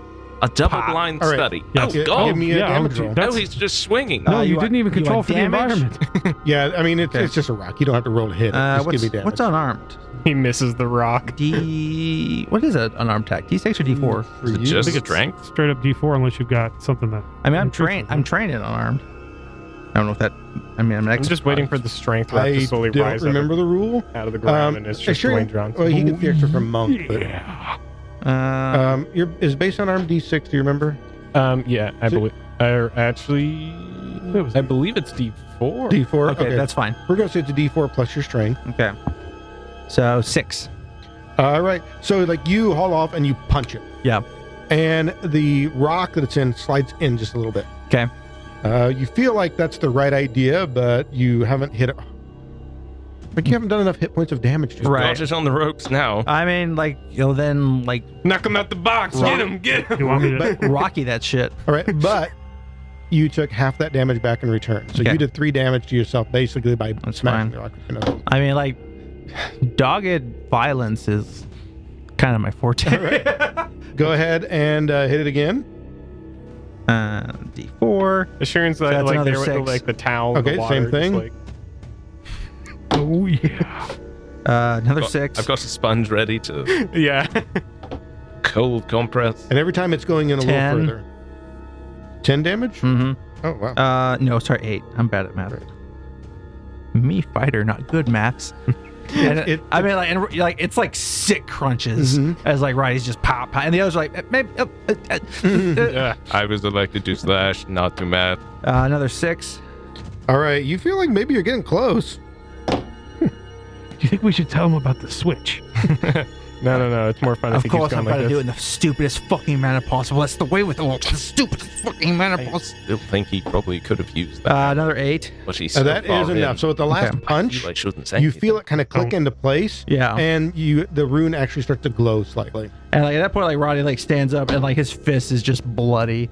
Speaker 3: A double-blind
Speaker 4: All right.
Speaker 3: study.
Speaker 5: Yeah.
Speaker 3: Oh
Speaker 4: Gi-
Speaker 3: God!
Speaker 4: Give me a
Speaker 5: Yeah,
Speaker 4: damage
Speaker 5: OG.
Speaker 4: roll.
Speaker 3: no,
Speaker 5: That's-
Speaker 3: he's just swinging.
Speaker 5: No,
Speaker 8: Uh,
Speaker 5: you,
Speaker 8: you want-
Speaker 5: didn't even
Speaker 8: you
Speaker 5: control
Speaker 8: want
Speaker 5: for the
Speaker 8: damage?
Speaker 5: environment.
Speaker 4: Yeah, I mean, it's, it's just a rock. You don't have to roll to hit. It.
Speaker 8: uh,
Speaker 4: just give
Speaker 8: what's
Speaker 4: me damage.
Speaker 8: what's unarmed?
Speaker 2: He misses the rock.
Speaker 8: D. What is an unarmed attack? D six or D four?
Speaker 4: for you?
Speaker 3: just
Speaker 5: think it's-
Speaker 3: strength.
Speaker 5: Straight up D4, unless you've got something that.
Speaker 8: I mean, I'm
Speaker 5: Interesting.
Speaker 8: trained. I'm trained in unarmed. I don't know if that. I mean, I'm an
Speaker 2: I'm
Speaker 8: expert.
Speaker 2: just waiting for the strength rock
Speaker 4: I
Speaker 2: to slowly
Speaker 4: don't
Speaker 2: rise up
Speaker 4: remember the rule.
Speaker 2: out of the ground,
Speaker 4: Um,
Speaker 2: and it's
Speaker 4: uh,
Speaker 2: just
Speaker 4: sure,
Speaker 2: Dwayne Johnson.
Speaker 4: Well, he gets the extra from monk, but
Speaker 8: Uh,
Speaker 4: um, your is based on arm D6. Do you remember?
Speaker 2: Um, yeah, I
Speaker 4: So-
Speaker 2: believe. I actually, I believe it's D four.
Speaker 4: D4.
Speaker 8: okay, that's fine.
Speaker 4: We're going to say it's a D4 plus your strength.
Speaker 8: Okay. So six.
Speaker 4: All right. So, like, you haul off and you punch it.
Speaker 8: Yeah.
Speaker 4: And the rock that it's in slides in just a little bit.
Speaker 8: Okay.
Speaker 4: Uh, you feel like that's the right idea, but you haven't hit it. Like, you haven't done enough hit points of damage to it.
Speaker 8: Right.
Speaker 3: Dodge is on the ropes now.
Speaker 8: I mean, like, you know, then like
Speaker 2: Knock him out the box.
Speaker 8: Right.
Speaker 2: Get him. Get him.
Speaker 5: You want me to?
Speaker 4: But,
Speaker 8: Rocky that shit.
Speaker 4: all right. But you took half that damage back in return. So,
Speaker 8: Okay.
Speaker 4: you did three damage to yourself basically by
Speaker 8: That's
Speaker 4: smashing
Speaker 8: fine.
Speaker 4: the rock. with another.
Speaker 8: I mean, like, dogged violence is kind of my forte.
Speaker 4: Go ahead and uh, hit it again.
Speaker 8: Uh, D4.
Speaker 2: Sharon's
Speaker 8: that's
Speaker 2: like, like
Speaker 8: another
Speaker 2: there with the,
Speaker 8: six.
Speaker 2: like the towel.
Speaker 4: Okay,
Speaker 2: the water,
Speaker 4: same
Speaker 2: just
Speaker 4: thing.
Speaker 2: Like,
Speaker 5: oh yeah.
Speaker 8: Uh, another
Speaker 3: Got-
Speaker 8: six.
Speaker 3: I've got a sponge ready to
Speaker 2: yeah.
Speaker 3: cold compress.
Speaker 4: And every time it's going in a
Speaker 8: Ten.
Speaker 4: little further. 10 damage?
Speaker 3: Hmm.
Speaker 8: mm-hmm.
Speaker 4: Oh, wow.
Speaker 8: Uh, no, sorry, eight. I'm bad at math. Me fighter, not good maths. And
Speaker 4: it-
Speaker 8: I mean, like, and, like it's like sick crunches
Speaker 4: Mhm.
Speaker 8: as like Roddy's just pop, pop, and the others are like eh, maybe oh, uh, uh, uh,
Speaker 2: yeah.
Speaker 3: I was elected to slash, not to math.
Speaker 8: uh, another six.
Speaker 4: All right, you feel like maybe you're getting close.
Speaker 5: Do you think we should tell him about the switch?
Speaker 2: No, no, no. It's more fun if
Speaker 8: Of
Speaker 2: he
Speaker 8: course,
Speaker 2: keeps
Speaker 8: I'm
Speaker 2: going like
Speaker 8: gonna
Speaker 2: this.
Speaker 8: do it in the stupidest fucking manner possible. That's the way with the, the stupidest fucking manner
Speaker 3: I
Speaker 8: possible.
Speaker 3: still think he probably could have used that.
Speaker 8: Uh, another eight.
Speaker 3: but she's
Speaker 4: Uh,
Speaker 3: so
Speaker 4: that
Speaker 3: far
Speaker 4: is
Speaker 3: in,
Speaker 4: enough. So with the last
Speaker 8: Okay.
Speaker 3: I
Speaker 4: punch,
Speaker 3: feel Oh. I shouldn't say
Speaker 4: you feel
Speaker 3: anything.
Speaker 4: it kind of click into place,
Speaker 8: Yeah.
Speaker 4: and you the rune actually starts to glow slightly.
Speaker 8: And like at that point, like Roddy like stands up and like his fist is just bloody.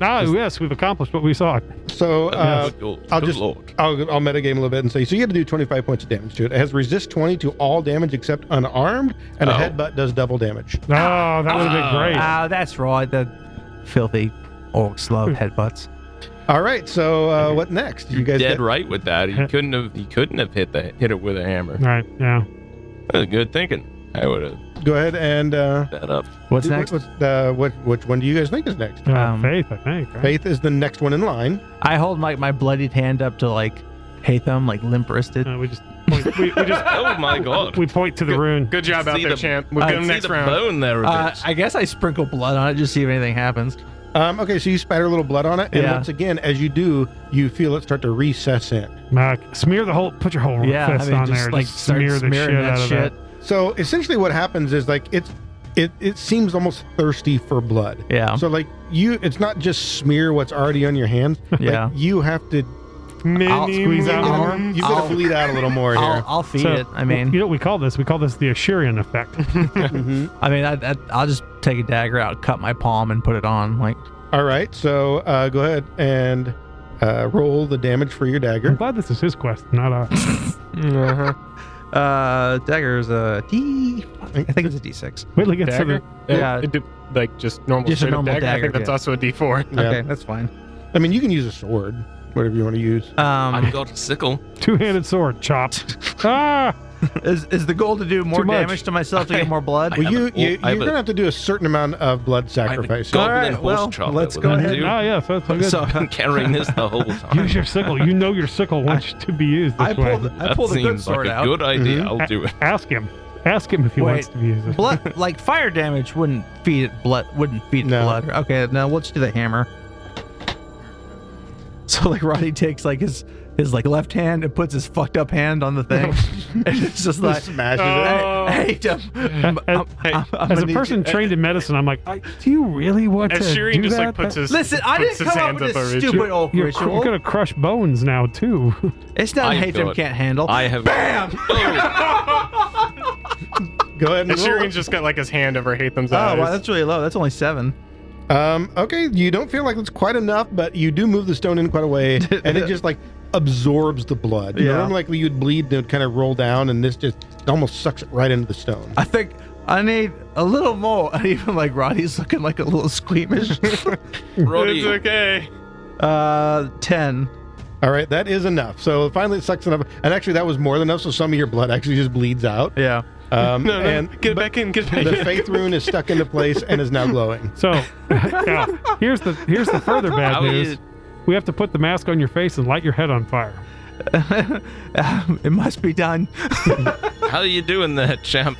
Speaker 5: Ah, yes, we've accomplished what we sought.
Speaker 4: So uh,
Speaker 3: Good lord.
Speaker 4: I'll
Speaker 3: Good
Speaker 4: just
Speaker 3: lord.
Speaker 4: I'll, I'll metagame a little bit and say so you have to do 25 points of damage to it. It has resist 20 to all damage except unarmed, and a
Speaker 3: Oh.
Speaker 4: headbutt does double damage.
Speaker 5: Oh, that would have been great.
Speaker 8: Ah, that's right. The filthy orcs love
Speaker 5: Hmm.
Speaker 8: headbutts.
Speaker 4: All right, so uh, what next? You guys
Speaker 3: dead
Speaker 4: get-
Speaker 3: right with that. He couldn't have. He couldn't have hit the hit it with a hammer.
Speaker 5: All right, yeah.
Speaker 3: That was good thinking. I would have
Speaker 4: go ahead and uh,
Speaker 3: that up.
Speaker 8: What's
Speaker 4: do-
Speaker 8: next?
Speaker 4: What, what's, uh, what which one do you guys think is next?
Speaker 5: Uh,
Speaker 8: Um,
Speaker 5: faith, I think. Right?
Speaker 4: Faith is the next one in line.
Speaker 8: I hold like my bloodied hand up to like Hatham, like limp wristed.
Speaker 5: Uh, we just point, we, we just
Speaker 3: Oh my god!
Speaker 5: we point to the rune.
Speaker 2: Good job out
Speaker 3: See
Speaker 2: there,
Speaker 3: the-
Speaker 2: champ. We'll
Speaker 8: I
Speaker 2: get him
Speaker 8: see
Speaker 2: next
Speaker 3: the
Speaker 2: round.
Speaker 3: bone there. A bit.
Speaker 8: Uh, I guess I sprinkle blood on it just to see if anything happens.
Speaker 4: Um, okay, so you spatter a little blood on it, and
Speaker 8: Yeah.
Speaker 4: once again, as you do, you feel it start to recess in.
Speaker 5: Mac, smear the whole, put your whole
Speaker 8: Yeah, I
Speaker 5: fist
Speaker 8: mean,
Speaker 5: on
Speaker 8: just
Speaker 5: there.
Speaker 8: like
Speaker 5: just
Speaker 8: start
Speaker 5: smear the
Speaker 8: smearing
Speaker 5: shit
Speaker 8: that
Speaker 5: out of that.
Speaker 8: shit.
Speaker 4: So essentially, what happens is like it's it it seems almost thirsty for blood.
Speaker 8: Yeah.
Speaker 4: So like you, it's not just smear what's already on your hands. Like,
Speaker 8: Yeah.
Speaker 4: you have to
Speaker 8: I'll
Speaker 5: squeeze out
Speaker 4: you
Speaker 5: more.
Speaker 4: You've got
Speaker 8: I'll-
Speaker 4: to bleed out a little more
Speaker 8: I'll,
Speaker 4: here.
Speaker 8: I'll feed
Speaker 5: So,
Speaker 8: it. I mean,
Speaker 5: you know what we call this? We call this the Ashurian effect.
Speaker 4: Mhm.
Speaker 8: I mean, I, I, I'll just take a dagger out, cut my palm, and put it on. Like,
Speaker 4: All right. So uh, go ahead and uh, roll the damage for your
Speaker 5: I'm
Speaker 4: dagger.
Speaker 5: glad this is his quest, not ours.
Speaker 8: uh, dagger's a D. I think it's a D6.
Speaker 5: Wait, look at
Speaker 2: Dagger?
Speaker 5: some.
Speaker 2: Uh,
Speaker 8: Yeah.
Speaker 2: it do- like just normal.
Speaker 8: Just a
Speaker 2: straight up
Speaker 8: normal
Speaker 2: I think
Speaker 8: dagger,
Speaker 2: that's
Speaker 8: yeah.
Speaker 2: also a D four.
Speaker 4: Yeah.
Speaker 8: Okay, that's fine.
Speaker 4: I mean, you can use a sword, whatever you want to use.
Speaker 8: Um,
Speaker 3: I've got a sickle.
Speaker 5: Two handed sword, chopped. ah!
Speaker 8: Is is the goal to do more
Speaker 4: Too much.
Speaker 8: damage to myself to get more blood?
Speaker 4: Well, you,
Speaker 3: have a-
Speaker 4: you, you're
Speaker 3: I have
Speaker 4: going
Speaker 3: a-
Speaker 4: to have to do a certain amount of blood sacrifice.
Speaker 3: Goblin
Speaker 8: All right,
Speaker 3: horse
Speaker 8: well,
Speaker 3: chocolate
Speaker 8: let's
Speaker 3: with
Speaker 8: go
Speaker 3: that,
Speaker 8: ahead.
Speaker 3: dude.
Speaker 5: Oh yeah, so that's all good.
Speaker 8: So-
Speaker 3: I've been carrying this the whole time.
Speaker 5: Use your sickle. You know your sickle wants to be used this
Speaker 8: I
Speaker 5: way.
Speaker 8: pulled I
Speaker 3: that
Speaker 8: pulled a
Speaker 3: seems
Speaker 8: good sword
Speaker 3: like a
Speaker 8: out.
Speaker 3: good idea. I'll do it.
Speaker 5: A- Ask him. Ask him if he
Speaker 8: Wait.
Speaker 5: wants to be used. This way.
Speaker 8: blood like fire damage wouldn't feed it blood wouldn't feed it
Speaker 4: No.
Speaker 8: blood. Okay, now let's do the hammer. So like Roddy takes like his his like left hand and puts his fucked up hand on the thing, and it's just like
Speaker 4: Smashes it.
Speaker 1: Uh,
Speaker 5: Oh.
Speaker 8: I hate him. I'm, I'm, I'm, I'm
Speaker 5: As a
Speaker 8: gonna-
Speaker 5: person trained in medicine, I'm like, I, do you really want
Speaker 7: As
Speaker 5: to
Speaker 7: Shireen
Speaker 5: do
Speaker 7: just
Speaker 5: that?
Speaker 7: like puts his
Speaker 8: Listen, I
Speaker 7: puts
Speaker 8: didn't
Speaker 7: his
Speaker 8: come up
Speaker 7: hands
Speaker 8: with
Speaker 7: up
Speaker 8: this
Speaker 7: over his
Speaker 8: stupid
Speaker 7: chin.
Speaker 8: old
Speaker 5: You're, cr-
Speaker 8: ritual.
Speaker 5: gonna Oh crush bones now too.
Speaker 8: It's not
Speaker 3: I
Speaker 8: hate
Speaker 3: do
Speaker 8: him
Speaker 3: it.
Speaker 8: can't handle.
Speaker 3: I have.
Speaker 8: Bam!
Speaker 4: Go ahead and
Speaker 7: And
Speaker 4: roll.
Speaker 7: Shireen's just got like his hand over Hatham's
Speaker 8: Oh
Speaker 7: eyes.
Speaker 8: wow, that's really low. That's only seven.
Speaker 4: Um, okay, you don't feel like it's quite enough, but you do move the stone in quite a way, and it just like absorbs the blood. You know,
Speaker 8: Yeah.
Speaker 4: Normally, like you'd bleed, and it would kind of roll down, and this just it almost sucks it right into the stone.
Speaker 8: I think I need a little more. And even like Roddy's looking like a little squeamish.
Speaker 3: Brody,
Speaker 7: it's okay.
Speaker 8: uh, ten.
Speaker 4: All right, that is enough. So finally, it sucks enough, and actually, that was more than enough. So some of your blood actually just bleeds out.
Speaker 8: Yeah.
Speaker 4: Um,
Speaker 7: No, no,
Speaker 4: and
Speaker 7: get back in. Get back
Speaker 4: the
Speaker 7: in.
Speaker 4: faith rune is stuck into place and is now glowing.
Speaker 5: So yeah, here's the here's the further bad
Speaker 3: How is-
Speaker 5: news. We have to put the mask on your face and light your head on fire.
Speaker 8: it must be done.
Speaker 3: how you doing that, champ?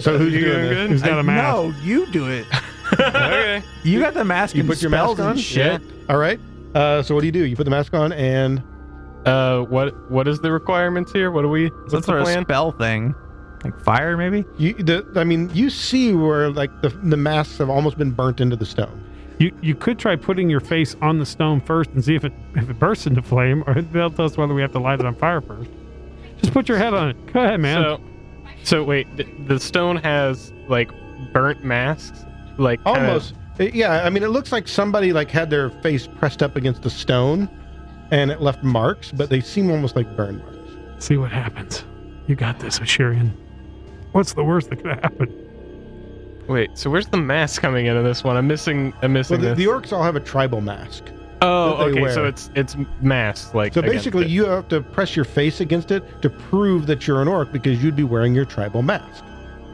Speaker 4: So who's doing this?
Speaker 5: Who's got a mask?
Speaker 8: No, you do it.
Speaker 3: okay.
Speaker 8: You got the mask.
Speaker 4: You
Speaker 8: and
Speaker 4: put your
Speaker 8: spells
Speaker 4: mask on.
Speaker 8: and shit.
Speaker 4: All right. Uh, so what do you do? You put the mask on, and
Speaker 2: Uh, what what is the requirements here? What do we?
Speaker 8: Some
Speaker 2: What's
Speaker 8: sort
Speaker 2: the
Speaker 8: of
Speaker 2: plan?
Speaker 8: spell thing, like fire maybe.
Speaker 4: you. The, I mean, you see where like the the masks have almost been burnt into the stone.
Speaker 5: You you could try putting your face on the stone first and see if it if it bursts into flame, or they'll tell us whether we have to light it on fire first. Just put your head on it. Go ahead, man.
Speaker 2: So, so wait, th- the stone has like burnt masks, like kinda-
Speaker 4: almost it- yeah i mean it looks like somebody like had their face pressed up against a stone and it left marks but they seem almost like burn marks
Speaker 5: see what happens. You got this, Ashirian. What's the worst that could happen?
Speaker 2: Wait, so where's the mask coming into this one? I'm missing. I'm
Speaker 4: well
Speaker 2: missing
Speaker 4: the,
Speaker 2: this.
Speaker 4: the orcs all have a tribal mask
Speaker 2: oh,
Speaker 4: that they
Speaker 2: okay. So
Speaker 4: wear.
Speaker 2: it's it's masks. Like
Speaker 4: so
Speaker 2: against
Speaker 4: basically
Speaker 2: it.
Speaker 4: you have to press your face against it to prove that you're an orc because you'd be wearing your tribal mask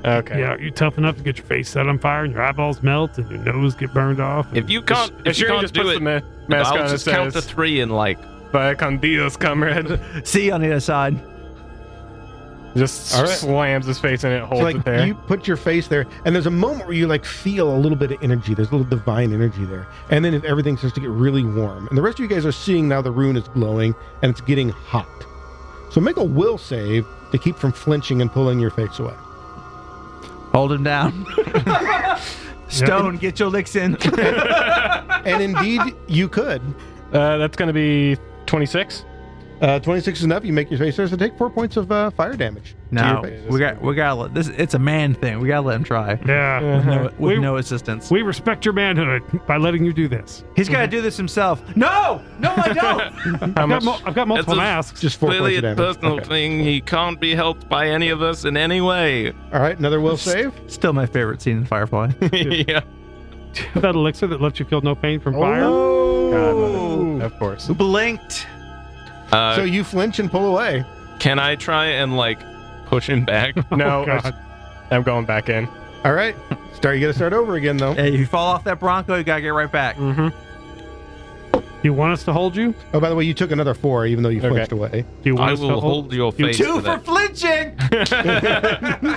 Speaker 2: Okay.
Speaker 5: Yeah, you're tough enough to get your face set on fire, and your eyeballs melt, and your nose get burned off. and-
Speaker 3: If you can't,
Speaker 7: If
Speaker 3: if you
Speaker 7: Shireen
Speaker 3: can't
Speaker 7: just
Speaker 3: do
Speaker 7: puts
Speaker 3: it,
Speaker 7: the ma- mask on
Speaker 3: I'll
Speaker 7: and
Speaker 3: just count to
Speaker 7: says,
Speaker 3: three and like.
Speaker 7: "Vaya con Dios, comrade."
Speaker 5: Uh,
Speaker 8: See you on the other side.
Speaker 7: Just
Speaker 4: All right.
Speaker 7: slams his face in it, holds
Speaker 4: so like
Speaker 7: it there.
Speaker 4: you put your face there and there's a moment where you like feel a little bit of energy there's a little divine energy there and then everything starts to get really warm and the rest of you guys are seeing now the rune is glowing and it's getting hot so make a will save to keep from flinching and pulling your face away
Speaker 8: Hold him down. Stone, get your licks in.
Speaker 4: and indeed you could.
Speaker 2: Uh, that's gonna be 26.
Speaker 4: Uh, 26 is enough. You make your face there, so take four points of uh, fire damage.
Speaker 8: no,
Speaker 4: To your face.
Speaker 8: we got we gotta let this. It's a man thing. We gotta let him try.
Speaker 5: yeah,
Speaker 8: No, with
Speaker 5: we,
Speaker 8: no assistance.
Speaker 5: we respect your manhood by letting you do this.
Speaker 8: He's gotta do this himself. No, no, I don't.
Speaker 5: I've got, mul- I've got multiple
Speaker 3: That's a-
Speaker 5: masks.
Speaker 4: Just four
Speaker 3: Clearly,
Speaker 4: points of
Speaker 3: a
Speaker 4: damage.
Speaker 3: personal
Speaker 4: Okay.
Speaker 3: thing. He can't be helped by any of us in any way.
Speaker 4: All right, another will save.
Speaker 8: Still my favorite scene in Firefly.
Speaker 3: yeah.
Speaker 5: that elixir that lets you feel no pain from fire.
Speaker 3: Oh.
Speaker 4: Oh.
Speaker 2: God, of course.
Speaker 8: Blinked.
Speaker 3: Uh,
Speaker 4: so you flinch and pull away.
Speaker 3: can I try and like push him back?
Speaker 2: No,
Speaker 5: Oh, God.
Speaker 2: it's- I'm going back in.
Speaker 4: All right, start. You got to start over again though.
Speaker 8: Hey, if you fall off that Bronco, you gotta get right back.
Speaker 5: You want us to hold you?
Speaker 4: Oh, by the way, you took another four, even though you
Speaker 5: Okay.
Speaker 4: flinched away.
Speaker 5: Do you want
Speaker 3: I
Speaker 5: us
Speaker 3: will
Speaker 5: to
Speaker 3: hold your
Speaker 5: you
Speaker 3: face.
Speaker 8: Two
Speaker 3: to
Speaker 8: for
Speaker 3: that.
Speaker 8: flinching.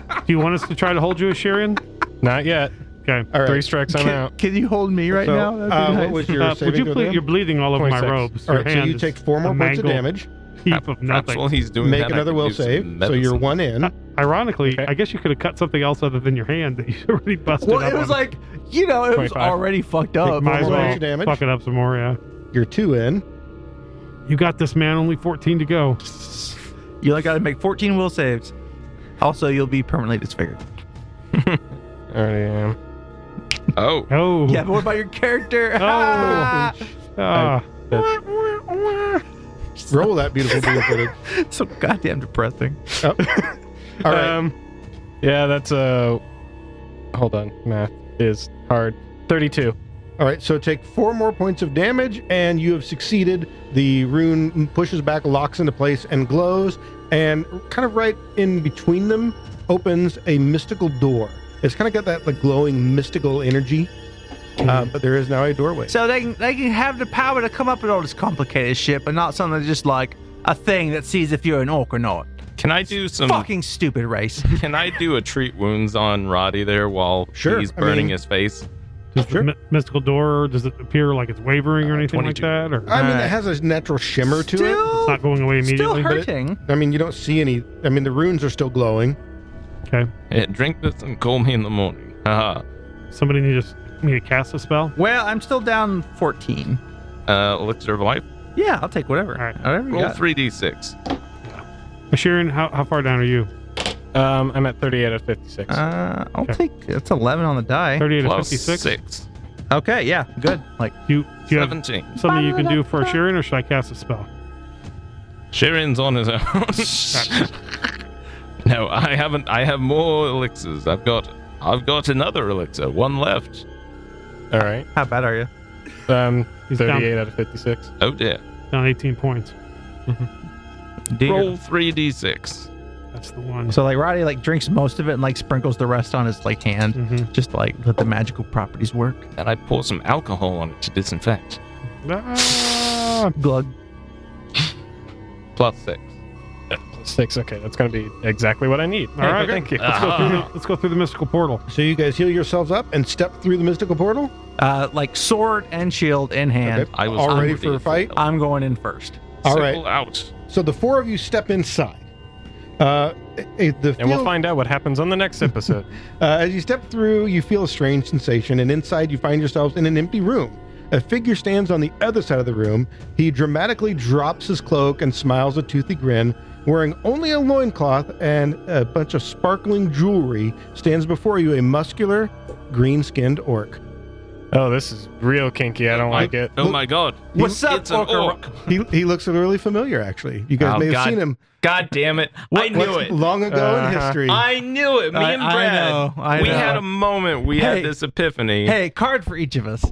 Speaker 5: Do you want us to try to hold you, Ashirian?
Speaker 2: Not yet.
Speaker 5: Okay.
Speaker 4: All right.
Speaker 2: Three strikes. I'm out.
Speaker 8: Can you hold me right
Speaker 4: so,
Speaker 8: now? That'd be
Speaker 4: uh, what
Speaker 8: nice.
Speaker 4: was your
Speaker 5: Uh, would
Speaker 4: saving
Speaker 5: you
Speaker 4: throw
Speaker 5: please?
Speaker 4: there?
Speaker 5: You're bleeding all over
Speaker 2: 26.
Speaker 5: my robes.
Speaker 4: All
Speaker 5: Your
Speaker 4: right, so
Speaker 5: hand
Speaker 4: you
Speaker 5: is
Speaker 4: take four more
Speaker 5: a
Speaker 4: points of
Speaker 5: mangled
Speaker 4: damage.
Speaker 5: Heap of
Speaker 3: Perhaps while
Speaker 5: nothing.
Speaker 3: he's doing
Speaker 4: Make
Speaker 3: that, I
Speaker 4: another
Speaker 3: can
Speaker 4: will
Speaker 3: do some
Speaker 4: save. So
Speaker 3: medicine.
Speaker 4: you're one in.
Speaker 5: Ironically,
Speaker 2: Okay.
Speaker 5: I guess you could have cut something else other than your hand that you already busted
Speaker 8: Well,
Speaker 5: up.
Speaker 8: it
Speaker 5: on.
Speaker 8: was like you know, it was
Speaker 2: 25.
Speaker 8: already fucked up.
Speaker 5: might as
Speaker 4: more
Speaker 5: well
Speaker 4: points of uh, damage.
Speaker 5: fuck it up some more. Yeah.
Speaker 4: You're two in.
Speaker 5: You got this, man. Only 14 to go.
Speaker 8: You like gotta make 14 will saves. Also, you'll be permanently disfigured.
Speaker 2: Already am.
Speaker 3: Oh,
Speaker 5: Oh.
Speaker 8: Yeah, but what about your character?
Speaker 5: Oh. Ah.
Speaker 4: Roll that beautiful blue footage.
Speaker 8: so goddamn depressing.
Speaker 4: Oh. All right.
Speaker 2: Um, yeah, that's uh, hold on. Math is hard. 32.
Speaker 4: All right, so take four more points of damage, and you have succeeded. The rune pushes back, locks into place, and glows. And kind of right in between them opens a mystical door. It's kind of got that like glowing mystical energy, uh, but there is now a doorway.
Speaker 1: So they can they can have the power to come up with all this complicated shit, but not something that's just like a thing that sees if you're an orc or not.
Speaker 3: Can I do some?
Speaker 1: Fucking stupid race.
Speaker 3: Can I do a treat wounds on Roddy there while
Speaker 4: Sure,
Speaker 3: he's
Speaker 4: I
Speaker 3: burning
Speaker 4: mean-
Speaker 3: his face?
Speaker 5: Does the mi- mystical door does it appear like it's wavering or
Speaker 3: Uh,
Speaker 5: anything like
Speaker 3: 22.
Speaker 5: that, or
Speaker 4: I mean, it has a natural shimmer to
Speaker 5: it's
Speaker 4: it.
Speaker 1: Still,
Speaker 5: not going away
Speaker 1: still
Speaker 5: immediately?
Speaker 4: but it-
Speaker 1: hurting.
Speaker 4: I mean, you don't see any. I mean, the runes are still glowing.
Speaker 5: Okay,
Speaker 3: Yeah, drink this and call me in the morning. Haha.
Speaker 5: somebody need to s- me to cast a spell.
Speaker 1: Well, I'm still down 14.
Speaker 3: uh, elixir of life.
Speaker 1: Yeah, I'll take whatever.
Speaker 5: All right.
Speaker 1: Whatever you
Speaker 3: Roll
Speaker 1: got.
Speaker 3: three d six.
Speaker 5: Sharon, how, how far down are you?
Speaker 2: Um, I'm at 38 out of 56.
Speaker 1: Uh, I'll take that's 11 on the die.
Speaker 5: Thirty-eight to
Speaker 3: Plus
Speaker 5: fifty-six.
Speaker 3: six.
Speaker 1: Okay, yeah, good. Like
Speaker 5: You do you have
Speaker 3: Seventeen.
Speaker 5: something you can do for Sharon, or should I cast a spell?
Speaker 3: Sharon's on his own. no, I haven't. I have more elixirs. I've got. I've got another elixir. One left.
Speaker 2: All right.
Speaker 1: how bad are you?
Speaker 2: Um,
Speaker 5: He's
Speaker 2: 38 out of 56.
Speaker 3: Oh dear.
Speaker 5: Down eighteen points.
Speaker 1: Dear.
Speaker 3: Roll three d six.
Speaker 5: That's the one.
Speaker 1: So like Roddy like drinks most of it and like sprinkles the rest on his like hand,
Speaker 5: Mhm.
Speaker 1: just to, like let the magical properties work.
Speaker 3: And I pour some alcohol on it to disinfect.
Speaker 5: Ah,
Speaker 1: Glug.
Speaker 3: Plus six.
Speaker 2: Six. Okay, that's going to be exactly what I need. All right, thank you.
Speaker 5: let's,
Speaker 3: Uh,
Speaker 5: go through the, let's go through the mystical portal.
Speaker 4: So you guys heal yourselves up and step through the mystical portal.
Speaker 1: Uh, like sword and shield in hand.
Speaker 4: Okay.
Speaker 3: I was
Speaker 4: all ready
Speaker 3: already
Speaker 4: for a fight.
Speaker 1: I'm going in first.
Speaker 4: All
Speaker 3: Circle
Speaker 4: right.
Speaker 3: Out.
Speaker 4: So the four of you step inside. Uh, eh, eh, the
Speaker 2: And we'll
Speaker 4: field-
Speaker 2: find out what happens on the next episode.
Speaker 4: Uh, as you step through, you feel a strange sensation, and inside you find yourselves in an empty room. A figure stands on the other side of the room. He dramatically drops his cloak and smiles a toothy grin. Wearing only a loincloth and a bunch of sparkling jewelry, stands before you a muscular, green skinned orc.
Speaker 2: oh, this is real kinky. I don't like it.
Speaker 3: Oh my god.
Speaker 1: What's up,
Speaker 3: It's an
Speaker 1: Orca
Speaker 3: orc.
Speaker 4: He, he looks really familiar, actually. You guys
Speaker 3: Oh,
Speaker 4: may have
Speaker 3: God.
Speaker 4: seen him
Speaker 3: God damn it. I knew
Speaker 4: What's
Speaker 3: it.
Speaker 4: long ago in
Speaker 2: Uh-huh.
Speaker 4: history.
Speaker 3: I knew it. Me
Speaker 1: I-
Speaker 3: and
Speaker 1: I
Speaker 3: Brad.
Speaker 1: know, I
Speaker 3: we
Speaker 1: know.
Speaker 3: had a moment. We
Speaker 1: Hey.
Speaker 3: had this epiphany.
Speaker 1: Hey, card for each of us.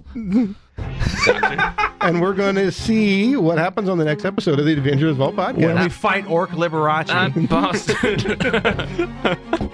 Speaker 4: and we're going to see what happens on the next episode of the Adventures Vault podcast.
Speaker 1: When we fight Orc Liberace.
Speaker 3: That bastard.